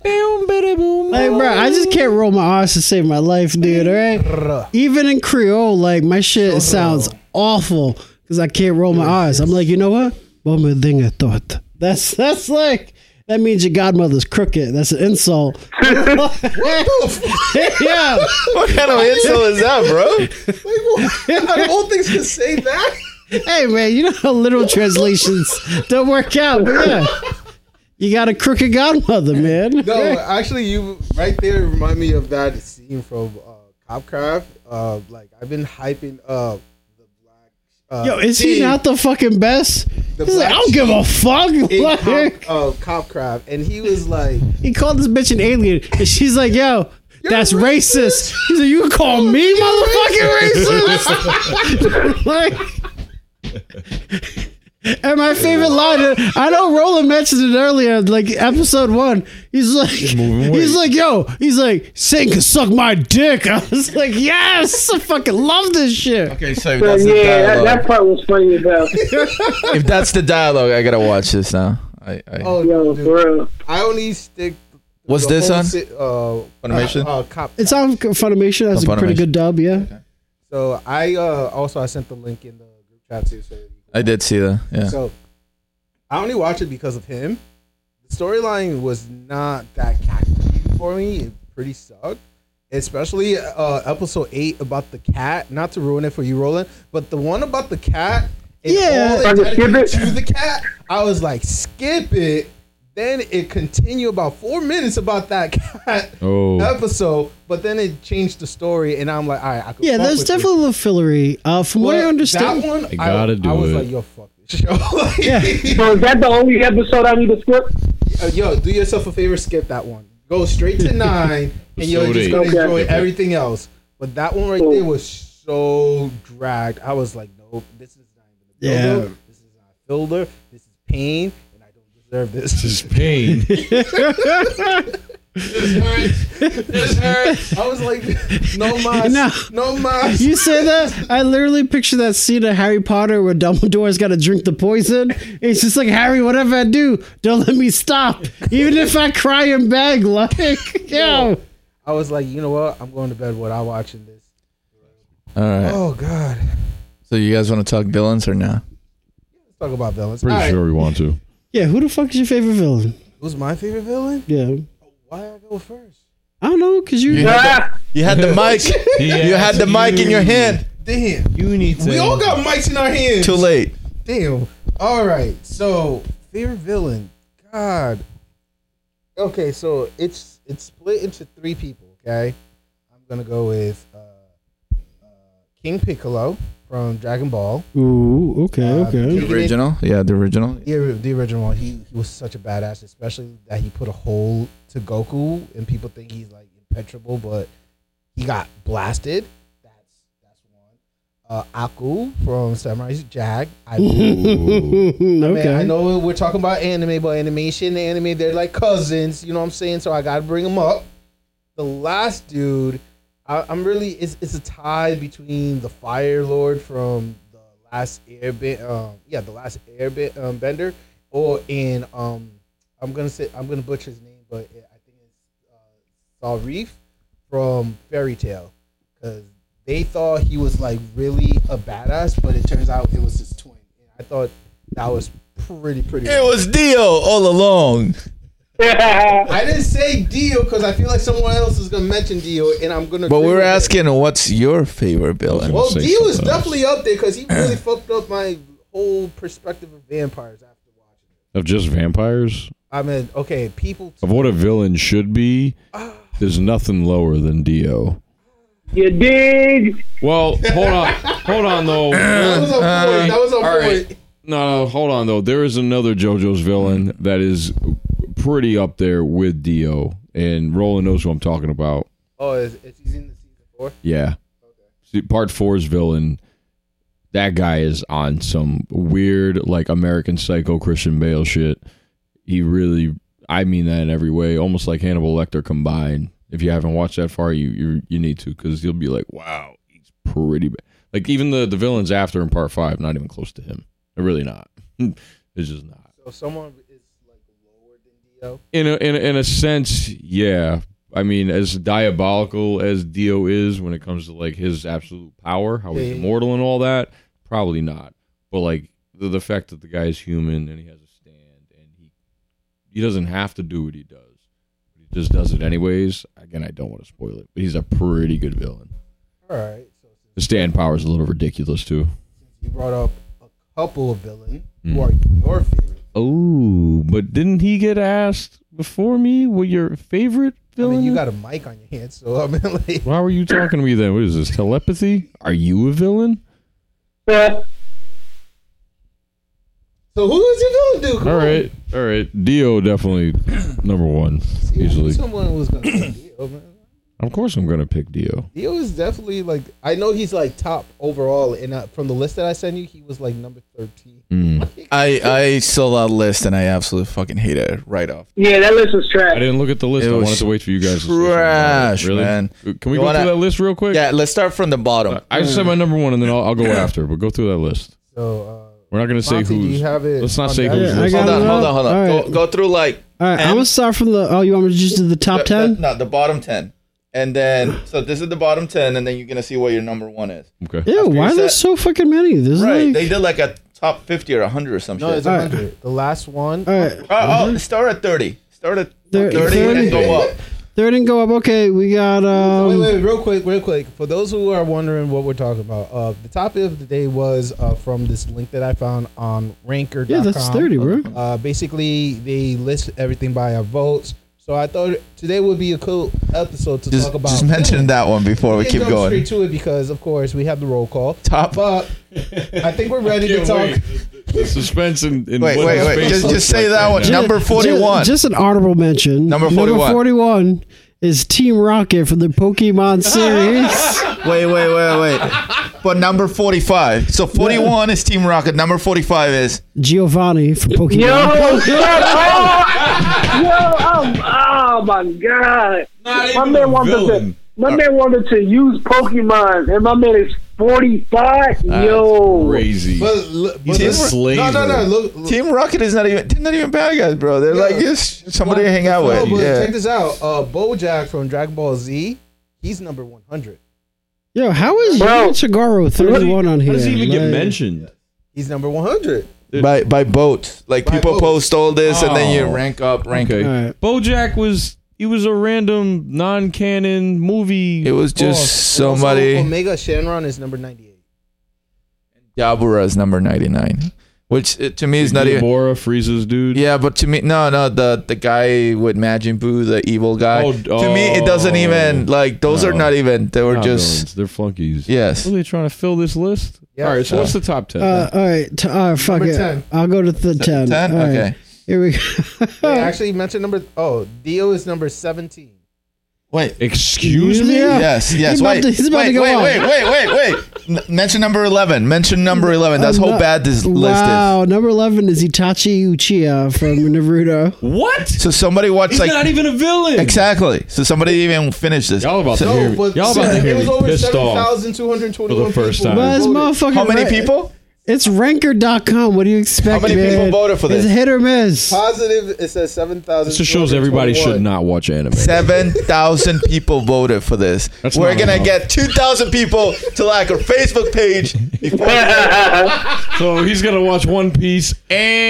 [SPEAKER 2] Like, bro, I just can't roll my R's to save my life, dude. All right, even in Creole, like my shit sounds awful because I can't roll my R's. I'm like, you know what? One more thing I thought. That's that's like that means your godmother's crooked. That's an insult. yeah,
[SPEAKER 4] What kind of insult is that, bro?
[SPEAKER 3] Out of all things to say that.
[SPEAKER 2] hey man, you know how literal translations don't work out. But yeah, you got a crooked godmother, man.
[SPEAKER 3] No, actually, you right there remind me of that scene from uh, Copcraft. Uh, like I've been hyping up the black. Uh,
[SPEAKER 2] Yo, is he
[SPEAKER 3] team
[SPEAKER 2] not the fucking best?
[SPEAKER 3] The
[SPEAKER 2] He's like, I
[SPEAKER 3] black
[SPEAKER 2] don't give a fuck.
[SPEAKER 3] in
[SPEAKER 2] Like,
[SPEAKER 3] Cop, uh, Copcraft, and he was like,
[SPEAKER 2] He called this bitch an alien, and she's like, "Yo, that's racist." He's like, "You can call me motherfucking racist." like, and my favorite line, I know Roland mentioned it earlier, like episode one. He's like, he's like, "Yo," he's like, "Satan can suck my dick." I was like, "Yes, I fucking love this shit."
[SPEAKER 4] Okay, so if
[SPEAKER 6] But
[SPEAKER 4] that's the
[SPEAKER 6] yeah, that, that
[SPEAKER 4] dialogue,
[SPEAKER 6] part was funny as hell.
[SPEAKER 4] if that's the dialogue, I gotta watch this now. I, I,
[SPEAKER 3] "Oh,
[SPEAKER 6] Yo,
[SPEAKER 3] dude,
[SPEAKER 6] for real.
[SPEAKER 3] I only stick."
[SPEAKER 4] what's
[SPEAKER 3] the
[SPEAKER 4] this
[SPEAKER 3] whole
[SPEAKER 4] on?
[SPEAKER 3] si- uh,
[SPEAKER 4] Funimation?
[SPEAKER 3] Uh, uh, Cop.
[SPEAKER 2] It's on Funimation. That's
[SPEAKER 4] On
[SPEAKER 2] a pretty
[SPEAKER 4] Funimation.
[SPEAKER 2] good dub, yeah.
[SPEAKER 3] So I uh, also I sent the link in the group chat too. So,
[SPEAKER 4] I did see that. Yeah.
[SPEAKER 3] so I only watched it because of him. The storyline was not that catchy for me. It pretty sucked, especially uh, episode eight about the cat. Not to ruin it for you, Roland, but the one about the cat. and
[SPEAKER 2] Yeah.
[SPEAKER 3] all they
[SPEAKER 6] Trying to
[SPEAKER 3] dedicated
[SPEAKER 6] skip
[SPEAKER 3] to the cat. I was like, skip it. Then it continued about four minutes about that cat
[SPEAKER 5] Oh.
[SPEAKER 3] episode, but then it changed the story, and I'm like, all right, I could
[SPEAKER 2] Yeah,
[SPEAKER 3] fuck
[SPEAKER 2] there's
[SPEAKER 3] with this.
[SPEAKER 2] definitely a little fillery. Uh, from what I
[SPEAKER 3] But
[SPEAKER 2] understand,
[SPEAKER 3] That one, I,
[SPEAKER 5] gotta do
[SPEAKER 3] I was
[SPEAKER 5] it.
[SPEAKER 3] like, yo, fuck this show. Like,
[SPEAKER 6] So is that the only episode I need to skip?
[SPEAKER 3] uh, yo, do yourself a favor, skip that one. Go straight to nine, and you're
[SPEAKER 5] Episode
[SPEAKER 3] just gonna
[SPEAKER 6] eight.
[SPEAKER 3] enjoy
[SPEAKER 6] Okay.
[SPEAKER 3] everything else. But that one right there was so dragged. I was like, nope, this is not even a
[SPEAKER 2] Yeah.
[SPEAKER 3] builder. This is not a builder. This is pain, and I don't deserve this.
[SPEAKER 5] This is pain.
[SPEAKER 3] I was like, no mas,
[SPEAKER 2] No.
[SPEAKER 3] no mas.
[SPEAKER 2] You say that? I literally picture that scene of Harry Potter where Dumbledore's got to drink the poison. It's just like Harry, whatever I do, don't let me stop, even if I cry and beg. Like, yo,
[SPEAKER 3] I was like, you know what? I'm going to bed. What I watching this?
[SPEAKER 4] All right.
[SPEAKER 3] Oh God.
[SPEAKER 4] So you guys want to talk villains or no?
[SPEAKER 3] Let's talk about villains.
[SPEAKER 5] Pretty
[SPEAKER 3] All right.
[SPEAKER 5] sure we want to.
[SPEAKER 2] yeah. Who the fuck is your favorite villain?
[SPEAKER 3] Who's my favorite villain?
[SPEAKER 2] Yeah,
[SPEAKER 3] Why I go first?
[SPEAKER 2] I don't know, cause you.
[SPEAKER 4] Yeah. You had the mic. you had the mic in your hand.
[SPEAKER 3] Damn.
[SPEAKER 8] You need to.
[SPEAKER 3] We all got mics in our hands.
[SPEAKER 4] Too late.
[SPEAKER 3] Damn. All right. So favorite villain. God. Okay, so it's it's split into three people. Okay, I'm gonna go with uh, uh, King Piccolo from Dragon Ball.
[SPEAKER 2] Ooh, okay,
[SPEAKER 3] Uh,
[SPEAKER 2] okay.
[SPEAKER 4] The original? Yeah, the original.
[SPEAKER 3] The, ori- the original one. He, he was such a badass, especially that he put a hole to Goku, and people think he's like impenetrable, but he got blasted. That's that's one. Uh, Aku from Samurai Jack. I Man,
[SPEAKER 2] okay.
[SPEAKER 3] I know we're talking about anime, but animation and anime, they're like cousins. You know what I'm saying? So I got to bring them up. The last dude, I, I'm really, it's, it's a tie between the Fire Lord from the last airbend, um, yeah, the last airbend um, bender, or in, um, I'm going to say, I'm going to butcher his name, but it, I think it's uh, Saw Reef from Fairy Tale. Because they thought he was like really a badass, but it turns out it was his twin. And I thought that was pretty, pretty.
[SPEAKER 4] It was Dio all along.
[SPEAKER 3] I didn't say Dio because I feel like someone else is gonna mention Dio, and I'm gonna.
[SPEAKER 4] But
[SPEAKER 3] agree
[SPEAKER 4] we were
[SPEAKER 3] with them.
[SPEAKER 4] asking, what's your favorite villain?
[SPEAKER 3] Well,
[SPEAKER 5] Say
[SPEAKER 3] Dio is
[SPEAKER 5] something else.
[SPEAKER 3] definitely up there because he really fucked up my whole perspective of vampires after watching. it.
[SPEAKER 5] Of just vampires?
[SPEAKER 3] I mean, okay, people.
[SPEAKER 5] Of what a villain should be, there's nothing lower than Dio.
[SPEAKER 6] You dig?
[SPEAKER 5] Well, hold on. hold on, though. Uh,
[SPEAKER 3] That was on point. That was on
[SPEAKER 5] all
[SPEAKER 3] point.
[SPEAKER 5] No, no, hold on though. There is another JoJo's villain that is pretty up there with Dio, and Roland knows who I'm talking about.
[SPEAKER 3] Oh, is, is he's in the season four?
[SPEAKER 5] Yeah, See, Part Four's villain. That guy is on some weird, like American Psycho Christian Bale shit. He really, I mean that in every way, almost like Hannibal Lecter combined. If you haven't watched that far, you you, you need to because you'll be like, wow, he's pretty bad. Like even the the villains after in Part Five, not even close to him. They're really not. it's just not
[SPEAKER 3] So someone is like lower than Dio.
[SPEAKER 5] in a, in a, in a sense, yeah. I mean, as diabolical as Dio is when it comes to like his absolute power, how
[SPEAKER 3] Yeah,
[SPEAKER 5] he's
[SPEAKER 3] yeah.
[SPEAKER 5] immortal and all that, probably not. But like the, the fact that the guy is human and he has a stand and he he doesn't have to do what he does, but he just does it anyways. Again, I don't want to spoil it, but he's a pretty good villain.
[SPEAKER 3] All right. So since
[SPEAKER 5] The stand power is a little ridiculous too.
[SPEAKER 3] you brought up a couple of villains who are your favorite.
[SPEAKER 5] Oh, but didn't he get asked before me what your favorite
[SPEAKER 3] I
[SPEAKER 5] villain?
[SPEAKER 3] mean, you got a mic on your hand, so I mean, like,
[SPEAKER 5] Why were you talking to me then? What is this telepathy? Are you a villain?
[SPEAKER 3] so who is your villain, dude? Come
[SPEAKER 5] All
[SPEAKER 3] on.
[SPEAKER 5] right, all right. Dio definitely number one easily.
[SPEAKER 3] Someone was gonna say Dio, man.
[SPEAKER 5] Of course, I'm gonna pick Dio.
[SPEAKER 3] Dio is definitely like I know he's like top overall, and uh, from the list that I sent you, he was like number thirteen.
[SPEAKER 4] Hmm. I, I saw that list and I absolutely fucking hate it right off.
[SPEAKER 6] Yeah, that list was
[SPEAKER 5] I
[SPEAKER 6] trash.
[SPEAKER 5] didn't look at the list.
[SPEAKER 4] It
[SPEAKER 5] I
[SPEAKER 4] was
[SPEAKER 5] wanted to wait for you guys. to say something.
[SPEAKER 4] trash,
[SPEAKER 5] really?
[SPEAKER 4] man.
[SPEAKER 5] Can we
[SPEAKER 4] You
[SPEAKER 5] go
[SPEAKER 4] wanna-
[SPEAKER 5] through that list real quick? Uh,
[SPEAKER 4] Yeah, let's start from the bottom.
[SPEAKER 5] I just said my number one, and then I'll, I'll go after. But go through that list.
[SPEAKER 3] So uh,
[SPEAKER 5] We're not gonna say
[SPEAKER 3] Monty, do
[SPEAKER 5] who's.
[SPEAKER 3] you have it
[SPEAKER 5] Let's not
[SPEAKER 3] on
[SPEAKER 5] say
[SPEAKER 3] that?
[SPEAKER 5] who's.
[SPEAKER 2] Yeah, I
[SPEAKER 5] list.
[SPEAKER 2] got
[SPEAKER 4] Hold on,
[SPEAKER 2] it.
[SPEAKER 4] hold on, hold on.
[SPEAKER 2] All right.
[SPEAKER 4] Go, go through like
[SPEAKER 2] All right, I'm
[SPEAKER 4] And-
[SPEAKER 2] gonna start from the. Oh, you want me to just do the top
[SPEAKER 4] the- the-
[SPEAKER 2] ten?
[SPEAKER 4] no, the bottom ten, and then so this is the bottom ten, and then you're gonna see what your number one is.
[SPEAKER 5] Okay.
[SPEAKER 2] Ew, why are there
[SPEAKER 4] that-
[SPEAKER 2] so fucking many? There's
[SPEAKER 4] Right?
[SPEAKER 2] like,
[SPEAKER 4] They did like a top fifty or hundred or some
[SPEAKER 3] uh, no,
[SPEAKER 4] shit.
[SPEAKER 3] it's
[SPEAKER 2] Alright.
[SPEAKER 3] hundred. The last one.
[SPEAKER 2] all right,
[SPEAKER 4] Oh, oh, start at thirty. Start at
[SPEAKER 2] Thir-
[SPEAKER 4] thirty, and go up.
[SPEAKER 2] third and go up. Okay, we got um.
[SPEAKER 3] wait, wait, real quick, real quick. For those who are wondering what we're talking about, uh, the topic of the day was uh, from this link that I found on Ranker.com.
[SPEAKER 2] Yeah, that's 30, bro.
[SPEAKER 3] Uh, basically, they list everything by our votes. So I thought today would be a cool episode to
[SPEAKER 4] Just,
[SPEAKER 3] talk about.
[SPEAKER 4] just mention that one before we
[SPEAKER 3] can
[SPEAKER 4] keep
[SPEAKER 3] jump
[SPEAKER 4] going.
[SPEAKER 3] straight to it because, of course, we have the roll call.
[SPEAKER 4] Top.
[SPEAKER 3] But I think we're ready to talk.
[SPEAKER 5] The suspense in, in
[SPEAKER 4] Wait,
[SPEAKER 5] what
[SPEAKER 4] wait, wait.
[SPEAKER 5] space
[SPEAKER 4] Just,
[SPEAKER 5] looks
[SPEAKER 4] just say
[SPEAKER 5] like
[SPEAKER 4] that one.
[SPEAKER 2] Ju-
[SPEAKER 4] Number
[SPEAKER 2] ju-
[SPEAKER 4] forty-one.
[SPEAKER 2] Just, an honorable mention.
[SPEAKER 4] Number 41.
[SPEAKER 2] 41 is Team Rocket from the Pokemon series.
[SPEAKER 4] Wait, wait, wait, wait. But number 45. So 41 is Team Rocket. Number 45 is.
[SPEAKER 2] Giovanni from Pokemon.
[SPEAKER 6] Yo, shut up! Yo, I'm, oh my god!
[SPEAKER 5] Not
[SPEAKER 6] my
[SPEAKER 5] even a
[SPEAKER 6] man wanted to,
[SPEAKER 5] villain.
[SPEAKER 6] my man wanted to use Pokemon, and my man is forty five. Yo,
[SPEAKER 5] Crazy.
[SPEAKER 3] But, l- but
[SPEAKER 5] He's a
[SPEAKER 3] listen-
[SPEAKER 5] slave,
[SPEAKER 3] No, no, no.
[SPEAKER 5] bro.
[SPEAKER 3] Look, look
[SPEAKER 4] Team Rocket is not even. They're not even bad guys, bro. They're like just somebody to hang out
[SPEAKER 3] no,
[SPEAKER 4] with.
[SPEAKER 3] but
[SPEAKER 4] Yeah.
[SPEAKER 3] check this out. Uh, BoJack from Dragon Ball Z, he's number one hundred.
[SPEAKER 2] Yo, how is
[SPEAKER 6] Bro,
[SPEAKER 2] Yuri Chigaro 31 on here?
[SPEAKER 5] How does he even get
[SPEAKER 2] Like,
[SPEAKER 5] mentioned?
[SPEAKER 3] He's number one hundred.
[SPEAKER 4] By by boat. Like
[SPEAKER 3] By
[SPEAKER 4] people
[SPEAKER 3] boat.
[SPEAKER 4] post all this and then
[SPEAKER 5] Oh.
[SPEAKER 4] you rank up, rank.
[SPEAKER 5] Okay.
[SPEAKER 2] All right.
[SPEAKER 5] Bojack was he was a random non-canon movie.
[SPEAKER 4] It
[SPEAKER 3] Oh,
[SPEAKER 4] was just somebody.
[SPEAKER 3] Omega Shenron is number ninety eight.
[SPEAKER 4] Yabura is number 99, which uh, to me is not even.
[SPEAKER 5] Bora freezes dude.
[SPEAKER 4] Yeah, but to me, no, no, the the guy with Majin Buu, the evil guy.
[SPEAKER 5] Oh,
[SPEAKER 4] to me, it doesn't
[SPEAKER 5] oh.
[SPEAKER 4] even like those are
[SPEAKER 5] No.
[SPEAKER 4] not even. They were
[SPEAKER 5] Not
[SPEAKER 4] just
[SPEAKER 5] villains, they're flunkies.
[SPEAKER 4] yes.
[SPEAKER 5] What are they trying to fill this list?
[SPEAKER 3] Yeah.
[SPEAKER 5] All right, so what's the top ten?
[SPEAKER 2] Uh, all right, t- all right, fuck
[SPEAKER 3] Number
[SPEAKER 2] it.
[SPEAKER 3] 10.
[SPEAKER 2] I'll go to the 10.
[SPEAKER 4] Ten?
[SPEAKER 2] All right,
[SPEAKER 4] Okay.
[SPEAKER 2] Here we
[SPEAKER 3] They
[SPEAKER 2] go.
[SPEAKER 3] actually mentioned number. Oh, Dio is number seventeen.
[SPEAKER 4] Wait.
[SPEAKER 5] Excuse me.
[SPEAKER 2] Yeah.
[SPEAKER 4] Yes. Yes.
[SPEAKER 2] He's about
[SPEAKER 4] wait.
[SPEAKER 2] to- he's about
[SPEAKER 4] wait,
[SPEAKER 2] to go
[SPEAKER 4] wait,
[SPEAKER 2] on.
[SPEAKER 4] wait. Wait. Wait. Wait. N- mention number eleven. Mention number eleven. That's how
[SPEAKER 2] no-
[SPEAKER 4] bad this list
[SPEAKER 2] Wow, number 11 is Itachi Uchiha from Naruto.
[SPEAKER 5] What?
[SPEAKER 4] is. So somebody watched
[SPEAKER 5] He's
[SPEAKER 4] like
[SPEAKER 5] not even a villain.
[SPEAKER 4] exactly. So somebody even finished this.
[SPEAKER 5] Y'all about to
[SPEAKER 4] So-
[SPEAKER 5] hear me. Y'all about to
[SPEAKER 3] it
[SPEAKER 5] hear
[SPEAKER 3] was
[SPEAKER 5] me
[SPEAKER 3] over
[SPEAKER 5] pissed off.
[SPEAKER 3] 7,221
[SPEAKER 5] for the first
[SPEAKER 3] people
[SPEAKER 5] time.
[SPEAKER 2] But
[SPEAKER 5] Well,
[SPEAKER 2] it's
[SPEAKER 3] voted.
[SPEAKER 2] motherfucking
[SPEAKER 4] How many
[SPEAKER 2] ra-
[SPEAKER 4] people?
[SPEAKER 2] It's ranker.com. What do you expect?
[SPEAKER 4] many people
[SPEAKER 2] man?
[SPEAKER 4] voted for
[SPEAKER 2] It's
[SPEAKER 4] this?
[SPEAKER 2] hit or miss.
[SPEAKER 3] Positive, it says 7,000.
[SPEAKER 5] This just shows everybody should not watch anime.
[SPEAKER 4] Seven thousand people voted for this.
[SPEAKER 5] That's
[SPEAKER 4] We're
[SPEAKER 5] not
[SPEAKER 4] gonna
[SPEAKER 5] enough.
[SPEAKER 4] get two thousand people to like our Facebook page before
[SPEAKER 5] So he's gonna watch One Piece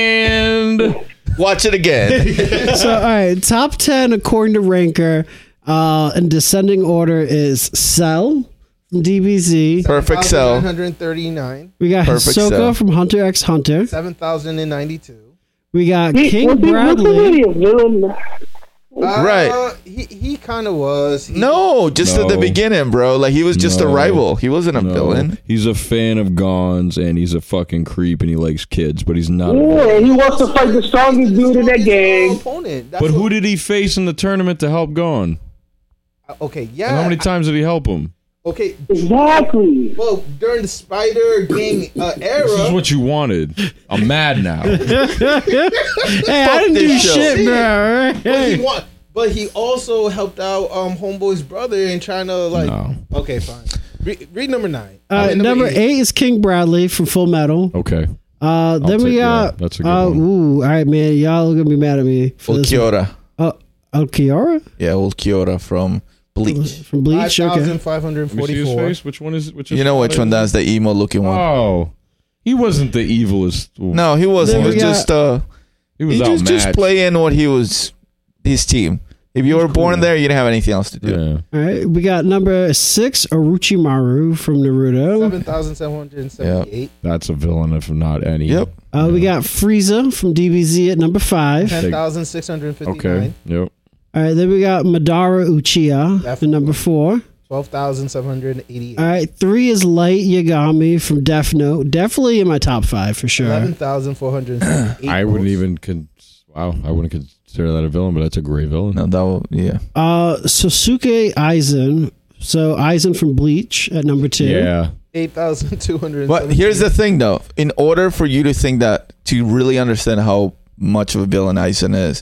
[SPEAKER 5] and
[SPEAKER 4] watch it again.
[SPEAKER 2] So, all right, top 10 according to ranker uh, in descending order is Cell from DBZ.
[SPEAKER 4] Perfect cell.
[SPEAKER 3] 7,939,
[SPEAKER 2] We got
[SPEAKER 4] Perfect
[SPEAKER 2] Hisoka
[SPEAKER 4] Cell.
[SPEAKER 2] from Hunter x Hunter.
[SPEAKER 3] 7,092.
[SPEAKER 2] We got
[SPEAKER 6] He-
[SPEAKER 2] King
[SPEAKER 6] was he- was he
[SPEAKER 2] Bradley.
[SPEAKER 6] really a villain?
[SPEAKER 4] Oh, Right.
[SPEAKER 3] Uh, He, he kind of was. He,
[SPEAKER 4] No, just at the
[SPEAKER 5] No.
[SPEAKER 4] beginning, bro. Like he was just a
[SPEAKER 5] No.
[SPEAKER 4] rival. He wasn't a
[SPEAKER 5] No,
[SPEAKER 4] villain.
[SPEAKER 5] He's a fan of Gons and he's a fucking creep and he likes kids, but he's not. a villain.
[SPEAKER 6] Yeah, he wants to fight the strongest dude in that
[SPEAKER 3] He's
[SPEAKER 6] gang.
[SPEAKER 3] no Opponent. That's
[SPEAKER 5] But who
[SPEAKER 3] what-
[SPEAKER 5] did he face in the tournament to help Gon?
[SPEAKER 3] uh, Okay, yeah.
[SPEAKER 5] And
[SPEAKER 2] Uh,
[SPEAKER 5] how many times did he help him?
[SPEAKER 3] Okay,
[SPEAKER 6] Exactly.
[SPEAKER 3] well, during the Spider Gang uh, era.
[SPEAKER 5] This is what you wanted. I'm mad now.
[SPEAKER 2] Hey, I didn't do
[SPEAKER 4] this show.
[SPEAKER 2] shit, bro. all right?
[SPEAKER 3] But he won. But he also helped out um Homeboy's brother in trying to like.
[SPEAKER 5] No.
[SPEAKER 3] Okay, fine. Re- read number nine.
[SPEAKER 2] Uh,
[SPEAKER 3] I mean,
[SPEAKER 2] number eight is King Bradley from Full Metal.
[SPEAKER 5] Okay.
[SPEAKER 2] Uh, then we
[SPEAKER 5] Oh, take- yeah,
[SPEAKER 2] got.
[SPEAKER 5] that's a good
[SPEAKER 2] uh,
[SPEAKER 5] one.
[SPEAKER 2] Ooh, all right, man. Y'all are gonna be mad at me for this. one.
[SPEAKER 4] Ulquiorra.
[SPEAKER 2] Uh, Alkiora
[SPEAKER 4] Yeah, old Kiora from Bleach.
[SPEAKER 2] from
[SPEAKER 3] Five
[SPEAKER 2] Bleach. Okay.
[SPEAKER 3] thousand five hundred
[SPEAKER 5] Let me see his
[SPEAKER 3] forty-four.
[SPEAKER 5] face. Which one is? Which is
[SPEAKER 4] You know which one? That's the emo looking one.
[SPEAKER 5] Oh, he wasn't the evilest.
[SPEAKER 4] No, he wasn't. He
[SPEAKER 2] Then
[SPEAKER 4] was
[SPEAKER 2] we got-
[SPEAKER 4] just uh,
[SPEAKER 5] he was
[SPEAKER 4] he was
[SPEAKER 5] outmatched.
[SPEAKER 4] just playing what he was. His team. If you were born there, you didn't have anything else to do.
[SPEAKER 5] Yeah.
[SPEAKER 2] All right, we got number six Orochimaru from Naruto.
[SPEAKER 3] Seven thousand seven hundred seventy-eight.
[SPEAKER 5] That's a villain, if not any.
[SPEAKER 4] Yep.
[SPEAKER 2] Uh, we got Frieza from DBZ at number five.
[SPEAKER 3] Ten thousand six hundred fifty-nine.
[SPEAKER 5] Okay. Yep.
[SPEAKER 2] All right, then we got Madara Uchiha from number four.
[SPEAKER 3] Twelve thousand seven hundred eighty-eight.
[SPEAKER 2] All right, three is Light Yagami from Death Note. Definitely in my top five for sure.
[SPEAKER 3] Eleven thousand four hundred seventy-eight.
[SPEAKER 5] I wouldn't even. Con- wow. I wouldn't consider that a villain, but that's a great villain.
[SPEAKER 4] No, that was, yeah.
[SPEAKER 2] Uh, Sasuke Aizen. So Aizen from Bleach at number two.
[SPEAKER 5] Yeah.
[SPEAKER 3] Eight thousand two hundred.
[SPEAKER 4] But here's the thing, though. In order for you to think that, to really understand how much of a villain Aizen is,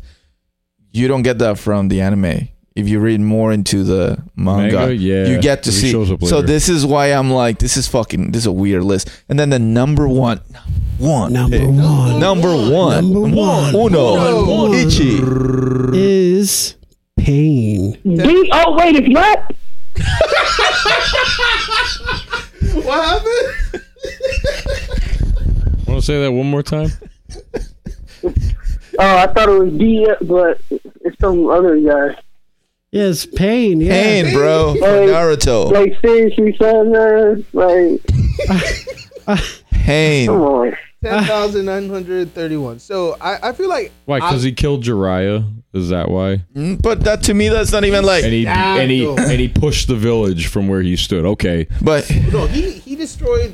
[SPEAKER 4] you don't get that from the anime. If you read more into the manga,
[SPEAKER 5] Manga? Yeah.
[SPEAKER 4] you get to
[SPEAKER 5] He
[SPEAKER 4] see.
[SPEAKER 5] shows up
[SPEAKER 4] So
[SPEAKER 5] later.
[SPEAKER 4] this is why I'm like, this is fucking, this is a weird list. And then the number one, one,
[SPEAKER 2] Number
[SPEAKER 4] pick.
[SPEAKER 2] one.
[SPEAKER 4] number one,
[SPEAKER 2] Number one.
[SPEAKER 4] uno,
[SPEAKER 2] One.
[SPEAKER 4] Ichi.
[SPEAKER 2] is pain.
[SPEAKER 6] D- oh wait, it's not.
[SPEAKER 3] what happened?
[SPEAKER 5] Want to say that one more time?
[SPEAKER 6] Oh, I thought it was D, but it's some other guy.
[SPEAKER 2] Yes, pain. Yeah.
[SPEAKER 4] Pain, bro, from Naruto.
[SPEAKER 6] Like seriously, son, uh, like come
[SPEAKER 3] Oh.
[SPEAKER 4] Pain.
[SPEAKER 6] on.
[SPEAKER 3] Ten thousand nine hundred thirty-one. So I, I feel like
[SPEAKER 5] Why? Because he killed Jiraiya. Is that why?
[SPEAKER 4] Mm, But that to me, that's not even
[SPEAKER 5] And
[SPEAKER 4] like.
[SPEAKER 5] he
[SPEAKER 3] Stabbed
[SPEAKER 5] and he
[SPEAKER 3] him.
[SPEAKER 5] and he pushed the village from where he stood. Okay.
[SPEAKER 4] But
[SPEAKER 3] no, he he destroyed.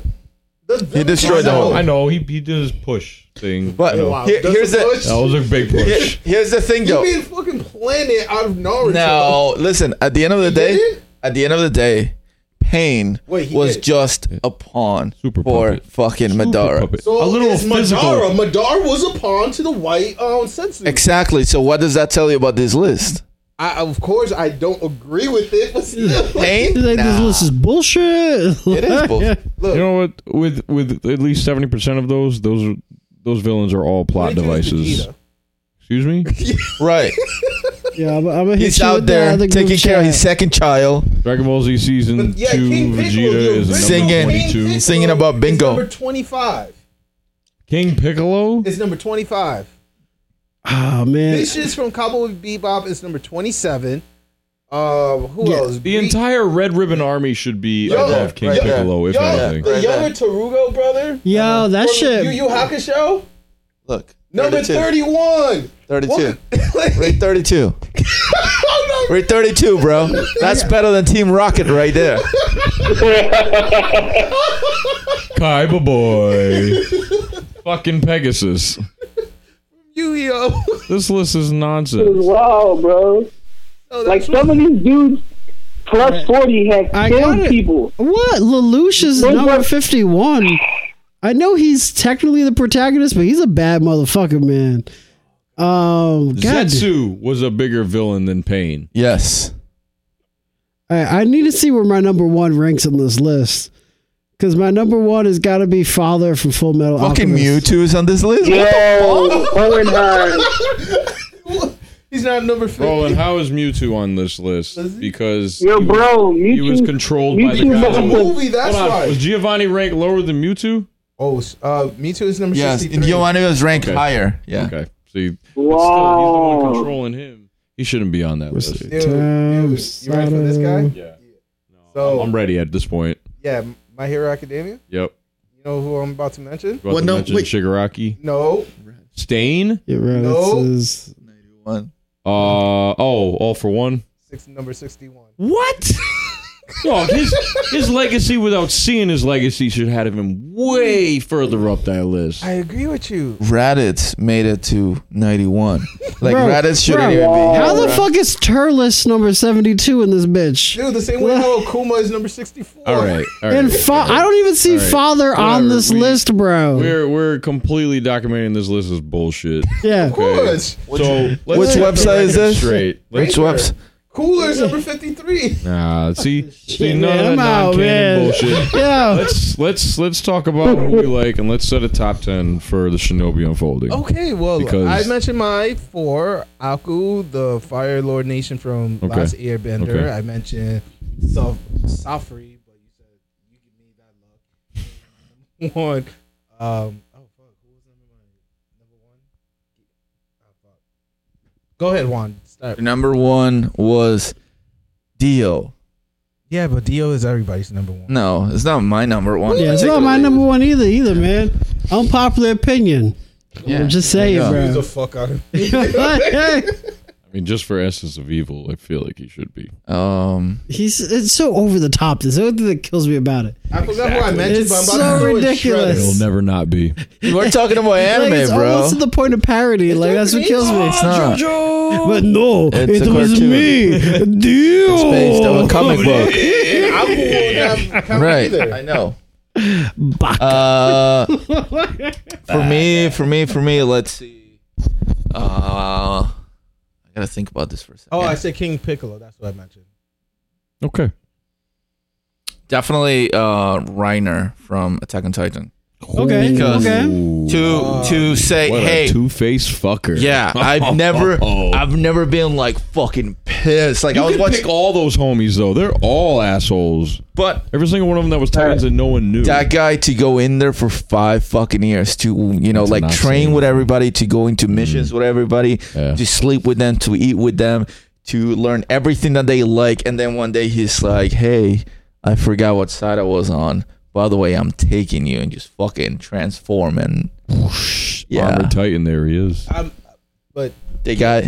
[SPEAKER 3] the
[SPEAKER 4] He destroyed the whole.
[SPEAKER 5] I know he, he did his push thing.
[SPEAKER 4] But
[SPEAKER 5] I know.
[SPEAKER 3] Wow,
[SPEAKER 4] here-
[SPEAKER 3] that's
[SPEAKER 4] here's
[SPEAKER 3] a
[SPEAKER 4] the
[SPEAKER 3] push?
[SPEAKER 5] that was a big push.
[SPEAKER 4] here's the thing
[SPEAKER 3] You
[SPEAKER 4] though.
[SPEAKER 3] mean fucking planet out of Naruto?
[SPEAKER 4] No, listen. At the end of the day,
[SPEAKER 3] did it?
[SPEAKER 4] at the end of the day, Pain
[SPEAKER 3] Wait, he
[SPEAKER 4] was
[SPEAKER 3] did.
[SPEAKER 4] just a pawn
[SPEAKER 5] Super
[SPEAKER 4] for
[SPEAKER 5] puppet.
[SPEAKER 4] fucking
[SPEAKER 5] Super
[SPEAKER 4] Madara.
[SPEAKER 5] puppet.
[SPEAKER 3] So
[SPEAKER 5] a little
[SPEAKER 3] is
[SPEAKER 5] physical.
[SPEAKER 3] Madara. Madara was a pawn to the white um senses.
[SPEAKER 4] Exactly. So what does that tell you about this list?
[SPEAKER 3] I, of course, I don't agree with it, but still,
[SPEAKER 4] Pain.
[SPEAKER 2] Like, This
[SPEAKER 4] Nah.
[SPEAKER 2] list is bullshit.
[SPEAKER 4] It is bullshit.
[SPEAKER 3] uh,
[SPEAKER 5] You know what? With with at least seventy percent of those, those are- those villains are all plot devices.
[SPEAKER 3] Vegeta.
[SPEAKER 5] Excuse me.
[SPEAKER 4] Right.
[SPEAKER 2] yeah, I'm, I'm gonna hit
[SPEAKER 4] He's
[SPEAKER 2] you
[SPEAKER 4] out
[SPEAKER 2] with that
[SPEAKER 4] there
[SPEAKER 2] other
[SPEAKER 4] taking
[SPEAKER 2] group
[SPEAKER 4] care of
[SPEAKER 2] chat.
[SPEAKER 4] his second child.
[SPEAKER 5] Dragon Ball Z season
[SPEAKER 3] But yeah,
[SPEAKER 5] two.
[SPEAKER 3] King Piccolo,
[SPEAKER 5] Vegeta
[SPEAKER 3] the
[SPEAKER 5] is
[SPEAKER 3] original
[SPEAKER 5] a
[SPEAKER 4] Singing.
[SPEAKER 5] number
[SPEAKER 3] King
[SPEAKER 5] twenty-two.
[SPEAKER 3] Piccolo
[SPEAKER 4] Singing about
[SPEAKER 3] is
[SPEAKER 4] bingo.
[SPEAKER 3] number twenty-five.
[SPEAKER 5] King Piccolo.
[SPEAKER 3] It's number twenty-five.
[SPEAKER 2] Oh man,
[SPEAKER 3] This is from Cowboy Bebop. It's number twenty-seven. Uh, who else?
[SPEAKER 5] The entire Red Ribbon Army should be
[SPEAKER 3] Yo,
[SPEAKER 5] above King
[SPEAKER 4] right there.
[SPEAKER 5] Piccolo, if
[SPEAKER 3] Yo,
[SPEAKER 5] anything.
[SPEAKER 3] the
[SPEAKER 4] Right
[SPEAKER 3] younger
[SPEAKER 4] there.
[SPEAKER 3] Tarugo brother. Uh-huh.
[SPEAKER 2] yo, that
[SPEAKER 3] from
[SPEAKER 2] shit.
[SPEAKER 3] Yu Yu Hakusho.
[SPEAKER 4] Look.
[SPEAKER 3] Number
[SPEAKER 4] 32.
[SPEAKER 3] thirty-one.
[SPEAKER 4] Thirty-two.
[SPEAKER 3] Like,
[SPEAKER 4] Rate thirty-two.
[SPEAKER 3] Oh,
[SPEAKER 4] Rate thirty-two, bro. That's better than Team Rocket right there.
[SPEAKER 5] Kaiba boy. Fucking Pegasus.
[SPEAKER 3] Yu-Gi-Oh.
[SPEAKER 5] This list is nonsense.
[SPEAKER 6] Wow, bro.
[SPEAKER 3] Oh,
[SPEAKER 6] Like
[SPEAKER 3] that's
[SPEAKER 6] some of these dudes plus forty have
[SPEAKER 2] I got
[SPEAKER 6] killed
[SPEAKER 2] it.
[SPEAKER 6] people.
[SPEAKER 2] What? Lelouch is
[SPEAKER 6] Wait,
[SPEAKER 2] number
[SPEAKER 6] what?
[SPEAKER 2] 51. I know he's technically the protagonist, but he's a bad motherfucker, man. Um, God,
[SPEAKER 5] Zetsu was a bigger villain than Pain.
[SPEAKER 4] Yes.
[SPEAKER 2] I, I need to see where my number one ranks on this list. Because my number one has got to be Father from Full Metal
[SPEAKER 4] Fucking
[SPEAKER 2] Alchemist.
[SPEAKER 4] Mewtwo's on this list.
[SPEAKER 6] Yo, Owen Hart.
[SPEAKER 3] He's not number fifty.
[SPEAKER 5] Bro, and how is Mewtwo on this list? Because
[SPEAKER 6] Yo,
[SPEAKER 5] he-
[SPEAKER 6] bro,
[SPEAKER 5] he was
[SPEAKER 6] Mewtwo.
[SPEAKER 5] controlled by the
[SPEAKER 6] Mewtwo
[SPEAKER 5] guy.
[SPEAKER 6] motherfucker.
[SPEAKER 5] Hold
[SPEAKER 3] movie. That's
[SPEAKER 5] on,
[SPEAKER 3] right.
[SPEAKER 5] was Giovanni ranked lower than Mewtwo?
[SPEAKER 3] Oh, s- uh, Me Too is number
[SPEAKER 4] Yes. And
[SPEAKER 3] 63.
[SPEAKER 4] Giovanni was ranked
[SPEAKER 5] Okay.
[SPEAKER 4] higher. Yeah.
[SPEAKER 5] Okay, see, still, he's the one
[SPEAKER 6] Wow.
[SPEAKER 5] controlling him. He shouldn't be on that list.
[SPEAKER 3] Dude,
[SPEAKER 2] Damn,
[SPEAKER 3] dude, you ready for this guy?
[SPEAKER 5] Yeah,
[SPEAKER 3] So,
[SPEAKER 5] I'm ready at this point.
[SPEAKER 3] yeah, My Hero Academia.
[SPEAKER 5] Yep.
[SPEAKER 3] You know who I'm about to mention?
[SPEAKER 5] About to
[SPEAKER 4] no,
[SPEAKER 5] mention
[SPEAKER 4] wait.
[SPEAKER 5] Shigaraki,
[SPEAKER 3] No.
[SPEAKER 5] Stain.
[SPEAKER 2] Yeah, right.
[SPEAKER 3] No.
[SPEAKER 2] This is-
[SPEAKER 4] One.
[SPEAKER 5] Uh oh, all for one.
[SPEAKER 3] Six, number 61.
[SPEAKER 5] What? Dog, his his legacy without seeing his legacy should have had him way further up that list.
[SPEAKER 3] I agree with you.
[SPEAKER 4] Raditz made it to 91. Like,
[SPEAKER 2] Bro,
[SPEAKER 4] Raditz shouldn't
[SPEAKER 2] bro.
[SPEAKER 4] even be.
[SPEAKER 2] How the fuck is Turles number 72 in this bitch?
[SPEAKER 3] Dude, the same way how Akuma is number 64.
[SPEAKER 5] All right, all right.
[SPEAKER 2] And fa- I don't even see
[SPEAKER 5] Alright.
[SPEAKER 2] Father on
[SPEAKER 5] Whatever,
[SPEAKER 2] this
[SPEAKER 5] we-
[SPEAKER 2] list, bro.
[SPEAKER 5] We're we're completely documenting this list as bullshit.
[SPEAKER 2] yeah.
[SPEAKER 3] Of course.
[SPEAKER 5] So let's
[SPEAKER 4] which
[SPEAKER 5] get the
[SPEAKER 4] website is
[SPEAKER 5] record
[SPEAKER 4] this?
[SPEAKER 5] Straight.
[SPEAKER 4] Which webs?
[SPEAKER 3] Cooler is number 53.
[SPEAKER 5] Nah, see, see
[SPEAKER 2] Shit,
[SPEAKER 5] none
[SPEAKER 2] man,
[SPEAKER 5] of
[SPEAKER 2] I'm
[SPEAKER 5] that
[SPEAKER 2] out, man.
[SPEAKER 5] non-canon bullshit.
[SPEAKER 2] Yeah.
[SPEAKER 5] Let's let's let's talk about who we like and let's set a top ten for the Shinobi unfolding.
[SPEAKER 3] Okay, well,
[SPEAKER 5] Because-
[SPEAKER 3] I mentioned my four Aku, the Fire Lord Nation from
[SPEAKER 5] Okay.
[SPEAKER 3] Last Airbender.
[SPEAKER 5] Okay.
[SPEAKER 3] I mentioned Saf- Safri, but you said you give me that love. one. Um, oh, fuck. Who was number one? Number one? Oh, fuck. Go ahead, Juan. Start.
[SPEAKER 4] Number one was Dio.
[SPEAKER 3] Yeah, but Dio is everybody's number one.
[SPEAKER 4] No, it's not my number one.
[SPEAKER 2] Yeah, it's not my number one either, either, man. Unpopular opinion.
[SPEAKER 4] Yeah.
[SPEAKER 2] I'm just saying,
[SPEAKER 4] Yeah.
[SPEAKER 3] Who's the
[SPEAKER 2] bro.
[SPEAKER 3] fuck out of
[SPEAKER 5] I mean, just for essence of evil, I feel like he should be.
[SPEAKER 4] Um,
[SPEAKER 2] He's it's so over the top. This the thing that kills me about it.
[SPEAKER 3] I forgot who I mentioned,
[SPEAKER 2] It's
[SPEAKER 3] but I'm
[SPEAKER 2] so
[SPEAKER 3] about to
[SPEAKER 2] ridiculous.
[SPEAKER 3] ridiculous.
[SPEAKER 5] He'll never not be.
[SPEAKER 4] we're talking about
[SPEAKER 2] Like,
[SPEAKER 4] anime,
[SPEAKER 2] it's
[SPEAKER 4] bro.
[SPEAKER 2] almost to the point of parody. like that's what kills me.
[SPEAKER 4] It's not.
[SPEAKER 2] But no,
[SPEAKER 4] It's
[SPEAKER 2] it
[SPEAKER 4] a
[SPEAKER 2] was
[SPEAKER 4] cartoon.
[SPEAKER 2] me. Deal.
[SPEAKER 4] Based on a comic book,
[SPEAKER 3] Ridiculous.
[SPEAKER 4] right? I know.
[SPEAKER 2] Baka.
[SPEAKER 4] Uh, for me, for me, for me. Let's see. Uh, I gotta think about this for a second.
[SPEAKER 3] Oh, I said King Piccolo. That's what I mentioned.
[SPEAKER 5] Okay.
[SPEAKER 4] definitely uh, Reiner from Attack on Titan.
[SPEAKER 2] Okay,
[SPEAKER 4] Because-
[SPEAKER 2] okay.
[SPEAKER 4] To to say,
[SPEAKER 5] What
[SPEAKER 4] hey,
[SPEAKER 5] a two-faced fucker. Oh.
[SPEAKER 4] yeah, I've never, I've never been like fucking pissed. Like
[SPEAKER 5] You
[SPEAKER 4] I was
[SPEAKER 5] can
[SPEAKER 4] watching,
[SPEAKER 5] pick all those homies though. They're all assholes.
[SPEAKER 4] but
[SPEAKER 5] Every single one of them that was Titans and no one knew.
[SPEAKER 4] that guy to go in there for five fucking years to you know
[SPEAKER 5] That's
[SPEAKER 4] like
[SPEAKER 5] not
[SPEAKER 4] train
[SPEAKER 5] safe.
[SPEAKER 4] with everybody to go into missions with everybody
[SPEAKER 5] Yeah.
[SPEAKER 4] to sleep with them to eat with them to learn everything that they like and then one day he's like hey i forgot what side i was on by the way i'm taking you and just fucking transform and yeah
[SPEAKER 5] Armored Titan, there he is.
[SPEAKER 3] I'm, but
[SPEAKER 4] they got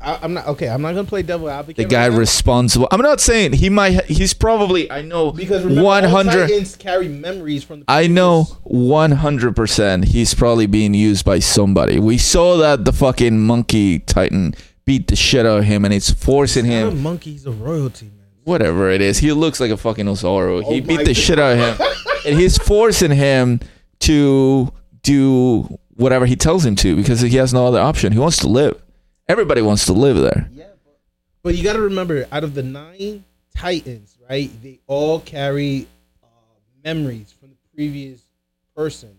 [SPEAKER 3] I, I'm not okay. I'm not gonna play devil advocate.
[SPEAKER 4] The guy
[SPEAKER 3] right now.
[SPEAKER 4] responsible. I'm not saying he might. He's probably. I know.
[SPEAKER 3] because remember,
[SPEAKER 4] one
[SPEAKER 3] 100
[SPEAKER 4] hundred.
[SPEAKER 3] Titans carry memories from the
[SPEAKER 4] I know 100% he's probably being used by somebody. We saw that the fucking monkey titan beat the shit out of him and it's forcing
[SPEAKER 3] Not a
[SPEAKER 4] him,
[SPEAKER 3] monkey, he's a royalty man.
[SPEAKER 4] whatever it is. He looks like a fucking Osoro. He beat the shit out of him and he's forcing him to do whatever he tells him to because he has no other option. He wants to live. Everybody wants to live there.
[SPEAKER 3] But you got to remember, out of the nine Titans, right, they all carry uh, memories from the previous person.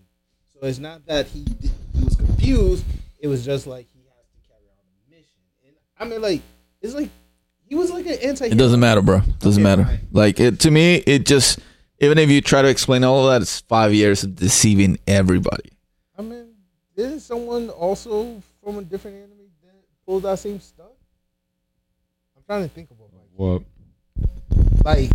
[SPEAKER 3] So it's not that he, did, he was confused. It was just like he has to carry out the mission. And I mean, like it's like he was like an anti.
[SPEAKER 4] It doesn't matter, bro. It doesn't
[SPEAKER 3] Okay,
[SPEAKER 4] matter.
[SPEAKER 3] fine.
[SPEAKER 4] Like it to me, it just even if you try to explain all of that, it's five years of deceiving everybody.
[SPEAKER 3] I mean, isn't someone also from a different anime that pulled that same stunt? I'm trying to think about like
[SPEAKER 5] What?
[SPEAKER 3] like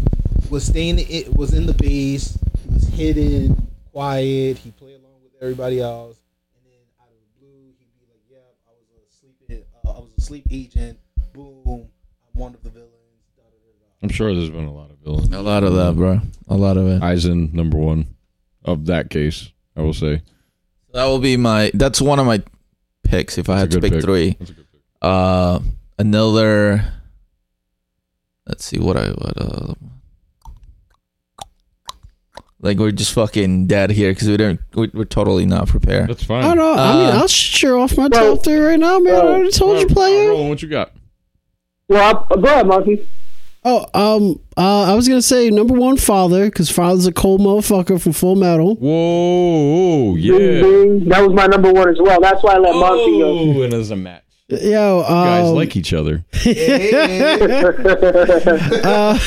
[SPEAKER 3] was staying it was in the base he was hidden quiet he played along with everybody else and then out of the blue he'd be like yeah i was a sleep uh, i was a sleep agent boom i'm one of the villains da, da, da, da.
[SPEAKER 5] I'm sure there's been a lot of villains.
[SPEAKER 4] A lot of that, bro. A lot of it.
[SPEAKER 5] Eisen number one of that case. I will say
[SPEAKER 4] That will be my. That's one of my picks. If I had
[SPEAKER 5] That's
[SPEAKER 4] to
[SPEAKER 5] a good
[SPEAKER 4] pick, three,
[SPEAKER 5] That's a good pick.
[SPEAKER 4] uh, another. Let's see what I what uh. Like we're just fucking dead here because we don't. We, we're totally not prepared.
[SPEAKER 5] That's fine.
[SPEAKER 2] I don't. I mean,
[SPEAKER 4] Uh,
[SPEAKER 2] I'll share off my
[SPEAKER 6] Bro.
[SPEAKER 2] top three right now, man. I
[SPEAKER 6] Bro.
[SPEAKER 2] already told you,
[SPEAKER 5] Roland,
[SPEAKER 2] player.
[SPEAKER 5] Roland, what you got?
[SPEAKER 6] Well, I, go ahead, Monty.
[SPEAKER 2] Oh, um, uh, I was gonna say number one, father, because father's a cold motherfucker from Full Metal.
[SPEAKER 5] Whoa!
[SPEAKER 6] Bing,
[SPEAKER 5] Yeah.
[SPEAKER 6] bing. That was my number one as well. That's why I let Monty go.
[SPEAKER 5] Oh, and as a match,
[SPEAKER 2] Yo, um,
[SPEAKER 5] guys like each other.
[SPEAKER 2] uh,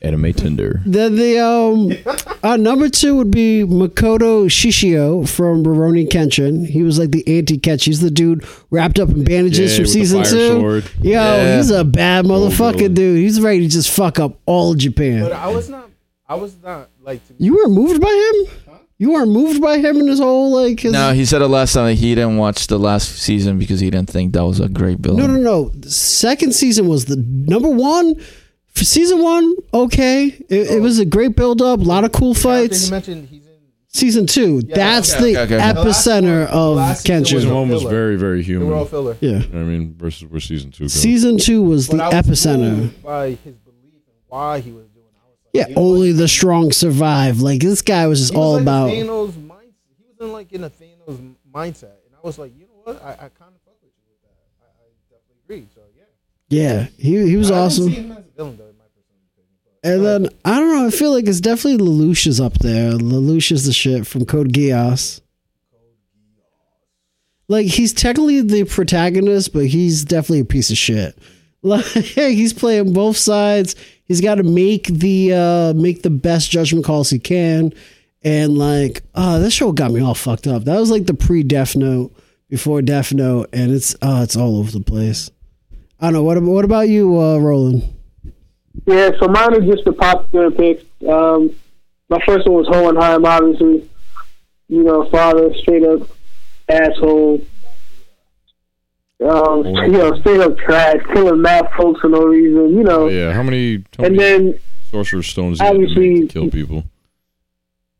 [SPEAKER 5] Anime Tinder.
[SPEAKER 2] the the um, uh, number two would be Makoto Shishio from Rurouni Kenshin. He was like the anti catch. He's the dude wrapped up in bandages
[SPEAKER 5] Yeah,
[SPEAKER 2] from
[SPEAKER 5] with the
[SPEAKER 2] season
[SPEAKER 5] fire
[SPEAKER 2] two.
[SPEAKER 5] sword.
[SPEAKER 2] Yo,
[SPEAKER 4] Yeah.
[SPEAKER 2] he's a bad motherfucker,
[SPEAKER 5] villain.
[SPEAKER 2] dude. He's ready to just fuck up all Japan.
[SPEAKER 3] but uh, i was not i was not like to
[SPEAKER 2] You weren't moved by him? You weren't moved by him in his whole like his
[SPEAKER 4] No, he said it last time that he didn't watch the last season because he didn't think that was a great build.
[SPEAKER 2] No, no, no. The Second season was the number one. For season one, okay. It, it was a great build up, a lot of cool
[SPEAKER 3] he
[SPEAKER 2] fights.
[SPEAKER 3] mentioned he's in
[SPEAKER 2] Season two, that's
[SPEAKER 4] okay,
[SPEAKER 2] the
[SPEAKER 4] okay, okay. The
[SPEAKER 3] last
[SPEAKER 2] epicenter
[SPEAKER 3] one- the
[SPEAKER 2] of
[SPEAKER 3] last season was
[SPEAKER 5] Season
[SPEAKER 2] Kenshin.
[SPEAKER 3] a
[SPEAKER 5] one was
[SPEAKER 3] filler.
[SPEAKER 5] very, very
[SPEAKER 3] they
[SPEAKER 5] human.
[SPEAKER 3] were all filler
[SPEAKER 2] Yeah.
[SPEAKER 5] I mean, versus where season two goes.
[SPEAKER 2] Season two was the
[SPEAKER 3] But I was
[SPEAKER 2] epicenter.
[SPEAKER 3] moved by his belief and why he was doing it. I was like,
[SPEAKER 2] Yeah,
[SPEAKER 3] you know what?
[SPEAKER 2] only the strong survive. Like this guy was just
[SPEAKER 3] He was
[SPEAKER 2] all
[SPEAKER 3] like a
[SPEAKER 2] about.
[SPEAKER 3] Thanos mindset. He was in like in a Thanos m- mindset, and I was like, you know what? I, I kind of fuck with you with that. I, I definitely agree. So yeah,
[SPEAKER 2] Yeah, he he was
[SPEAKER 3] I
[SPEAKER 2] awesome.
[SPEAKER 3] Didn't see him as a villain though. In my personal opinion, but
[SPEAKER 2] And then I don't know. I feel like it's definitely Lelouch is up there. Lelouch is the shit from Code Geass. Like he's technically the protagonist, but he's definitely a piece of shit. Like he's playing both sides. He's got to make the uh, make the best judgment calls he can. And like, uh, this show got me all fucked up. That was like the pre Death Note, before Death Note, and it's uh, it's all over the place. I don't know. What ab- what about you, uh, Roland?
[SPEAKER 6] Yeah, so mine are just the popular picks. Um, my first one was Hohenheim, obviously. You know, father, straight up asshole. Um,
[SPEAKER 5] Mm-hmm.
[SPEAKER 6] you know, straight up trash, killing mad folks for no reason. You know,
[SPEAKER 5] Oh, yeah. How many? How
[SPEAKER 6] and
[SPEAKER 5] many
[SPEAKER 6] then
[SPEAKER 5] sorcerer's stones did you
[SPEAKER 6] obviously-
[SPEAKER 5] make to kill people?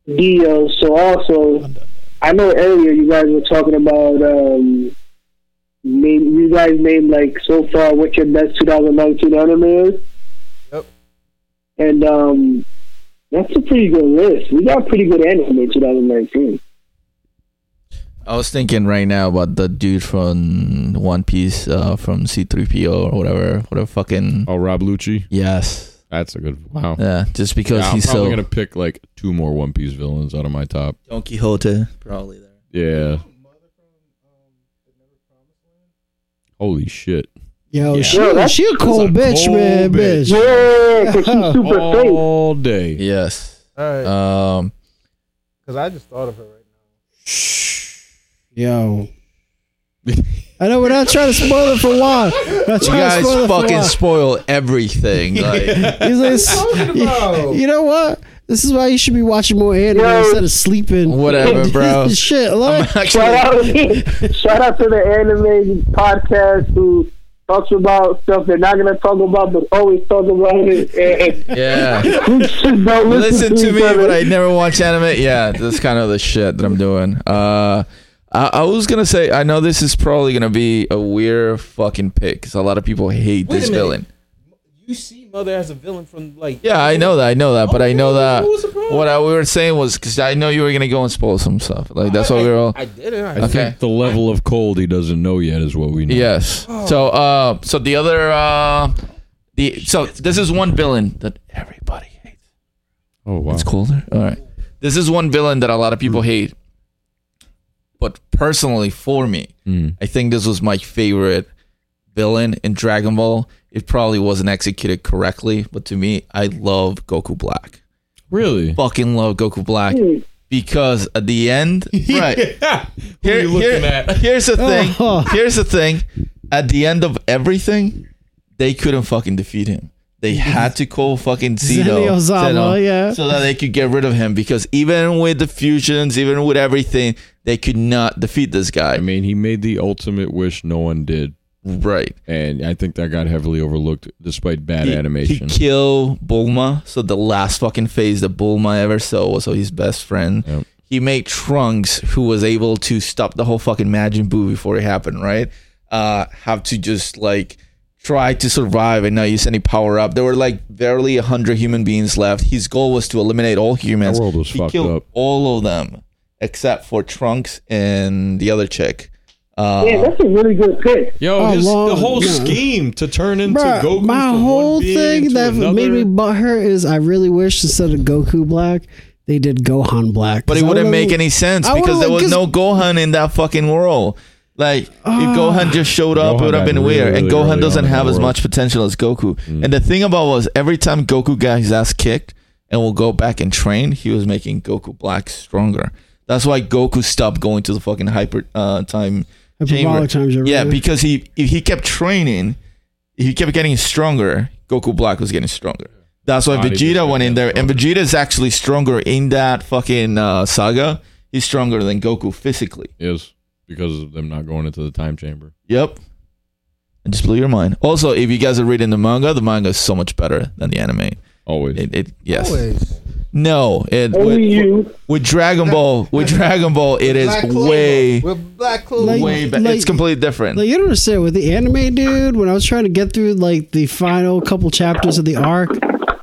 [SPEAKER 6] Dio. So also, I know earlier you guys were talking about um, name, you guys named like so far what your best 2019 anime is.
[SPEAKER 3] Yep.
[SPEAKER 6] And um, that's a pretty good list. We got pretty good anime in 2019.
[SPEAKER 4] I was thinking right now about the dude from One Piece, uh, from C3PO or whatever, whatever fucking.
[SPEAKER 5] Oh, Rob Lucci.
[SPEAKER 4] Yes.
[SPEAKER 5] That's a good. Wow.
[SPEAKER 4] Yeah, just because
[SPEAKER 5] Yeah, I'm
[SPEAKER 4] he's
[SPEAKER 5] probably
[SPEAKER 4] so
[SPEAKER 5] gonna pick like two more One Piece villains out of my top.
[SPEAKER 4] Don Quixote, probably there.
[SPEAKER 5] Yeah. Holy shit!
[SPEAKER 2] Yo, she,
[SPEAKER 6] Yo, that's-
[SPEAKER 2] she a cold
[SPEAKER 5] that's
[SPEAKER 2] bitch,
[SPEAKER 5] a cold
[SPEAKER 2] man,
[SPEAKER 5] bitch.
[SPEAKER 2] bitch.
[SPEAKER 6] Yeah, because she's super
[SPEAKER 4] Oh.
[SPEAKER 6] fake.
[SPEAKER 5] All day.
[SPEAKER 4] Yes.
[SPEAKER 3] all right,
[SPEAKER 4] Um,
[SPEAKER 3] because I just thought of her right now.
[SPEAKER 2] Yo. I know we're not trying to spoil it for Juan. We're
[SPEAKER 4] you
[SPEAKER 2] Not trying to
[SPEAKER 4] guys
[SPEAKER 2] spoil it for
[SPEAKER 4] fucking
[SPEAKER 2] Juan.
[SPEAKER 4] spoil everything. Like,
[SPEAKER 2] He's like, "S-
[SPEAKER 3] about?"
[SPEAKER 2] you, you know what? This is why you should be watching more anime
[SPEAKER 6] Yo.
[SPEAKER 2] instead of sleeping.
[SPEAKER 4] Whatever, bro.
[SPEAKER 2] Shit, like,
[SPEAKER 4] actually,
[SPEAKER 6] Shout out, shout out to the anime podcast who talks about stuff they're not gonna talk about, but always talk about it. And, and
[SPEAKER 4] Yeah.
[SPEAKER 6] we just don't listen,
[SPEAKER 4] Listen to me,
[SPEAKER 6] each other.
[SPEAKER 4] but I never watch anime. Yeah, that's kind of the shit that I'm doing. Uh, I, I was gonna say, I know this is probably gonna be a weird fucking pick because a lot of people hate
[SPEAKER 3] Wait a
[SPEAKER 4] this
[SPEAKER 3] minute.
[SPEAKER 4] villain.
[SPEAKER 3] You see Mother as a villain from like
[SPEAKER 4] Yeah, I know that. I know that, but I know
[SPEAKER 3] Okay,
[SPEAKER 4] that
[SPEAKER 3] what was Oh, the problem?
[SPEAKER 4] what I, we were saying was because I know you were gonna go and spoil some stuff. Like that's what we were all.
[SPEAKER 3] I didn't. I,
[SPEAKER 5] I
[SPEAKER 4] Okay.
[SPEAKER 5] think the level of cold he doesn't know yet is what we know.
[SPEAKER 4] Yes. So, uh, so the other, uh, the so this is one villain that everybody hates.
[SPEAKER 5] Oh wow.
[SPEAKER 4] It's colder. All right. This is one villain that a lot of people hate. But personally, for me,
[SPEAKER 5] Mm.
[SPEAKER 4] I think this was my favorite villain in Dragon Ball. It probably wasn't executed correctly, but to me, I love Goku Black.
[SPEAKER 5] Really?
[SPEAKER 4] Fucking love Goku Black
[SPEAKER 2] Hmm.
[SPEAKER 4] because at the end, right?
[SPEAKER 5] Who are you looking
[SPEAKER 4] here-
[SPEAKER 5] at?
[SPEAKER 4] Here's the thing.
[SPEAKER 2] Oh.
[SPEAKER 4] Here's the thing. At the end of everything, they couldn't fucking defeat him. They had to call fucking Zeno,
[SPEAKER 2] Zenny Ozawa,
[SPEAKER 4] Zeno,
[SPEAKER 2] yeah.
[SPEAKER 4] so that they could get rid of him because even with the fusions, even with everything, they could not defeat this guy.
[SPEAKER 5] I mean, he made the ultimate wish no one did,
[SPEAKER 4] right.
[SPEAKER 5] and I think that got heavily overlooked despite bad
[SPEAKER 4] He-
[SPEAKER 5] animation.
[SPEAKER 4] He killed Bulma. So the last fucking phase that Bulma ever saw was his best friend.
[SPEAKER 5] Yep.
[SPEAKER 4] He made Trunks, who was able to stop the whole fucking Majin Buu before it happened, right? Uh, have to just like try to survive and not use any power up. There were like barely hundred human beings left. His goal was to eliminate all humans.
[SPEAKER 5] The world was
[SPEAKER 4] he
[SPEAKER 5] fucked
[SPEAKER 4] killed
[SPEAKER 5] up.
[SPEAKER 4] all of them except for Trunks and the other chick. Uh,
[SPEAKER 6] Man, that's a really good pick.
[SPEAKER 5] Yo,
[SPEAKER 2] Oh,
[SPEAKER 5] his,
[SPEAKER 2] Lord,
[SPEAKER 5] the whole
[SPEAKER 2] no.
[SPEAKER 5] scheme to turn into
[SPEAKER 2] Bruh,
[SPEAKER 5] Goku.
[SPEAKER 2] my
[SPEAKER 5] from
[SPEAKER 2] whole
[SPEAKER 5] one being
[SPEAKER 2] thing
[SPEAKER 5] into
[SPEAKER 2] that
[SPEAKER 5] another.
[SPEAKER 2] made me butthurt is I really wish instead of Goku Black, they did Gohan Black.
[SPEAKER 4] But
[SPEAKER 2] 'Cause
[SPEAKER 4] it
[SPEAKER 2] I
[SPEAKER 4] wouldn't
[SPEAKER 2] would've-
[SPEAKER 4] make any sense
[SPEAKER 2] I
[SPEAKER 4] because
[SPEAKER 2] would've-
[SPEAKER 4] there was
[SPEAKER 2] 'cause-
[SPEAKER 4] no Gohan in that fucking world. Like
[SPEAKER 2] Ah.
[SPEAKER 4] if Gohan just showed up,
[SPEAKER 5] Gohan
[SPEAKER 4] it would have
[SPEAKER 5] got
[SPEAKER 4] been
[SPEAKER 5] really,
[SPEAKER 4] weird. and
[SPEAKER 5] really
[SPEAKER 4] Gohan
[SPEAKER 5] early
[SPEAKER 4] doesn't
[SPEAKER 5] on in the
[SPEAKER 4] have as
[SPEAKER 5] world. Mm.
[SPEAKER 4] much potential as Goku. And the thing about was every time Goku got his ass kicked and will go back and train, he was making Goku Black stronger. That's why Goku stopped going to the fucking hyper uh, time chamber.
[SPEAKER 2] Hyperbolic time chamber,
[SPEAKER 4] Yeah,
[SPEAKER 2] yeah.
[SPEAKER 4] because he if he kept training, he kept getting stronger. Goku Black was getting stronger. That's why
[SPEAKER 5] Body
[SPEAKER 4] Vegeta
[SPEAKER 5] just
[SPEAKER 4] went in
[SPEAKER 5] kept
[SPEAKER 4] there, and Vegeta is actually stronger in that fucking uh, saga. He's stronger than Goku physically.
[SPEAKER 5] Yes, because of them not going into the time chamber.
[SPEAKER 4] Yep. It just blew your mind. Also, if you guys are reading the manga, the manga is so much better than the anime.
[SPEAKER 5] Always.
[SPEAKER 4] It, it yes,
[SPEAKER 9] Always.
[SPEAKER 4] no, it
[SPEAKER 6] Only
[SPEAKER 4] with,
[SPEAKER 6] you.
[SPEAKER 4] with Dragon Ball, with Dragon Ball, it is
[SPEAKER 9] Black Clover.
[SPEAKER 4] way,
[SPEAKER 9] With Black Clover.
[SPEAKER 2] Like-
[SPEAKER 4] way better. It's completely different.
[SPEAKER 2] Like you don't understand with the anime, dude. When I was trying to get through like the final couple chapters of the arc,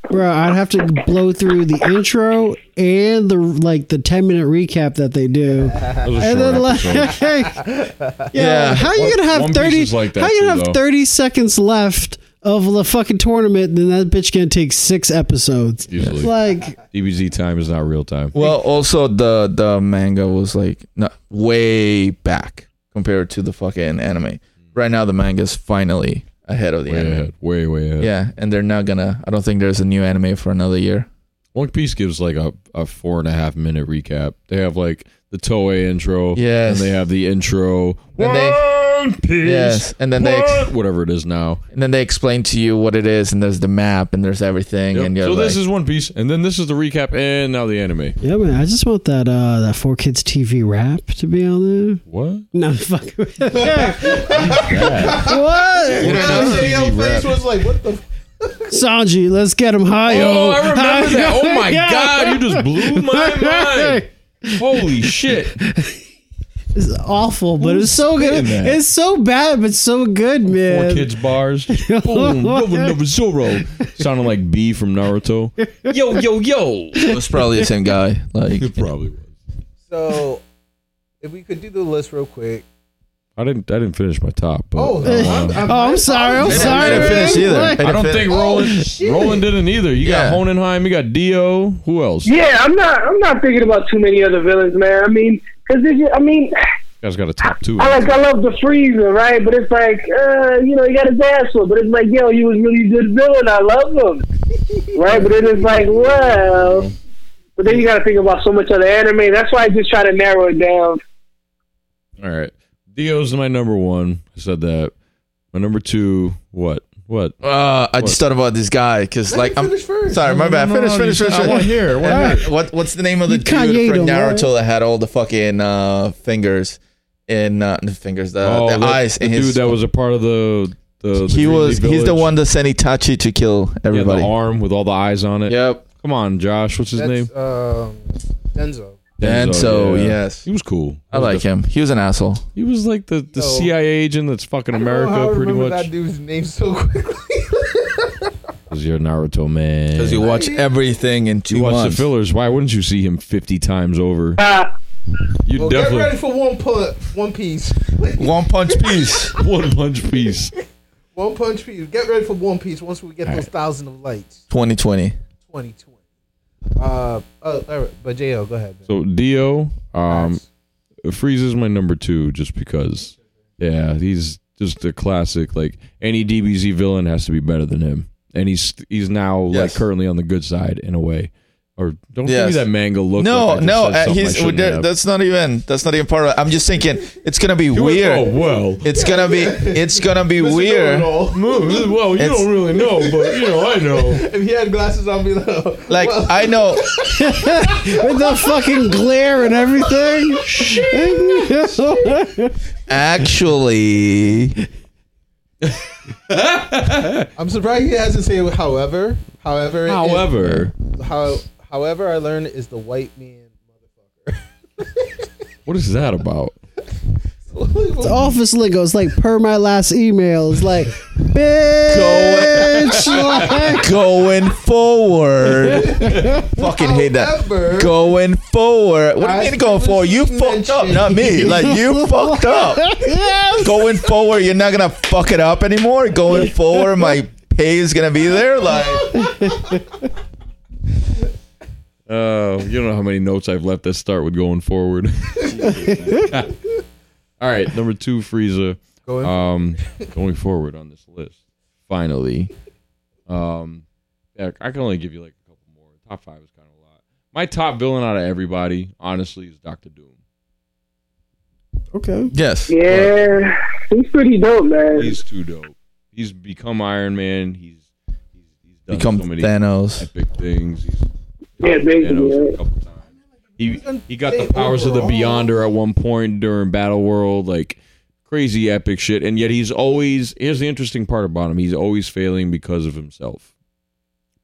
[SPEAKER 2] bro, I'd have to blow through the intro and the like the ten minute recap that they do,
[SPEAKER 5] That was a
[SPEAKER 2] and
[SPEAKER 5] short
[SPEAKER 2] then like,
[SPEAKER 5] episode.
[SPEAKER 2] yeah,
[SPEAKER 4] Yeah.
[SPEAKER 2] how you gonna have
[SPEAKER 5] One Piece
[SPEAKER 2] thirty?
[SPEAKER 5] is like that
[SPEAKER 2] how you gonna
[SPEAKER 5] too,
[SPEAKER 2] have
[SPEAKER 5] though.
[SPEAKER 2] thirty seconds left of the fucking tournament? Then that bitch gonna take six episodes.
[SPEAKER 5] Easily.
[SPEAKER 2] Like
[SPEAKER 5] DBZ time is not real time.
[SPEAKER 4] Well, also the the manga was like not, way back compared to the fucking anime. Right now, the manga's finally ahead of the
[SPEAKER 5] Way
[SPEAKER 4] anime.
[SPEAKER 5] ahead. Way, way ahead.
[SPEAKER 4] Yeah, and they're not gonna. I don't think there's a new anime for another year.
[SPEAKER 5] One Piece gives like a, a four and a half minute recap. They have like the Toei intro.
[SPEAKER 4] Yes.
[SPEAKER 5] And they have the intro.
[SPEAKER 4] And they-
[SPEAKER 5] One Piece.
[SPEAKER 4] Yes, and then they ex-
[SPEAKER 5] What? Whatever it is now.
[SPEAKER 4] And then they explain to you what it is, and there's the map, and there's everything,
[SPEAKER 5] Yep.
[SPEAKER 4] and you're
[SPEAKER 5] So this
[SPEAKER 4] like-
[SPEAKER 5] is One Piece, and then this is the recap, and now the anime.
[SPEAKER 2] yeah, man, I just want that uh that four kids TV rap to be on there.
[SPEAKER 5] What?
[SPEAKER 2] No, fuck. what?
[SPEAKER 9] Yo, face was like, what the?
[SPEAKER 2] Sanji, let's get him high.
[SPEAKER 5] Oh, I remember
[SPEAKER 2] Hi-yo.
[SPEAKER 5] that. Oh my
[SPEAKER 2] Yeah.
[SPEAKER 5] god, you just blew my mind. Holy shit.
[SPEAKER 2] It's awful, but it's so good.
[SPEAKER 5] spitting that?
[SPEAKER 2] It's so bad, but so good,
[SPEAKER 5] Four
[SPEAKER 2] man.
[SPEAKER 5] kids bars. Boom. Nova Nova Zoro. Sounding like B from Naruto. Yo, yo, yo.
[SPEAKER 4] it was probably the same guy. Like,
[SPEAKER 5] It probably was.
[SPEAKER 9] So, if we could do the list real quick.
[SPEAKER 5] I didn't I didn't finish my top, but
[SPEAKER 9] Oh,
[SPEAKER 5] I,
[SPEAKER 9] I'm,
[SPEAKER 5] wanna-
[SPEAKER 9] I'm,
[SPEAKER 2] Oh, I'm sorry. I'm
[SPEAKER 4] I didn't-
[SPEAKER 2] sorry.
[SPEAKER 4] I didn't finish
[SPEAKER 2] man.
[SPEAKER 4] either.
[SPEAKER 2] Like,
[SPEAKER 4] I
[SPEAKER 5] I don't
[SPEAKER 4] didn't
[SPEAKER 5] think
[SPEAKER 4] finish. Oh,
[SPEAKER 5] Roland
[SPEAKER 9] shit.
[SPEAKER 5] Roland didn't either. You
[SPEAKER 4] Yeah.
[SPEAKER 5] got Honenheim, you got Dio. Who else? You
[SPEAKER 6] Yeah, I'm not. I'm not thinking about too many other villains, man. I mean, because I mean,
[SPEAKER 5] guys got a top two.
[SPEAKER 6] I like I love the Freezer, right? But it's like, uh, you know, he got his ass whooped. But it's like, yo, he was really good villain. I love him, right? But it is like, well, but then you got to think about so much other anime. That's why I just try to narrow it down.
[SPEAKER 5] All right. Dio's my number one. I said that. My number two, what? What?
[SPEAKER 4] uh, I just thought about this guy because, like, I'm
[SPEAKER 9] finish first.
[SPEAKER 4] sorry, my bad.
[SPEAKER 5] No, no,
[SPEAKER 4] Finish,
[SPEAKER 5] no,
[SPEAKER 4] finish,
[SPEAKER 5] you-
[SPEAKER 4] finish.
[SPEAKER 5] I want to hear. it. I wanna hear it.
[SPEAKER 4] What what's the name of the
[SPEAKER 2] You Kanye
[SPEAKER 4] dude from
[SPEAKER 2] the
[SPEAKER 4] Naruto that had all the fucking uh, fingers in uh, the fingers the, the
[SPEAKER 5] Oh, that-
[SPEAKER 4] eyes
[SPEAKER 5] the
[SPEAKER 4] in his
[SPEAKER 5] dude that was a part of the The, the
[SPEAKER 4] he
[SPEAKER 5] Green
[SPEAKER 4] was
[SPEAKER 5] Leaf
[SPEAKER 4] he's the
[SPEAKER 5] Village.
[SPEAKER 4] one that sent Itachi to kill
[SPEAKER 5] Yeah,
[SPEAKER 4] everybody.
[SPEAKER 5] the arm with all the eyes on it.
[SPEAKER 4] Yep.
[SPEAKER 5] Come on, Josh. What's his name?
[SPEAKER 9] That's, um, Denzo.
[SPEAKER 4] And so yes.
[SPEAKER 5] He was cool.
[SPEAKER 4] I like him. He was an asshole.
[SPEAKER 5] He was like the, the
[SPEAKER 9] No.
[SPEAKER 5] CIA agent that's fucking
[SPEAKER 9] Oh, I don't know how
[SPEAKER 5] America,
[SPEAKER 9] I
[SPEAKER 5] pretty
[SPEAKER 9] remember
[SPEAKER 5] much.
[SPEAKER 9] That dude's name so quickly.
[SPEAKER 5] Because you're Naruto man.
[SPEAKER 4] Because you watch everything in two
[SPEAKER 5] You watch the
[SPEAKER 4] months.
[SPEAKER 5] fillers. Why wouldn't you see him 50 times over?
[SPEAKER 6] Ah,
[SPEAKER 5] You
[SPEAKER 9] Well, get ready
[SPEAKER 5] definitely
[SPEAKER 9] for one punch, one piece,
[SPEAKER 4] One Punch Piece.
[SPEAKER 5] one punch piece.
[SPEAKER 9] one punch piece. Get ready for one piece. Once we get those thousand of lights,
[SPEAKER 4] 2020.
[SPEAKER 9] twenty twenty. Uh, uh, all right, but Jo, go ahead. man.
[SPEAKER 5] So Dio, um,
[SPEAKER 9] Facts.
[SPEAKER 5] Frieza's my number two just because. Yeah, he's just a classic. Like any DBZ villain has to be better than him, and he's he's now
[SPEAKER 4] Yes.
[SPEAKER 5] like currently on the good side in a way. Or don't
[SPEAKER 4] Yes.
[SPEAKER 5] give me that manga look.
[SPEAKER 4] No,
[SPEAKER 5] like I just
[SPEAKER 4] no, uh,
[SPEAKER 5] said something I
[SPEAKER 4] he's
[SPEAKER 5] shouldn't
[SPEAKER 4] there-
[SPEAKER 5] have.
[SPEAKER 4] that's not even that's not even part of. it. I'm just thinking it's gonna be
[SPEAKER 5] You
[SPEAKER 4] weird.
[SPEAKER 5] went, Oh well,
[SPEAKER 4] It's gonna be it's gonna be weird.
[SPEAKER 5] Mm, well, you
[SPEAKER 4] It's-
[SPEAKER 5] don't really know, but you know I know.
[SPEAKER 9] If he had glasses on, be like,
[SPEAKER 4] Like I know
[SPEAKER 2] With the fucking glare and everything.
[SPEAKER 4] actually
[SPEAKER 9] I'm surprised he hasn't said however. However, it is-
[SPEAKER 5] However,
[SPEAKER 9] how, however, I learned is the white man
[SPEAKER 5] what is that about?
[SPEAKER 2] The
[SPEAKER 9] motherfucker.
[SPEAKER 2] office lingo is like per my last email. It's like, bitch. like,
[SPEAKER 4] going forward. Fucking hate that.
[SPEAKER 9] However,
[SPEAKER 4] Going forward. What do you mean going forward? You fucked up, not me. Like you fucked up.
[SPEAKER 2] yes.
[SPEAKER 4] Going forward, you're not gonna fuck it up anymore. Going forward, my pay is gonna be there. Like
[SPEAKER 5] Uh, you don't know how many notes I've left that start with going forward. All right, number two, Frieza.
[SPEAKER 9] Going-
[SPEAKER 5] um, going forward on this list, finally. Um, yeah, I can only give you like a couple more. Top five is kind of a lot. My top villain out of everybody, honestly, is Doctor Doom.
[SPEAKER 2] Okay.
[SPEAKER 4] yes.
[SPEAKER 6] yeah, he's pretty dope, man.
[SPEAKER 5] He's too dope. He's become Iron Man. He's he's, he's done
[SPEAKER 4] Become
[SPEAKER 5] so many
[SPEAKER 4] Thanos.
[SPEAKER 5] epic things. He's
[SPEAKER 6] yeah, basically.
[SPEAKER 5] Thanos
[SPEAKER 6] yeah.
[SPEAKER 5] a couple times. He he got the
[SPEAKER 9] Say
[SPEAKER 5] powers of the
[SPEAKER 9] overall.
[SPEAKER 5] Beyonder at one point during Battle World, like crazy epic shit. And yet he's always here's the interesting part about him: he's always failing because of himself,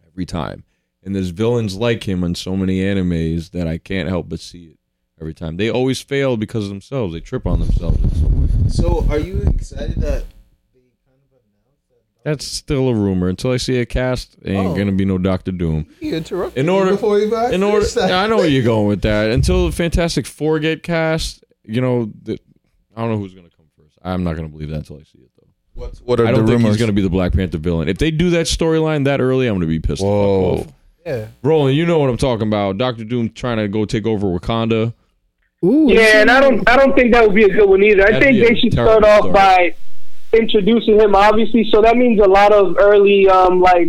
[SPEAKER 5] every time. And there's villains like him in so many animes that I can't help but see it every time. They always fail because of themselves. They trip on themselves. in some way.
[SPEAKER 9] so are you excited that they kind of announced that?
[SPEAKER 5] That's still a rumor. Until I see a cast, ain't
[SPEAKER 9] Oh.
[SPEAKER 5] gonna be no Doctor Doom.
[SPEAKER 9] He interrupted
[SPEAKER 5] In
[SPEAKER 9] me
[SPEAKER 5] order-
[SPEAKER 9] before he even
[SPEAKER 5] in
[SPEAKER 9] finished
[SPEAKER 5] order,
[SPEAKER 9] that.
[SPEAKER 5] I know where you're going with that. Until the Fantastic Four get cast, you know, the, I don't know who's going to come first. I'm not going to believe that until I see it, though.
[SPEAKER 4] What's, what are
[SPEAKER 5] I
[SPEAKER 4] the
[SPEAKER 5] don't think
[SPEAKER 4] rumors?
[SPEAKER 5] he's going to be the Black Panther villain. If they do that storyline that early, I'm going to be pissed.
[SPEAKER 4] Whoa.
[SPEAKER 5] off.
[SPEAKER 9] Yeah.
[SPEAKER 5] Roland, you know what I'm talking about. Doctor Doom trying to go take over Wakanda.
[SPEAKER 2] Ooh,
[SPEAKER 6] Yeah, and I don't I don't think that would be a good one either. I
[SPEAKER 5] That'd
[SPEAKER 6] think
[SPEAKER 5] be a
[SPEAKER 6] they should
[SPEAKER 5] terrible
[SPEAKER 6] start off
[SPEAKER 5] start.
[SPEAKER 6] by introducing him, obviously. So that means a lot of early, um, like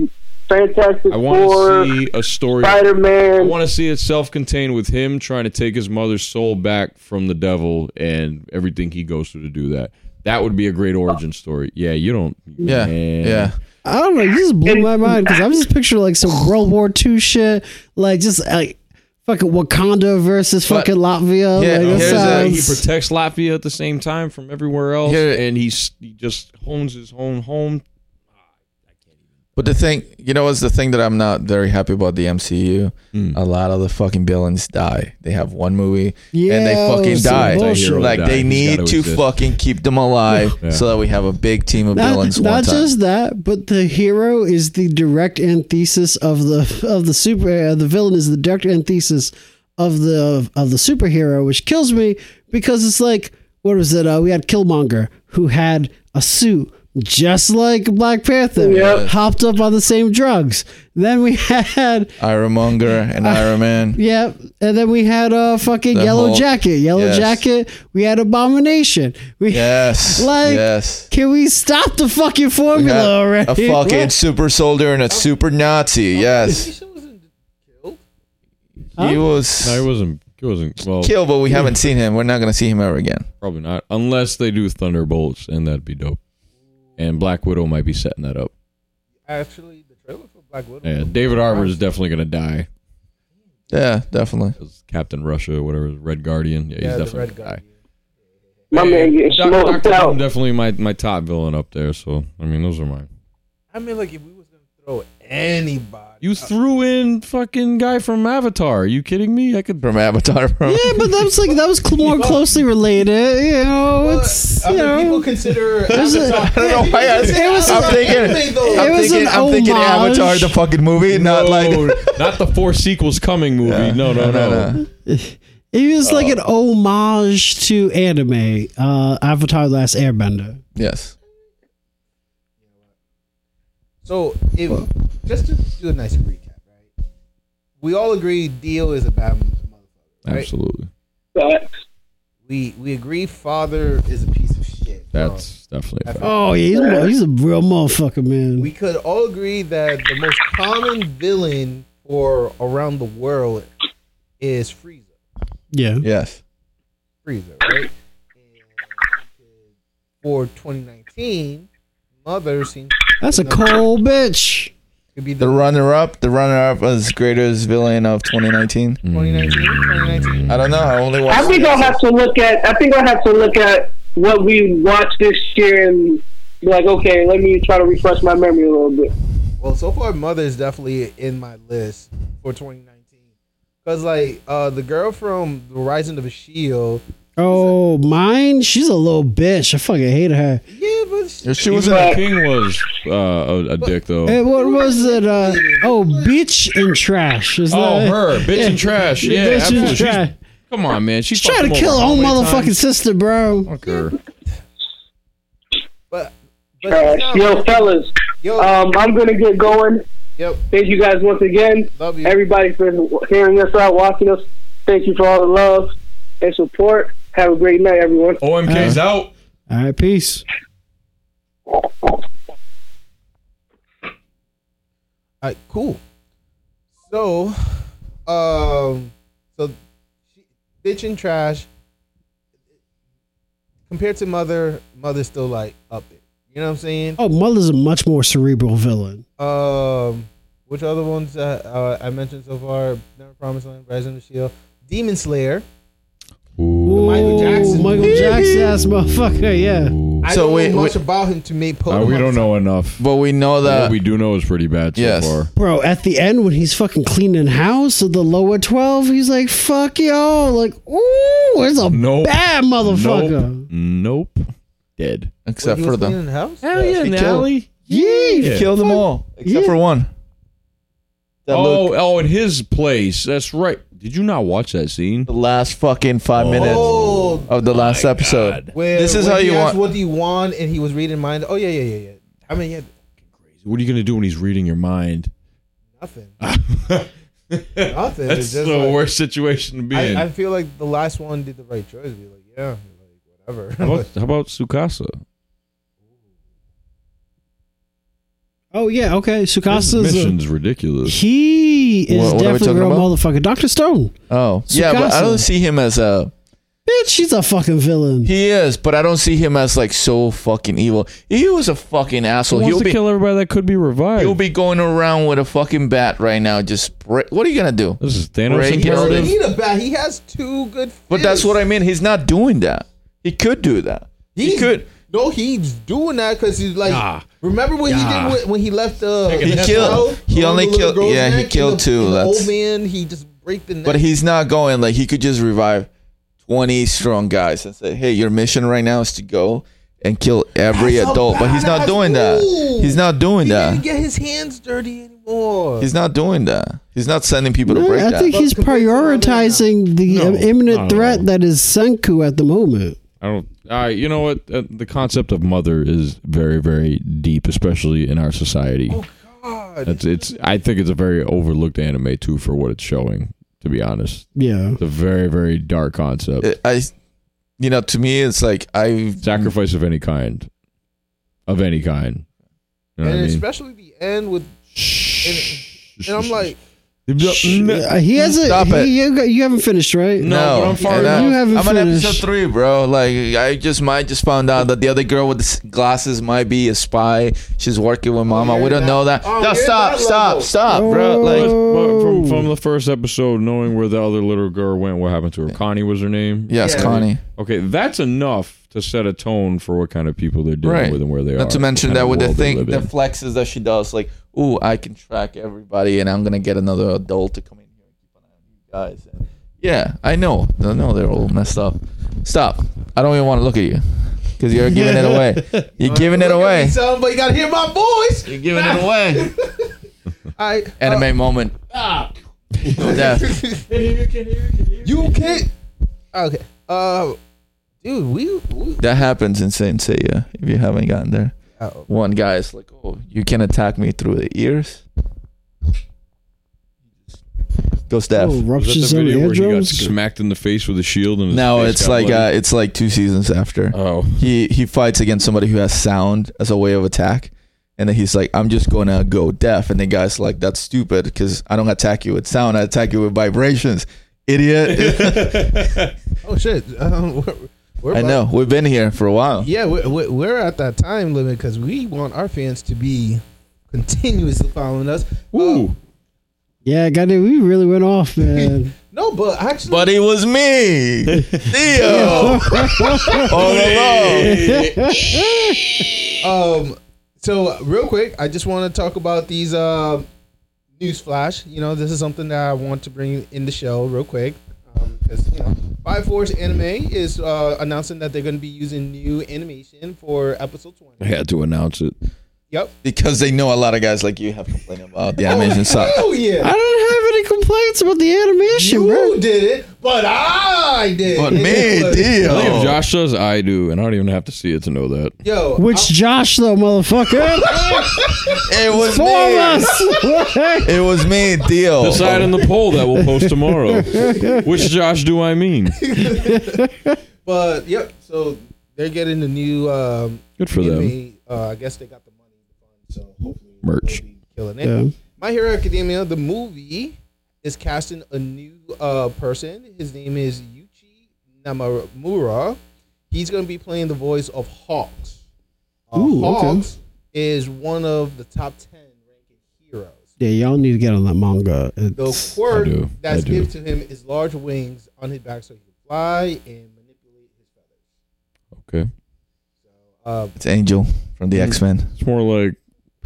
[SPEAKER 6] Fantastic
[SPEAKER 5] I want to
[SPEAKER 6] Four,
[SPEAKER 5] see a story.
[SPEAKER 6] Spider
[SPEAKER 5] I
[SPEAKER 6] Man.
[SPEAKER 5] want to see it self-contained with him trying to take his mother's soul back from the devil and everything he goes through to do that. That would be a great origin story. Yeah, you don't.
[SPEAKER 4] yeah,
[SPEAKER 5] Man.
[SPEAKER 4] yeah.
[SPEAKER 2] I don't know. You just blew my mind because I'm just picturing like some World War II shit, like just like fucking Wakanda versus
[SPEAKER 4] But-
[SPEAKER 2] fucking Latvia.
[SPEAKER 4] Yeah,
[SPEAKER 2] like,
[SPEAKER 4] here's a-
[SPEAKER 2] that
[SPEAKER 5] he
[SPEAKER 2] sounds,
[SPEAKER 5] protects Latvia at the same time from everywhere else,
[SPEAKER 4] Here-
[SPEAKER 5] and he's he just hones his own home.
[SPEAKER 4] But the thing, you know, what's the thing that I'm not very happy about the MCU?
[SPEAKER 5] Hmm.
[SPEAKER 4] A lot of the fucking villains die. They have one movie and they
[SPEAKER 2] Yeah,
[SPEAKER 4] fucking
[SPEAKER 2] some
[SPEAKER 4] die.
[SPEAKER 2] bullshit.
[SPEAKER 4] Like
[SPEAKER 5] He's
[SPEAKER 4] they
[SPEAKER 5] gotta
[SPEAKER 4] need to
[SPEAKER 5] exist.
[SPEAKER 4] fucking keep them alive
[SPEAKER 5] Yeah.
[SPEAKER 4] so that we have a big team of
[SPEAKER 2] not,
[SPEAKER 4] villains one
[SPEAKER 2] not
[SPEAKER 4] time.
[SPEAKER 2] just that, but the hero is the direct antithesis of the of the super. Uh, the villain is the direct antithesis of the of the superhero, which kills me because it's like what was it? Uh, we had Killmonger who had a suit just like Black Panther,
[SPEAKER 6] Yep.
[SPEAKER 2] hopped up on the same drugs. Then we had
[SPEAKER 4] Iron Monger and Iron Man.
[SPEAKER 2] Yeah, and then we had a fucking
[SPEAKER 4] The
[SPEAKER 2] yellow
[SPEAKER 4] Hulk.
[SPEAKER 2] jacket, yellow
[SPEAKER 4] Yes.
[SPEAKER 2] jacket. We had abomination. We
[SPEAKER 4] Yes.
[SPEAKER 2] Like-
[SPEAKER 4] yes.
[SPEAKER 2] can we stop the fucking
[SPEAKER 4] We
[SPEAKER 2] formula
[SPEAKER 4] got
[SPEAKER 2] already?
[SPEAKER 4] a fucking
[SPEAKER 2] What?
[SPEAKER 4] super soldier and a super Nazi. Yes.
[SPEAKER 9] He wasn't killed.
[SPEAKER 4] He was
[SPEAKER 5] No, he wasn't. He wasn't. Well,
[SPEAKER 4] killed, but we haven't seen him. We're not going to see him ever again.
[SPEAKER 5] probably not, unless they do Thunderbolts, and that'd be dope. And Black Widow might be setting that up.
[SPEAKER 9] Actually, the trailer for Black Widow.
[SPEAKER 5] Yeah, David Arbor is definitely gonna die
[SPEAKER 4] Yeah, definitely.
[SPEAKER 5] as Captain Russia, whatever, Red Guardian. Yeah, he's
[SPEAKER 9] Yeah, the
[SPEAKER 5] definitely
[SPEAKER 9] Red
[SPEAKER 5] gonna die.
[SPEAKER 9] Guardian.
[SPEAKER 6] My man getting
[SPEAKER 5] Doc-
[SPEAKER 6] smoked
[SPEAKER 5] Doctor
[SPEAKER 6] out.
[SPEAKER 5] Doom definitely my, my top villain up there. So I mean, those are mine.
[SPEAKER 3] I mean, like if we was gonna throw anybody,
[SPEAKER 5] You threw in fucking guy from Avatar. Are you kidding me? I could.
[SPEAKER 4] from Avatar, bro.
[SPEAKER 2] Yeah, but that was like that was cl- more closely related. You know, it's
[SPEAKER 3] I
[SPEAKER 2] you
[SPEAKER 3] mean, people
[SPEAKER 2] know,
[SPEAKER 3] consider
[SPEAKER 2] there's a-
[SPEAKER 4] I don't know why I,
[SPEAKER 2] It was
[SPEAKER 4] am
[SPEAKER 2] an-
[SPEAKER 4] thinking.
[SPEAKER 2] it
[SPEAKER 4] I'm
[SPEAKER 2] was
[SPEAKER 4] thinking,
[SPEAKER 2] an
[SPEAKER 4] I'm thinking
[SPEAKER 2] homage.
[SPEAKER 4] Avatar, the fucking movie, not like.
[SPEAKER 5] No, Oh, not the four sequels coming movie. no, no, no.
[SPEAKER 2] it was
[SPEAKER 4] Oh.
[SPEAKER 2] like an homage to anime, uh, Avatar: The Last Airbender.
[SPEAKER 4] Yes.
[SPEAKER 3] So, if, just to do a nice recap, right? We all agree Dio is a bad motherfucker, right?
[SPEAKER 5] Absolutely.
[SPEAKER 6] But
[SPEAKER 3] We we agree Father is a piece of shit. bro.
[SPEAKER 5] That's definitely. a fact.
[SPEAKER 2] Oh, yeah, he's, a mo- he's a real motherfucker, man.
[SPEAKER 3] we could all agree that the most common villain for around the world is Frieza.
[SPEAKER 2] yeah,
[SPEAKER 4] Yes.
[SPEAKER 3] Frieza, right? And for 2019, Mother seems
[SPEAKER 2] that's a cold bitch.
[SPEAKER 3] to be the
[SPEAKER 4] The runner-up. The runner-up was greatest villain of 2019.
[SPEAKER 3] 2019. 2019.
[SPEAKER 4] I don't know. I only watched.
[SPEAKER 6] I think I'll have to look at. I think I'll have to look at what we watched this year and be like, okay, let me try to refresh my memory a little bit.
[SPEAKER 3] Well, so far, Mother is definitely in my list for 2019. Because, like, uh, the girl from The Rising of a Shield.
[SPEAKER 2] Oh, mine, she's a little bitch. I fucking hate her.
[SPEAKER 3] Yeah, but she,
[SPEAKER 4] She was
[SPEAKER 5] Even
[SPEAKER 4] in.
[SPEAKER 5] the King was uh, a, a dick though.
[SPEAKER 2] Hey, Eh, what was it? Uh, oh, bitch and trash. Is
[SPEAKER 5] Oh,
[SPEAKER 2] that-
[SPEAKER 5] her bitch and trash. Yeah,
[SPEAKER 2] Bitch and
[SPEAKER 5] absolutely. She's-
[SPEAKER 2] trash.
[SPEAKER 5] come on, man. She's
[SPEAKER 2] She's trying to
[SPEAKER 5] fucking
[SPEAKER 2] kill her
[SPEAKER 5] over
[SPEAKER 2] own
[SPEAKER 5] how many
[SPEAKER 2] motherfucking
[SPEAKER 5] times?
[SPEAKER 2] sister, bro.
[SPEAKER 5] Fuck her.
[SPEAKER 3] but, but she's
[SPEAKER 6] Trash.
[SPEAKER 3] not-
[SPEAKER 6] Yo, fellas,
[SPEAKER 3] yo,
[SPEAKER 6] um, I'm gonna get going.
[SPEAKER 3] yep,
[SPEAKER 6] Thank you guys once again.
[SPEAKER 3] love you.
[SPEAKER 6] Everybody for hearing us out, watching us. Thank you for all the love and support. Have a great night, everyone.
[SPEAKER 5] OMK's out.
[SPEAKER 2] All right, peace.
[SPEAKER 3] All right, cool. So, um, so she, bitch and trash. Compared to mother, mother's still like up it. You know what I'm saying?
[SPEAKER 2] Oh, Mother's a much more cerebral villain.
[SPEAKER 3] Um, which other ones uh, uh, I mentioned so far? Never Promised Land, Rising of the Shield, Demon Slayer. Michael Jackson.
[SPEAKER 2] Michael Jackson ass motherfucker, yeah.
[SPEAKER 3] I
[SPEAKER 4] So
[SPEAKER 3] don't
[SPEAKER 4] wait,
[SPEAKER 3] know much
[SPEAKER 4] wait.
[SPEAKER 3] about him to make.
[SPEAKER 5] Uh, we don't know enough.
[SPEAKER 4] But we know
[SPEAKER 5] what
[SPEAKER 4] that.
[SPEAKER 5] we do know is pretty bad so
[SPEAKER 4] Yes.
[SPEAKER 5] far.
[SPEAKER 2] Bro, at the end when he's fucking cleaning house of the lower 12, he's like, fuck y'all. Like, ooh, there's a
[SPEAKER 5] Nope.
[SPEAKER 2] bad motherfucker.
[SPEAKER 5] Nope. Nope. Dead.
[SPEAKER 4] except for them.
[SPEAKER 3] in the house.
[SPEAKER 5] Hell yeah,
[SPEAKER 4] She killed-
[SPEAKER 2] Yeah.
[SPEAKER 4] Killed them all except
[SPEAKER 2] Yeah.
[SPEAKER 4] for one. That
[SPEAKER 5] Oh,
[SPEAKER 4] looked-
[SPEAKER 5] oh, in his place. That's right. Did you not watch that scene?
[SPEAKER 4] the last fucking five minutes
[SPEAKER 3] Oh,
[SPEAKER 4] of the last episode.
[SPEAKER 3] where,
[SPEAKER 4] Uh, This is
[SPEAKER 3] when
[SPEAKER 4] how
[SPEAKER 3] he
[SPEAKER 4] you
[SPEAKER 3] asked,
[SPEAKER 4] want-
[SPEAKER 3] What do you want? And he was reading mine. Oh yeah, yeah, yeah, yeah. I mean, yeah,
[SPEAKER 5] What are you gonna do when he's reading your mind?
[SPEAKER 3] nothing,
[SPEAKER 5] That's
[SPEAKER 3] nothing. It's
[SPEAKER 5] the
[SPEAKER 3] just like-
[SPEAKER 5] worst situation to be in.
[SPEAKER 3] I, I feel like the last one did the right choice. Be like, yeah, like whatever.
[SPEAKER 5] how, about, how about Sukasa?
[SPEAKER 2] Oh yeah, okay.
[SPEAKER 5] This
[SPEAKER 2] Sukasa's a,
[SPEAKER 5] mission's ridiculous.
[SPEAKER 2] he is
[SPEAKER 4] What- what are we
[SPEAKER 2] definitely a real
[SPEAKER 4] talking about?
[SPEAKER 2] motherfucker. Dr. Stone.
[SPEAKER 4] Oh, yeah, but I
[SPEAKER 2] Tsukasa.
[SPEAKER 4] don't see him as a.
[SPEAKER 2] Bitch, she's a fucking villain.
[SPEAKER 4] He is, but I don't see him as like so fucking evil. He was a fucking
[SPEAKER 5] He
[SPEAKER 4] asshole.
[SPEAKER 5] wants
[SPEAKER 4] He'll
[SPEAKER 5] to
[SPEAKER 4] be
[SPEAKER 5] kill everybody that could be revived.
[SPEAKER 4] he'll be going around with a fucking bat right now. Just break, what are you gonna do?
[SPEAKER 5] this is Thanos
[SPEAKER 4] Break it
[SPEAKER 5] imperative.
[SPEAKER 4] open.
[SPEAKER 3] He a bat. He has two good. Fists.
[SPEAKER 4] But that's what I mean. He's not doing that. He could do that. He
[SPEAKER 3] He's-
[SPEAKER 4] could.
[SPEAKER 3] No, he's doing that because he's like.
[SPEAKER 5] Nah.
[SPEAKER 3] Remember when
[SPEAKER 5] Nah.
[SPEAKER 3] he did when, when he left uh, the.
[SPEAKER 4] He
[SPEAKER 3] the
[SPEAKER 4] killed-
[SPEAKER 3] hotel?
[SPEAKER 4] he
[SPEAKER 3] The
[SPEAKER 4] only
[SPEAKER 3] little
[SPEAKER 4] killed-
[SPEAKER 3] girl's
[SPEAKER 4] yeah, he
[SPEAKER 3] neck and
[SPEAKER 4] killed
[SPEAKER 3] the-
[SPEAKER 4] two,
[SPEAKER 3] and The
[SPEAKER 4] that's-
[SPEAKER 3] old man. He just break the neck.
[SPEAKER 4] But he's not going like he could just revive twenty strong guys and say, "Hey, your mission right now is to go and kill every
[SPEAKER 3] That's a
[SPEAKER 4] adult." But he's
[SPEAKER 3] badass
[SPEAKER 4] not doing that.
[SPEAKER 3] move.
[SPEAKER 4] He's not doing
[SPEAKER 3] he didn't
[SPEAKER 4] that.
[SPEAKER 3] get his hands dirty anymore.
[SPEAKER 4] He's not doing that. He's not sending people to
[SPEAKER 2] Yeah,
[SPEAKER 4] break
[SPEAKER 2] I
[SPEAKER 4] that.
[SPEAKER 2] think he's
[SPEAKER 3] But compared to Robin,
[SPEAKER 2] prioritizing the
[SPEAKER 5] No,
[SPEAKER 2] um,
[SPEAKER 5] not
[SPEAKER 2] imminent
[SPEAKER 5] at
[SPEAKER 2] threat
[SPEAKER 5] all.
[SPEAKER 2] that is Senku at the moment.
[SPEAKER 5] I don't. I. You know what? Uh, the concept of mother is very, very deep, especially in our society. Oh God! It's. it's I think it's a very overlooked anime too for what it's showing. To be honest,
[SPEAKER 2] Yeah.
[SPEAKER 5] it's a very, very dark concept.
[SPEAKER 4] It- I, you know, to me, it's like I
[SPEAKER 5] Sacrifice of any kind, of any kind. You
[SPEAKER 3] and
[SPEAKER 5] know what I mean?
[SPEAKER 3] especially the end with. And, and I'm like,
[SPEAKER 5] "Mm,
[SPEAKER 2] Uh, he hasn't.
[SPEAKER 4] Stop
[SPEAKER 2] he-
[SPEAKER 4] it.
[SPEAKER 2] You, got- you haven't finished, right?
[SPEAKER 5] No, but I'm far
[SPEAKER 4] and
[SPEAKER 5] enough.
[SPEAKER 4] I-
[SPEAKER 2] You haven't
[SPEAKER 4] I'm on
[SPEAKER 2] finished.
[SPEAKER 4] episode three, bro. Like I just might just found out that the other girl with the s- glasses might be a spy. She's working with mama. we don't know that.
[SPEAKER 3] oh,
[SPEAKER 4] no,
[SPEAKER 3] you're
[SPEAKER 4] stop,
[SPEAKER 3] that level.
[SPEAKER 4] stop, stop, bro. Like
[SPEAKER 5] But- but from from the first episode, knowing where the other little girl went, what happened to her? Connie was her name.
[SPEAKER 4] yes,
[SPEAKER 3] Yeah.
[SPEAKER 4] Connie.
[SPEAKER 5] Okay, that's enough to set a tone for what kind of people they're dealing
[SPEAKER 4] Right.
[SPEAKER 5] with and where they are.
[SPEAKER 4] Not to mention
[SPEAKER 5] kind
[SPEAKER 4] that
[SPEAKER 5] of
[SPEAKER 4] with the
[SPEAKER 5] world they
[SPEAKER 4] thing,
[SPEAKER 5] live
[SPEAKER 4] the
[SPEAKER 5] in.
[SPEAKER 4] flexes that she does, like, ooh, I can track everybody, and I'm gonna get another adult to come in here and keep an eye on you guys. And yeah, I know, I know they're all messed up. Stop! I don't even want to look at you because you're giving it away. You're giving it away.
[SPEAKER 3] Son, but you gotta hear my voice.
[SPEAKER 4] You're giving it away.
[SPEAKER 3] I
[SPEAKER 4] Anime moment. No death.
[SPEAKER 3] you can't. Okay. Uh, dude, we, we
[SPEAKER 4] That happens in Saint Seiya. If you haven't gotten there,
[SPEAKER 3] oh,
[SPEAKER 4] one guy is like, "Oh, you can attack me through the ears." Goes deaf.
[SPEAKER 2] Oh,
[SPEAKER 5] Was
[SPEAKER 2] ruptures
[SPEAKER 5] that the
[SPEAKER 2] on the
[SPEAKER 5] video where he got
[SPEAKER 2] eardrums.
[SPEAKER 5] smacked in the face with a shield? And his
[SPEAKER 4] No,
[SPEAKER 5] face
[SPEAKER 4] it's
[SPEAKER 5] got
[SPEAKER 4] like uh,
[SPEAKER 5] bloody?
[SPEAKER 4] it's like two seasons after.
[SPEAKER 5] oh,
[SPEAKER 4] He he fights against somebody who has sound as a way of attack, and then he's like, "I'm just gonna go deaf," and the guy's like, "That's stupid because I don't attack you with sound. I attack you with vibrations, idiot."
[SPEAKER 3] oh shit. Um, we're, we're
[SPEAKER 4] I
[SPEAKER 3] about-
[SPEAKER 4] know we've been here for a while.
[SPEAKER 3] Yeah, we- we- we're at that time limit because we want our fans to be continuously following us. Uh,
[SPEAKER 5] ooh,
[SPEAKER 2] Yeah, goddamn, we really went off, man.
[SPEAKER 3] no, but actually,
[SPEAKER 4] But it was me, Theo, all along.
[SPEAKER 3] um, so real quick, I just want to talk about these uh, news flash. You know, this is something that I want to bring in the show real quick. Um, 'cause, you know, Five Force Anime is uh, announcing that they're going to be using new animation for episode
[SPEAKER 5] I
[SPEAKER 3] 20.
[SPEAKER 5] had to announce it.
[SPEAKER 3] Yep.
[SPEAKER 4] Because they know a lot of guys like you have complained about the animation sucks.
[SPEAKER 3] Oh yeah,
[SPEAKER 2] I don't have any complaints about the animation, bro.
[SPEAKER 3] you did it, but I did.
[SPEAKER 4] But me,
[SPEAKER 5] I think if
[SPEAKER 4] Theo.
[SPEAKER 5] Josh does, I do, and I don't even have to see it to know that.
[SPEAKER 3] Yo,
[SPEAKER 2] Which Josh though, motherfucker?
[SPEAKER 4] It was
[SPEAKER 2] Four of
[SPEAKER 4] me.
[SPEAKER 2] us.
[SPEAKER 4] It was me, Theo.
[SPEAKER 5] Decide in the poll that we'll post tomorrow. Which Josh do I mean?
[SPEAKER 3] But yep, so they're getting the new um
[SPEAKER 5] Good for them.
[SPEAKER 3] anime, uh, I guess they got the money in the fund, so hopefully
[SPEAKER 5] Merch.
[SPEAKER 3] they'll be killing it.
[SPEAKER 2] Yeah.
[SPEAKER 3] My Hero Academia, the movie, is casting a new uh person. His name is Yuchi Namamura. He's gonna be playing the voice of Hawks. Uh,
[SPEAKER 2] Ooh, okay.
[SPEAKER 3] Hawks is one of the top ten ranking heroes.
[SPEAKER 2] yeah, y'all need to get on that manga.
[SPEAKER 3] The
[SPEAKER 2] It's,
[SPEAKER 3] quirk
[SPEAKER 5] I do.
[SPEAKER 3] that's
[SPEAKER 5] I do.
[SPEAKER 3] given to him is large wings on his back so he can fly and manipulate his feathers.
[SPEAKER 5] Okay,
[SPEAKER 3] Uh,
[SPEAKER 4] It's Angel from the X Men.
[SPEAKER 5] it's more like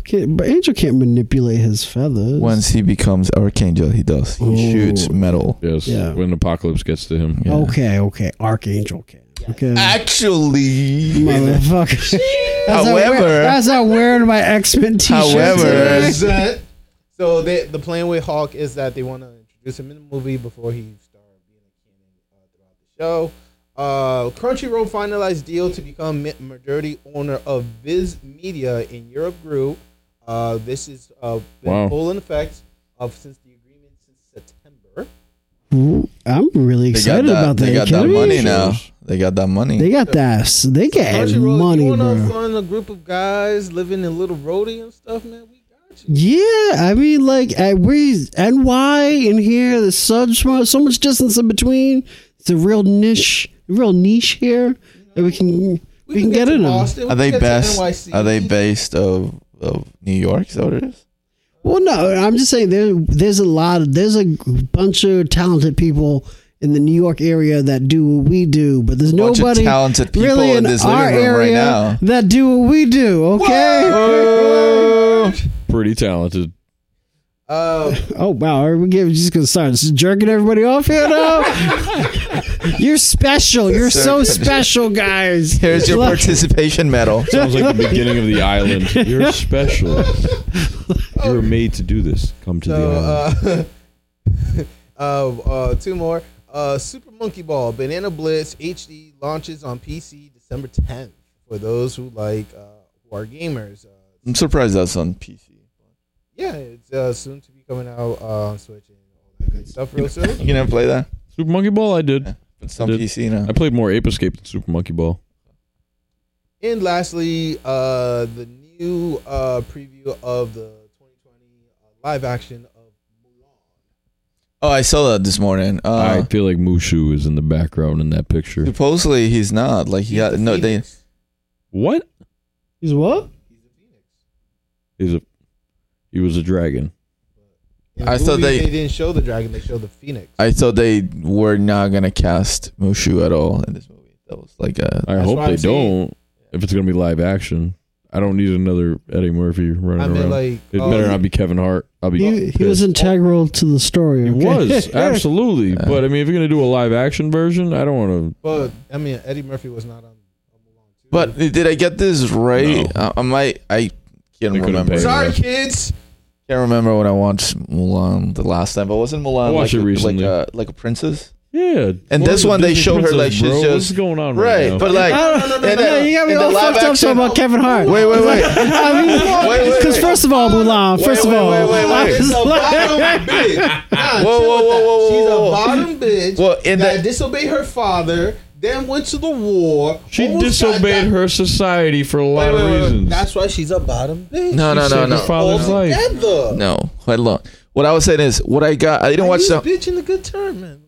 [SPEAKER 2] can't, but Angel can't manipulate his feathers.
[SPEAKER 4] Once he becomes Archangel, he does. He
[SPEAKER 2] Ooh.
[SPEAKER 4] shoots metal.
[SPEAKER 5] yes,
[SPEAKER 2] Yeah.
[SPEAKER 5] when apocalypse gets to him.
[SPEAKER 2] Okay, okay. Archangel can. Okay.
[SPEAKER 4] Actually,
[SPEAKER 2] Motherfucker. That's how
[SPEAKER 4] However-
[SPEAKER 2] weird, that's how weird my X Men t shirt.
[SPEAKER 4] However-
[SPEAKER 3] Percent. So they, the plan with Hawk is that they want to introduce him in the movie before he starts being a canon uh, throughout the show. Uh, Crunchyroll finalized deal to become ma- majority owner of Viz Media in Europe Group. Uh, this is uh, been
[SPEAKER 5] Wow.
[SPEAKER 3] full in effect of since the agreement since September.
[SPEAKER 2] I'm
[SPEAKER 4] they
[SPEAKER 2] really
[SPEAKER 4] got
[SPEAKER 2] excited
[SPEAKER 4] that,
[SPEAKER 2] about that.
[SPEAKER 4] they got
[SPEAKER 2] You
[SPEAKER 4] that
[SPEAKER 2] kidding me?
[SPEAKER 4] money now. They got that money.
[SPEAKER 2] They got that. They get
[SPEAKER 3] Crunchyroll, you
[SPEAKER 2] money,
[SPEAKER 3] wanna
[SPEAKER 2] bro.
[SPEAKER 3] fund a group of guys living in Little Rhodey and stuff, man? We got you.
[SPEAKER 2] Yeah, I mean, like, I, we NY in here, there's such much, so much distance in between. It's a real niche, real niche here that we can we, can get,
[SPEAKER 3] to
[SPEAKER 2] in 'em.
[SPEAKER 3] Boston.
[SPEAKER 4] Are
[SPEAKER 3] We
[SPEAKER 4] they
[SPEAKER 3] can get to
[SPEAKER 4] best?
[SPEAKER 3] NYC.
[SPEAKER 4] Are they based of of New York? Is that what it is?
[SPEAKER 2] Well, no, I'm just saying there there's a lot of there's a bunch of talented people in the New York area that do what we do, but there's
[SPEAKER 4] Bunch of
[SPEAKER 2] nobody
[SPEAKER 4] talented people
[SPEAKER 2] really
[SPEAKER 4] in
[SPEAKER 2] in,
[SPEAKER 4] this
[SPEAKER 2] our
[SPEAKER 4] living room right
[SPEAKER 2] area
[SPEAKER 4] now.
[SPEAKER 2] that do what we do. Okay.
[SPEAKER 5] Pretty talented.
[SPEAKER 3] Uh,
[SPEAKER 2] Oh wow, are we get, just gonna start jerking everybody off here now? You're special. You're so special, guys.
[SPEAKER 4] Here's your
[SPEAKER 2] Look,
[SPEAKER 4] participation medal.
[SPEAKER 5] Sounds like the beginning of the island. You're special. You were made to do this. Come to the
[SPEAKER 3] so,
[SPEAKER 5] island.
[SPEAKER 3] uh, uh, uh, two more. Uh, Super Monkey Ball Banana Blitz HD launches on PC December 10th for those who like uh, who are gamers. Uh,
[SPEAKER 4] I'm surprised that's on PC.
[SPEAKER 3] yeah, it's uh, soon to be coming out uh, on Switch and all that good stuff real soon.
[SPEAKER 4] You never play that?
[SPEAKER 5] Super Monkey Ball, I did.
[SPEAKER 4] It's on
[SPEAKER 5] Did-
[SPEAKER 4] PC now.
[SPEAKER 5] I played more Ape Escape than Super Monkey Ball.
[SPEAKER 3] And lastly, uh, the new uh, preview of the 2020 uh, live action of Mulan.
[SPEAKER 4] Oh, I saw that this morning.
[SPEAKER 5] I
[SPEAKER 4] Uh,
[SPEAKER 5] feel like Mushu is in the background in that picture.
[SPEAKER 4] supposedly he's not. Like he got no. They
[SPEAKER 3] Phoenix.
[SPEAKER 5] What
[SPEAKER 2] He's what?
[SPEAKER 3] He's a Phoenix.
[SPEAKER 5] is a? He was a dragon.
[SPEAKER 3] In the
[SPEAKER 4] I thought
[SPEAKER 3] movie,
[SPEAKER 4] they-
[SPEAKER 3] they didn't show the dragon; they showed the Phoenix.
[SPEAKER 4] I thought they were not gonna cast Mushu at all in this movie. That those. Like, uh,
[SPEAKER 5] I
[SPEAKER 3] That's
[SPEAKER 5] hope
[SPEAKER 3] what
[SPEAKER 5] they
[SPEAKER 3] I'm saying.
[SPEAKER 5] don't. If it's gonna be live action, I don't need another Eddie Murphy running
[SPEAKER 3] I mean,
[SPEAKER 5] around.
[SPEAKER 3] like
[SPEAKER 5] it
[SPEAKER 3] uh,
[SPEAKER 5] better not be Kevin Hart. I'll be.
[SPEAKER 2] He, he
[SPEAKER 5] pissed.
[SPEAKER 2] was integral to the story.
[SPEAKER 5] He
[SPEAKER 2] okay?
[SPEAKER 5] was absolutely, but I mean, if you're gonna do a live action version, I don't want
[SPEAKER 3] But I mean, Eddie Murphy was not on.
[SPEAKER 4] But did I get this right? Uh, I might. I can't
[SPEAKER 5] They couldn't
[SPEAKER 4] remember.
[SPEAKER 5] pay
[SPEAKER 4] Sorry,
[SPEAKER 3] Sorry, kids.
[SPEAKER 4] can't remember when I watched Mulan the last time. But wasn't Mulan
[SPEAKER 5] I watched
[SPEAKER 4] like,
[SPEAKER 5] it
[SPEAKER 4] a-
[SPEAKER 5] recently.
[SPEAKER 4] like a like a princess?
[SPEAKER 5] to. Yeah.
[SPEAKER 4] And
[SPEAKER 5] What
[SPEAKER 4] this
[SPEAKER 5] is a
[SPEAKER 4] one, they
[SPEAKER 5] Disney
[SPEAKER 4] show her,
[SPEAKER 5] princess,
[SPEAKER 4] like, she's
[SPEAKER 5] bro?
[SPEAKER 4] just-
[SPEAKER 5] what's going on right,
[SPEAKER 4] Right,
[SPEAKER 5] now?
[SPEAKER 4] but like,
[SPEAKER 2] I don't-
[SPEAKER 4] in
[SPEAKER 2] Yeah,
[SPEAKER 4] the-
[SPEAKER 2] you got me
[SPEAKER 4] in the
[SPEAKER 2] all
[SPEAKER 4] live
[SPEAKER 2] fucked up
[SPEAKER 4] action-
[SPEAKER 2] talking about Kevin Hart.
[SPEAKER 4] Wait, wait, wait.
[SPEAKER 2] I
[SPEAKER 4] Wait,
[SPEAKER 2] mean,
[SPEAKER 4] wait,
[SPEAKER 2] because
[SPEAKER 4] wait.
[SPEAKER 2] first of all, Mulan.
[SPEAKER 4] Wait,
[SPEAKER 2] First
[SPEAKER 4] wait,
[SPEAKER 2] of all,
[SPEAKER 4] wait, wait,
[SPEAKER 2] I
[SPEAKER 4] wait.
[SPEAKER 2] was
[SPEAKER 3] She's a
[SPEAKER 2] like-
[SPEAKER 3] bottom bitch. Nah,
[SPEAKER 4] Whoa,
[SPEAKER 3] chill
[SPEAKER 4] whoa, whoa,
[SPEAKER 3] with that.
[SPEAKER 4] whoa,
[SPEAKER 3] She's
[SPEAKER 4] whoa,
[SPEAKER 3] a
[SPEAKER 4] whoa.
[SPEAKER 3] bottom bitch.
[SPEAKER 4] Well, in
[SPEAKER 3] that
[SPEAKER 4] the-
[SPEAKER 3] disobeyed her father, then went to the war.
[SPEAKER 5] she
[SPEAKER 3] almost got
[SPEAKER 5] disobeyed
[SPEAKER 3] that-
[SPEAKER 5] her society for a lot
[SPEAKER 4] Wait,
[SPEAKER 5] of
[SPEAKER 4] wait, wait, wait.
[SPEAKER 5] reasons.
[SPEAKER 3] That's why she's a bottom bitch.
[SPEAKER 4] No, no, no,
[SPEAKER 5] She saved her
[SPEAKER 4] no,
[SPEAKER 5] father's life.
[SPEAKER 3] Together.
[SPEAKER 4] no. Hold on. What I was saying is, what I got, I didn't watch
[SPEAKER 3] Use
[SPEAKER 4] the,
[SPEAKER 3] bitch in a good term, man.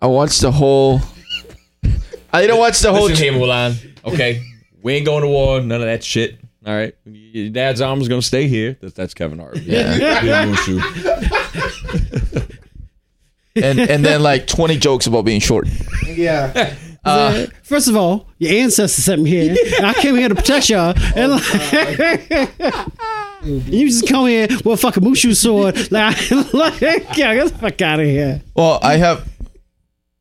[SPEAKER 4] I watched the whole. I didn't watch the whole.
[SPEAKER 10] Listen here, Mulan. Okay, we ain't going to war. None of that shit. All right, your dad's arm is gonna stay here. That's, that's Kevin Hart.
[SPEAKER 4] Yeah.
[SPEAKER 10] Didn't lose you.
[SPEAKER 4] and and then like twenty jokes about being short.
[SPEAKER 3] Yeah.
[SPEAKER 2] First of all, your ancestors sent me here. and I came here to protect y'all. And
[SPEAKER 4] Oh,
[SPEAKER 2] like, you just come here with a fucking Mushu sword. Like, like, yeah, get the fuck out of here.
[SPEAKER 4] Well, I have,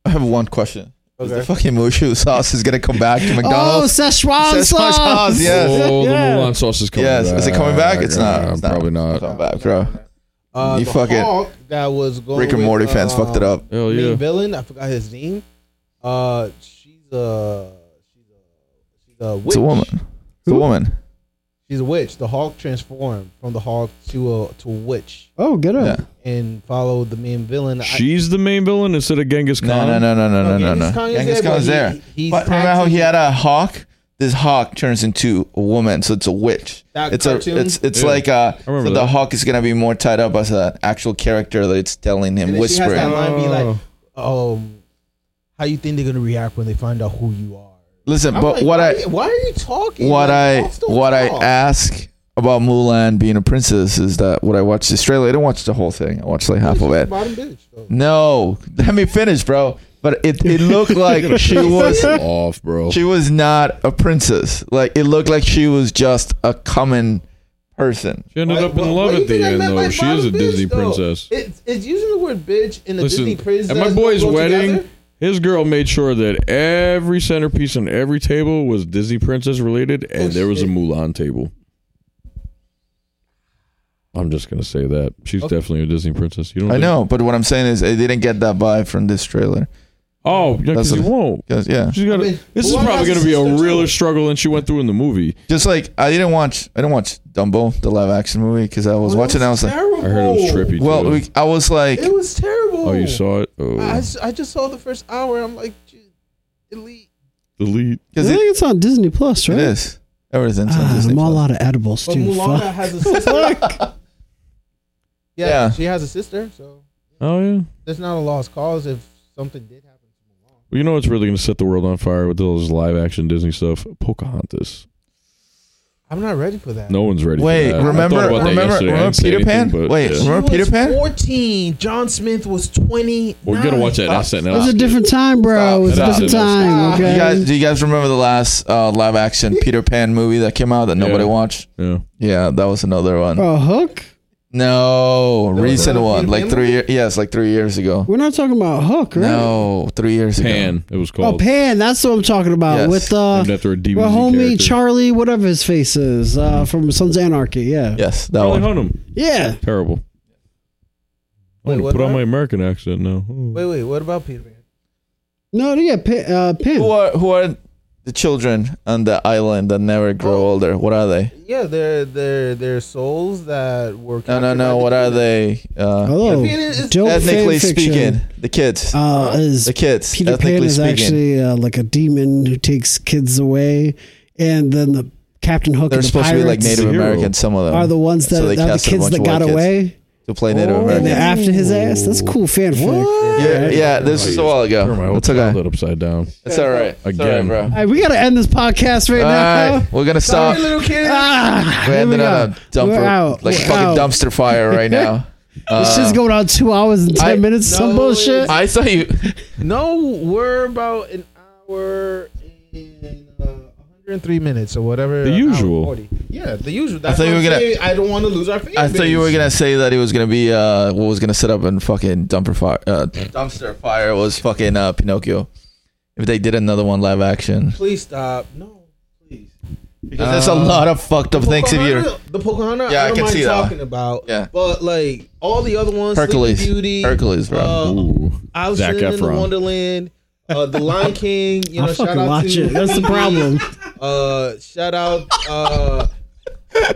[SPEAKER 4] I have one question. Is the fucking Mushu sauce is gonna come back to
[SPEAKER 2] Oh,
[SPEAKER 4] McDonald's?
[SPEAKER 2] Szechuan
[SPEAKER 4] Szechuan
[SPEAKER 2] sauce.
[SPEAKER 4] sauce, yes.
[SPEAKER 5] Oh,
[SPEAKER 2] Yeah.
[SPEAKER 5] the Mulan sauce is coming
[SPEAKER 4] yes,
[SPEAKER 5] back.
[SPEAKER 4] is it coming back? It's not.
[SPEAKER 5] Uh,
[SPEAKER 4] It's not.
[SPEAKER 5] Probably
[SPEAKER 4] It's
[SPEAKER 5] not.
[SPEAKER 4] coming back, bro.
[SPEAKER 3] Uh,
[SPEAKER 4] You
[SPEAKER 3] the
[SPEAKER 4] fucking-
[SPEAKER 3] Hulk that was going
[SPEAKER 4] Rick and
[SPEAKER 3] with,
[SPEAKER 4] Morty fans
[SPEAKER 3] uh,
[SPEAKER 4] fucked it up. Oh,
[SPEAKER 5] Hell
[SPEAKER 3] main
[SPEAKER 5] yeah.
[SPEAKER 3] villain. I forgot his name. Uh, she's a she's a she's a witch.
[SPEAKER 4] It's a woman. It's a woman.
[SPEAKER 3] She's a witch. The Hulk transformed from the Hulk to a to a witch
[SPEAKER 2] Oh, get
[SPEAKER 4] Yeah.
[SPEAKER 2] up.
[SPEAKER 3] and followed the main villain. I-
[SPEAKER 5] She's the main villain instead of Genghis Khan.
[SPEAKER 4] No, no, no, no, no, no, no,
[SPEAKER 3] Genghis Khan
[SPEAKER 4] no.
[SPEAKER 3] is
[SPEAKER 4] Genghis
[SPEAKER 3] there,
[SPEAKER 4] Khan's
[SPEAKER 3] but
[SPEAKER 4] there.
[SPEAKER 3] he- he's
[SPEAKER 4] but remember how he
[SPEAKER 3] acting-
[SPEAKER 4] had a hawk? This hawk turns into a woman, so it's a witch.
[SPEAKER 3] That
[SPEAKER 4] it's
[SPEAKER 3] cartoon?
[SPEAKER 4] a, it's, it's
[SPEAKER 5] Yeah.
[SPEAKER 4] like uh,
[SPEAKER 5] I remember
[SPEAKER 4] so the
[SPEAKER 5] that.
[SPEAKER 4] hawk is gonna be more tied up as an actual character that it's telling him,
[SPEAKER 3] and then She has
[SPEAKER 4] whispering.
[SPEAKER 3] that line be like,
[SPEAKER 5] Oh.
[SPEAKER 3] um, how you think they're gonna react when they find out who you are?
[SPEAKER 4] Listen,
[SPEAKER 3] I'm
[SPEAKER 4] but
[SPEAKER 3] like,
[SPEAKER 4] what
[SPEAKER 3] why,
[SPEAKER 4] I
[SPEAKER 3] why are you talking?
[SPEAKER 4] what
[SPEAKER 3] Like,
[SPEAKER 4] I
[SPEAKER 3] Hulks don't
[SPEAKER 4] what I
[SPEAKER 3] talk.
[SPEAKER 4] ask about Mulan being a princess is that what I watched this trailer. I didn't watch the whole thing. I watched like half
[SPEAKER 3] She's
[SPEAKER 4] of
[SPEAKER 3] a
[SPEAKER 4] it.
[SPEAKER 3] bottom bitch, though.
[SPEAKER 4] No, let me finish, bro. But it, it looked like she was
[SPEAKER 5] off, bro.
[SPEAKER 4] she was not a princess. Like it looked like she was just a common person.
[SPEAKER 5] She ended
[SPEAKER 3] Why-
[SPEAKER 5] up in
[SPEAKER 3] why-
[SPEAKER 5] love
[SPEAKER 3] why you
[SPEAKER 5] at the
[SPEAKER 3] think I
[SPEAKER 5] end,
[SPEAKER 3] meant
[SPEAKER 5] though.
[SPEAKER 3] by
[SPEAKER 5] She is a
[SPEAKER 3] bottom bitch,
[SPEAKER 5] Disney
[SPEAKER 3] though?
[SPEAKER 5] princess.
[SPEAKER 3] It's, it's using the word bitch in a Disney princess.
[SPEAKER 5] at my boy's
[SPEAKER 3] go
[SPEAKER 5] wedding,
[SPEAKER 3] together?
[SPEAKER 5] his girl made sure that every centerpiece on every table was Disney princess related, and there was a
[SPEAKER 3] Oh, shit.
[SPEAKER 5] Mulan table. I'm just gonna say that she's definitely a Disney princess. You don't.
[SPEAKER 4] I
[SPEAKER 5] think-
[SPEAKER 4] know, but what I'm saying is I didn't get that vibe from this trailer.
[SPEAKER 5] Oh, yeah, because
[SPEAKER 4] That's
[SPEAKER 5] you
[SPEAKER 4] what-
[SPEAKER 5] won't.
[SPEAKER 4] 'Cause, yeah,
[SPEAKER 5] She's got.
[SPEAKER 3] I mean,
[SPEAKER 5] this is
[SPEAKER 3] Mulan
[SPEAKER 5] probably
[SPEAKER 3] has
[SPEAKER 5] gonna
[SPEAKER 3] a
[SPEAKER 5] be a
[SPEAKER 3] sister, too.
[SPEAKER 5] realer struggle than she went through in the movie.
[SPEAKER 4] just like I didn't watch I didn't watch Dumbo, the live action movie, because I was watching. I was like,
[SPEAKER 3] terrible.
[SPEAKER 5] I heard it was trippy.
[SPEAKER 4] well,
[SPEAKER 5] too.
[SPEAKER 4] we, I was like,
[SPEAKER 3] It was terrible.
[SPEAKER 5] oh, you saw it? Oh,
[SPEAKER 3] I, s- I just saw the first hour. I'm like, j- delete.
[SPEAKER 5] delete.
[SPEAKER 2] I
[SPEAKER 4] because
[SPEAKER 2] think
[SPEAKER 4] it,
[SPEAKER 2] it's on Disney Plus,
[SPEAKER 4] it
[SPEAKER 2] right?
[SPEAKER 4] is everything's on
[SPEAKER 2] Ah,
[SPEAKER 4] Disney.
[SPEAKER 2] I'm all
[SPEAKER 4] Plus.
[SPEAKER 2] out of edibles,
[SPEAKER 3] But
[SPEAKER 2] dude.
[SPEAKER 3] Mulana
[SPEAKER 2] Fuck.
[SPEAKER 3] has a sister. yeah,
[SPEAKER 4] Yeah.
[SPEAKER 3] she has a sister, so
[SPEAKER 5] Oh yeah.
[SPEAKER 3] that's not a lost cause if something did happen to Mulan.
[SPEAKER 5] Well, you know what's really gonna set the world on fire with all this live action Disney stuff? Pocahontas.
[SPEAKER 3] I'm not ready for that.
[SPEAKER 5] No one's ready.
[SPEAKER 4] Wait,
[SPEAKER 5] for that. I
[SPEAKER 4] remember,
[SPEAKER 5] thought about that
[SPEAKER 4] remember,
[SPEAKER 5] yesterday. I
[SPEAKER 4] remember
[SPEAKER 5] didn't say
[SPEAKER 4] Peter
[SPEAKER 5] anything,
[SPEAKER 4] Pan?
[SPEAKER 5] but,
[SPEAKER 4] Wait,
[SPEAKER 5] yeah.
[SPEAKER 4] remember Peter Pan?
[SPEAKER 3] 14. John Smith was 20.
[SPEAKER 5] Well, we gotta watch that SNL.
[SPEAKER 2] It was a different time, bro. It was a
[SPEAKER 5] Stop.
[SPEAKER 2] different
[SPEAKER 5] Stop.
[SPEAKER 2] time.
[SPEAKER 3] Stop.
[SPEAKER 2] Okay.
[SPEAKER 4] You guys, do you guys remember the last uh, live action Peter Pan movie that came out that nobody
[SPEAKER 5] Yeah.
[SPEAKER 4] watched?
[SPEAKER 5] Yeah.
[SPEAKER 4] Yeah, that was another one.
[SPEAKER 2] Bro, Hook?
[SPEAKER 4] No, recent
[SPEAKER 3] Peter
[SPEAKER 4] one, like
[SPEAKER 3] Pan
[SPEAKER 4] three years. Yes, like three years ago.
[SPEAKER 2] We're not talking about Hook, right?
[SPEAKER 4] No, three years ago.
[SPEAKER 5] Pan. It was
[SPEAKER 2] Oh,
[SPEAKER 5] called.
[SPEAKER 2] Pan. That's what I'm talking about.
[SPEAKER 4] Yes.
[SPEAKER 2] With uh,
[SPEAKER 5] Named after a DBZ
[SPEAKER 2] well, homie
[SPEAKER 5] character.
[SPEAKER 2] Charlie, whatever his face is, uh, from Sons of Anarchy. Yeah.
[SPEAKER 4] Yes, that
[SPEAKER 5] Charlie
[SPEAKER 4] one.
[SPEAKER 5] Hunnam.
[SPEAKER 2] Yeah.
[SPEAKER 5] Terrible.
[SPEAKER 3] Wait,
[SPEAKER 5] I'm gonna
[SPEAKER 3] what
[SPEAKER 5] put on
[SPEAKER 3] now?
[SPEAKER 5] my American accent now.
[SPEAKER 3] Wait, wait, what about Peter Pan?
[SPEAKER 2] No, yeah, Pan. Uh, Pan.
[SPEAKER 4] Who are who are the children on the island that never grow older? What are they?
[SPEAKER 3] Yeah, they're they're they're souls that were.
[SPEAKER 4] No, no,
[SPEAKER 3] captured by
[SPEAKER 4] no.
[SPEAKER 3] the
[SPEAKER 4] What are
[SPEAKER 3] demon.
[SPEAKER 4] they? Uh,
[SPEAKER 2] Hello.
[SPEAKER 3] Peter Pan is-
[SPEAKER 2] Dope
[SPEAKER 4] ethnically
[SPEAKER 2] fan Oh, fiction,
[SPEAKER 4] speaking, the kids.
[SPEAKER 2] Uh, is
[SPEAKER 4] The kids.
[SPEAKER 2] Peter Pan
[SPEAKER 4] ethnically
[SPEAKER 2] is
[SPEAKER 4] speaking,
[SPEAKER 2] actually uh, like a demon who takes kids away, and then the Captain Hook
[SPEAKER 4] they're
[SPEAKER 2] and the
[SPEAKER 4] supposed to be like
[SPEAKER 2] pirates
[SPEAKER 4] Native
[SPEAKER 5] The hero.
[SPEAKER 4] American. Some of them
[SPEAKER 2] are the ones that
[SPEAKER 4] So they
[SPEAKER 2] are the
[SPEAKER 4] casted a
[SPEAKER 2] kids
[SPEAKER 4] bunch
[SPEAKER 2] that
[SPEAKER 4] of
[SPEAKER 2] got
[SPEAKER 4] white kids.
[SPEAKER 2] away, Oh,
[SPEAKER 4] to play Native
[SPEAKER 2] and they're
[SPEAKER 4] American.
[SPEAKER 2] after his ass. That's cool fanfic.
[SPEAKER 4] Yeah, yeah. This was a while
[SPEAKER 5] Turn my
[SPEAKER 4] ago.
[SPEAKER 5] whole
[SPEAKER 4] It's okay.
[SPEAKER 5] childhood upside down.
[SPEAKER 4] It's all right. It's all
[SPEAKER 5] Again.
[SPEAKER 4] right, bro.
[SPEAKER 2] All right, we gotta end this podcast right
[SPEAKER 4] All
[SPEAKER 2] now.
[SPEAKER 4] right, we're gonna stop.
[SPEAKER 3] Sorry, little kids.
[SPEAKER 2] Ah,
[SPEAKER 4] We
[SPEAKER 2] here
[SPEAKER 4] ended
[SPEAKER 2] we
[SPEAKER 4] on
[SPEAKER 2] go.
[SPEAKER 4] a dumper,
[SPEAKER 2] We're out.
[SPEAKER 4] like
[SPEAKER 2] We're
[SPEAKER 4] fucking
[SPEAKER 2] out.
[SPEAKER 4] dumpster fire right now. Um,
[SPEAKER 2] This shit's going on two hours and ten
[SPEAKER 4] I-
[SPEAKER 2] minutes. some
[SPEAKER 3] No,
[SPEAKER 2] bullshit.
[SPEAKER 4] I thought you.
[SPEAKER 3] No, we're about an hour. hour and uh, 103 minutes or whatever.
[SPEAKER 5] The
[SPEAKER 3] an hour
[SPEAKER 5] usual.
[SPEAKER 3] 40. Yeah, the usual. That's
[SPEAKER 4] thought you
[SPEAKER 3] what
[SPEAKER 4] were
[SPEAKER 3] I'm
[SPEAKER 4] gonna-
[SPEAKER 3] saying. I don't want to lose our fan
[SPEAKER 4] I thought you were
[SPEAKER 3] base.
[SPEAKER 4] gonna say that it was gonna be uh, what was gonna set up in fucking dumper fire, uh, dumpster fire was fucking uh, Pinocchio. If they did another one live action, Uh,
[SPEAKER 3] Please stop. No, please.
[SPEAKER 4] because there's a lot of fucked up things if you're
[SPEAKER 3] Pocahontas- the Pocahontas.
[SPEAKER 4] Yeah,
[SPEAKER 3] I,
[SPEAKER 4] I
[SPEAKER 3] don't
[SPEAKER 4] can
[SPEAKER 3] mind
[SPEAKER 4] see that one.
[SPEAKER 3] talking about.
[SPEAKER 4] Yeah.
[SPEAKER 3] but like all the other ones, Sleeping
[SPEAKER 4] Hercules,
[SPEAKER 3] Beauty,
[SPEAKER 4] Hercules, bro.
[SPEAKER 3] Uh,
[SPEAKER 5] Ooh.
[SPEAKER 3] Alice
[SPEAKER 5] Zac
[SPEAKER 3] in the
[SPEAKER 5] Efron.
[SPEAKER 3] Wonderland, uh, The Lion King. You know,
[SPEAKER 2] I
[SPEAKER 3] shout
[SPEAKER 2] fucking
[SPEAKER 3] out
[SPEAKER 2] watch
[SPEAKER 3] to
[SPEAKER 2] it. That's the problem.
[SPEAKER 3] Uh, shout out. Uh,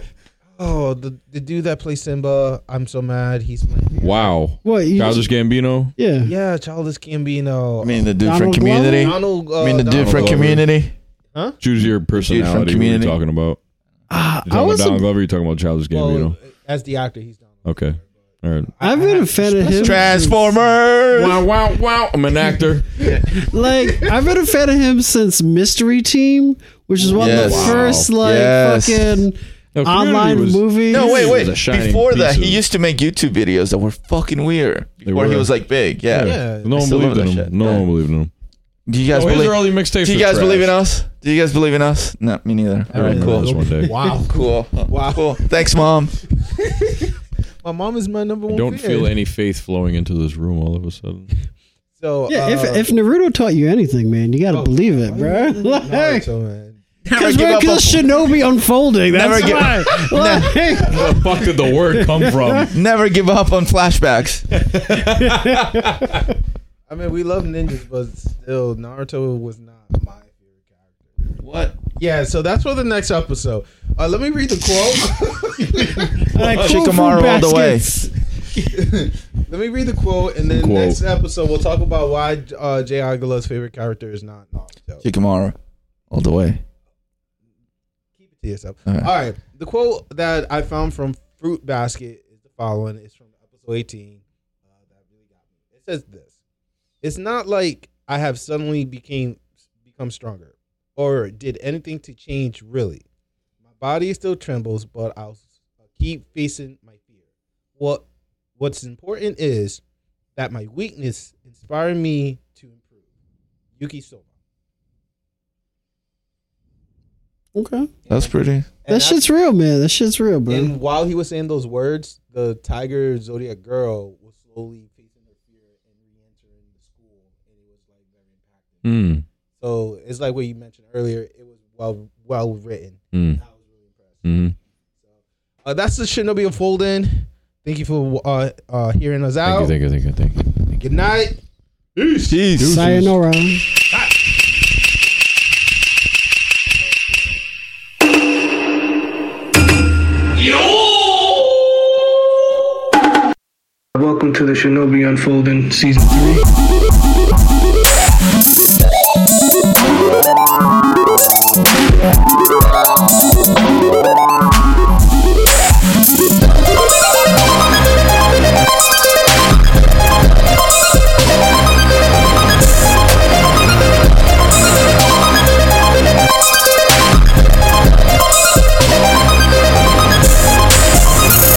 [SPEAKER 3] oh, the the dude that plays Simba. I'm so mad. He's my
[SPEAKER 5] Wow.
[SPEAKER 2] What? You
[SPEAKER 5] Childish Gambino.
[SPEAKER 2] yeah.
[SPEAKER 3] yeah. Childish Gambino.
[SPEAKER 4] I mean the dude from
[SPEAKER 2] Donald
[SPEAKER 4] Community.
[SPEAKER 3] Donald. Uh,
[SPEAKER 4] I mean the dude
[SPEAKER 3] Donald
[SPEAKER 4] from
[SPEAKER 5] Glover.
[SPEAKER 4] Community.
[SPEAKER 5] Choose your personality. What are you
[SPEAKER 4] Community.
[SPEAKER 5] talking about?
[SPEAKER 2] Ah, I
[SPEAKER 5] You talking about
[SPEAKER 2] was.
[SPEAKER 5] Donald
[SPEAKER 2] A,
[SPEAKER 5] Glover? or You talking about Childish Gambino?
[SPEAKER 3] Well, as the actor, he's Donald.
[SPEAKER 5] Okay. All right.
[SPEAKER 2] I've been a fan of him.
[SPEAKER 4] Transformers.
[SPEAKER 5] Wow, wow, wow. I'm an actor.
[SPEAKER 2] Like I've been a fan of him since Mystery Team, which is one of the
[SPEAKER 4] Yes.
[SPEAKER 2] first like
[SPEAKER 4] Yes.
[SPEAKER 2] fucking
[SPEAKER 5] No, Community
[SPEAKER 2] online
[SPEAKER 5] was-
[SPEAKER 2] movies.
[SPEAKER 4] No, wait,
[SPEAKER 5] He
[SPEAKER 4] wait.
[SPEAKER 5] was a shining
[SPEAKER 4] Before that,
[SPEAKER 5] piece
[SPEAKER 4] he
[SPEAKER 5] of-
[SPEAKER 4] used to make YouTube videos that were fucking weird. Before he
[SPEAKER 5] were.
[SPEAKER 4] was like big, yeah.
[SPEAKER 5] No
[SPEAKER 4] I
[SPEAKER 5] one
[SPEAKER 4] still
[SPEAKER 5] believed
[SPEAKER 4] love
[SPEAKER 5] in
[SPEAKER 4] that
[SPEAKER 5] him.
[SPEAKER 4] shit.
[SPEAKER 5] No
[SPEAKER 4] Yeah.
[SPEAKER 5] one believed in him.
[SPEAKER 4] Do you guys
[SPEAKER 5] Oh, his
[SPEAKER 4] believe?
[SPEAKER 5] early mixtapes.
[SPEAKER 4] Do you
[SPEAKER 5] were
[SPEAKER 4] guys
[SPEAKER 5] trash.
[SPEAKER 4] believe in us? Do you guys believe in us? No, me neither. All right,
[SPEAKER 5] remember this
[SPEAKER 4] cool.
[SPEAKER 5] one day.
[SPEAKER 3] Wow.
[SPEAKER 4] Cool.
[SPEAKER 3] Wow.
[SPEAKER 4] Cool. Thanks, mom.
[SPEAKER 3] My mom is my number one.
[SPEAKER 5] Don't
[SPEAKER 3] fan.
[SPEAKER 5] feel any faith flowing into this room all of a sudden.
[SPEAKER 3] So
[SPEAKER 2] Yeah,
[SPEAKER 3] uh,
[SPEAKER 2] if, if Naruto taught you anything, man, you gotta
[SPEAKER 3] Oh,
[SPEAKER 2] believe it, bro. Like,
[SPEAKER 3] Naruto, man.
[SPEAKER 2] Because
[SPEAKER 4] give
[SPEAKER 2] we're
[SPEAKER 4] up on-
[SPEAKER 2] because Shinobi unfolding. That's
[SPEAKER 4] Never give-
[SPEAKER 2] why. Like,
[SPEAKER 5] Where the fuck did the word come from?
[SPEAKER 4] Never give up on flashbacks.
[SPEAKER 3] I mean, we love ninjas, but still, Naruto was not my favorite character.
[SPEAKER 4] What?
[SPEAKER 3] Yeah, so that's for the next episode. Uh, let me read the quote.
[SPEAKER 2] like, cool
[SPEAKER 4] Shikamaru
[SPEAKER 2] fruit
[SPEAKER 4] all the way.
[SPEAKER 2] baskets.
[SPEAKER 3] let me read the quote, and then
[SPEAKER 5] Quote.
[SPEAKER 3] next episode we'll talk about why uh, Jay Aguilar's favorite character is not Naruto.
[SPEAKER 4] Shikamaru, all the way.
[SPEAKER 3] Keep it to yourself.
[SPEAKER 4] All right.
[SPEAKER 3] All right. The quote that I found from Fruit Basket is the following. It's from episode 18. Uh, that really got me. It says this. It's not like I have suddenly became become stronger or did anything to change really. My body still trembles, but I'll uh, keep facing my fear. What what's important is that my weakness inspired me to improve. Yuki Soma.
[SPEAKER 2] Okay.
[SPEAKER 4] That's pretty.
[SPEAKER 3] And
[SPEAKER 2] That
[SPEAKER 3] I-
[SPEAKER 2] shit's real, man. That shit's real, bro.
[SPEAKER 3] And while he was saying those words, the tiger zodiac girl was slowly facing her fear and re-entering the school, and it was like very impactful.
[SPEAKER 5] Mm,
[SPEAKER 3] So it's like what you mentioned earlier. It was well well written.
[SPEAKER 5] mm,
[SPEAKER 3] I was really impressed.
[SPEAKER 5] mm.
[SPEAKER 3] Uh, that's the Shinobi unfolding. Thank you for uh, uh, hearing us
[SPEAKER 5] Thank you,
[SPEAKER 3] out.
[SPEAKER 5] thank you, thank you, thank you.
[SPEAKER 3] Good night.
[SPEAKER 4] Jeez.
[SPEAKER 2] Sayonara.
[SPEAKER 11] Welcome to the Shinobi Unfolding Season 3.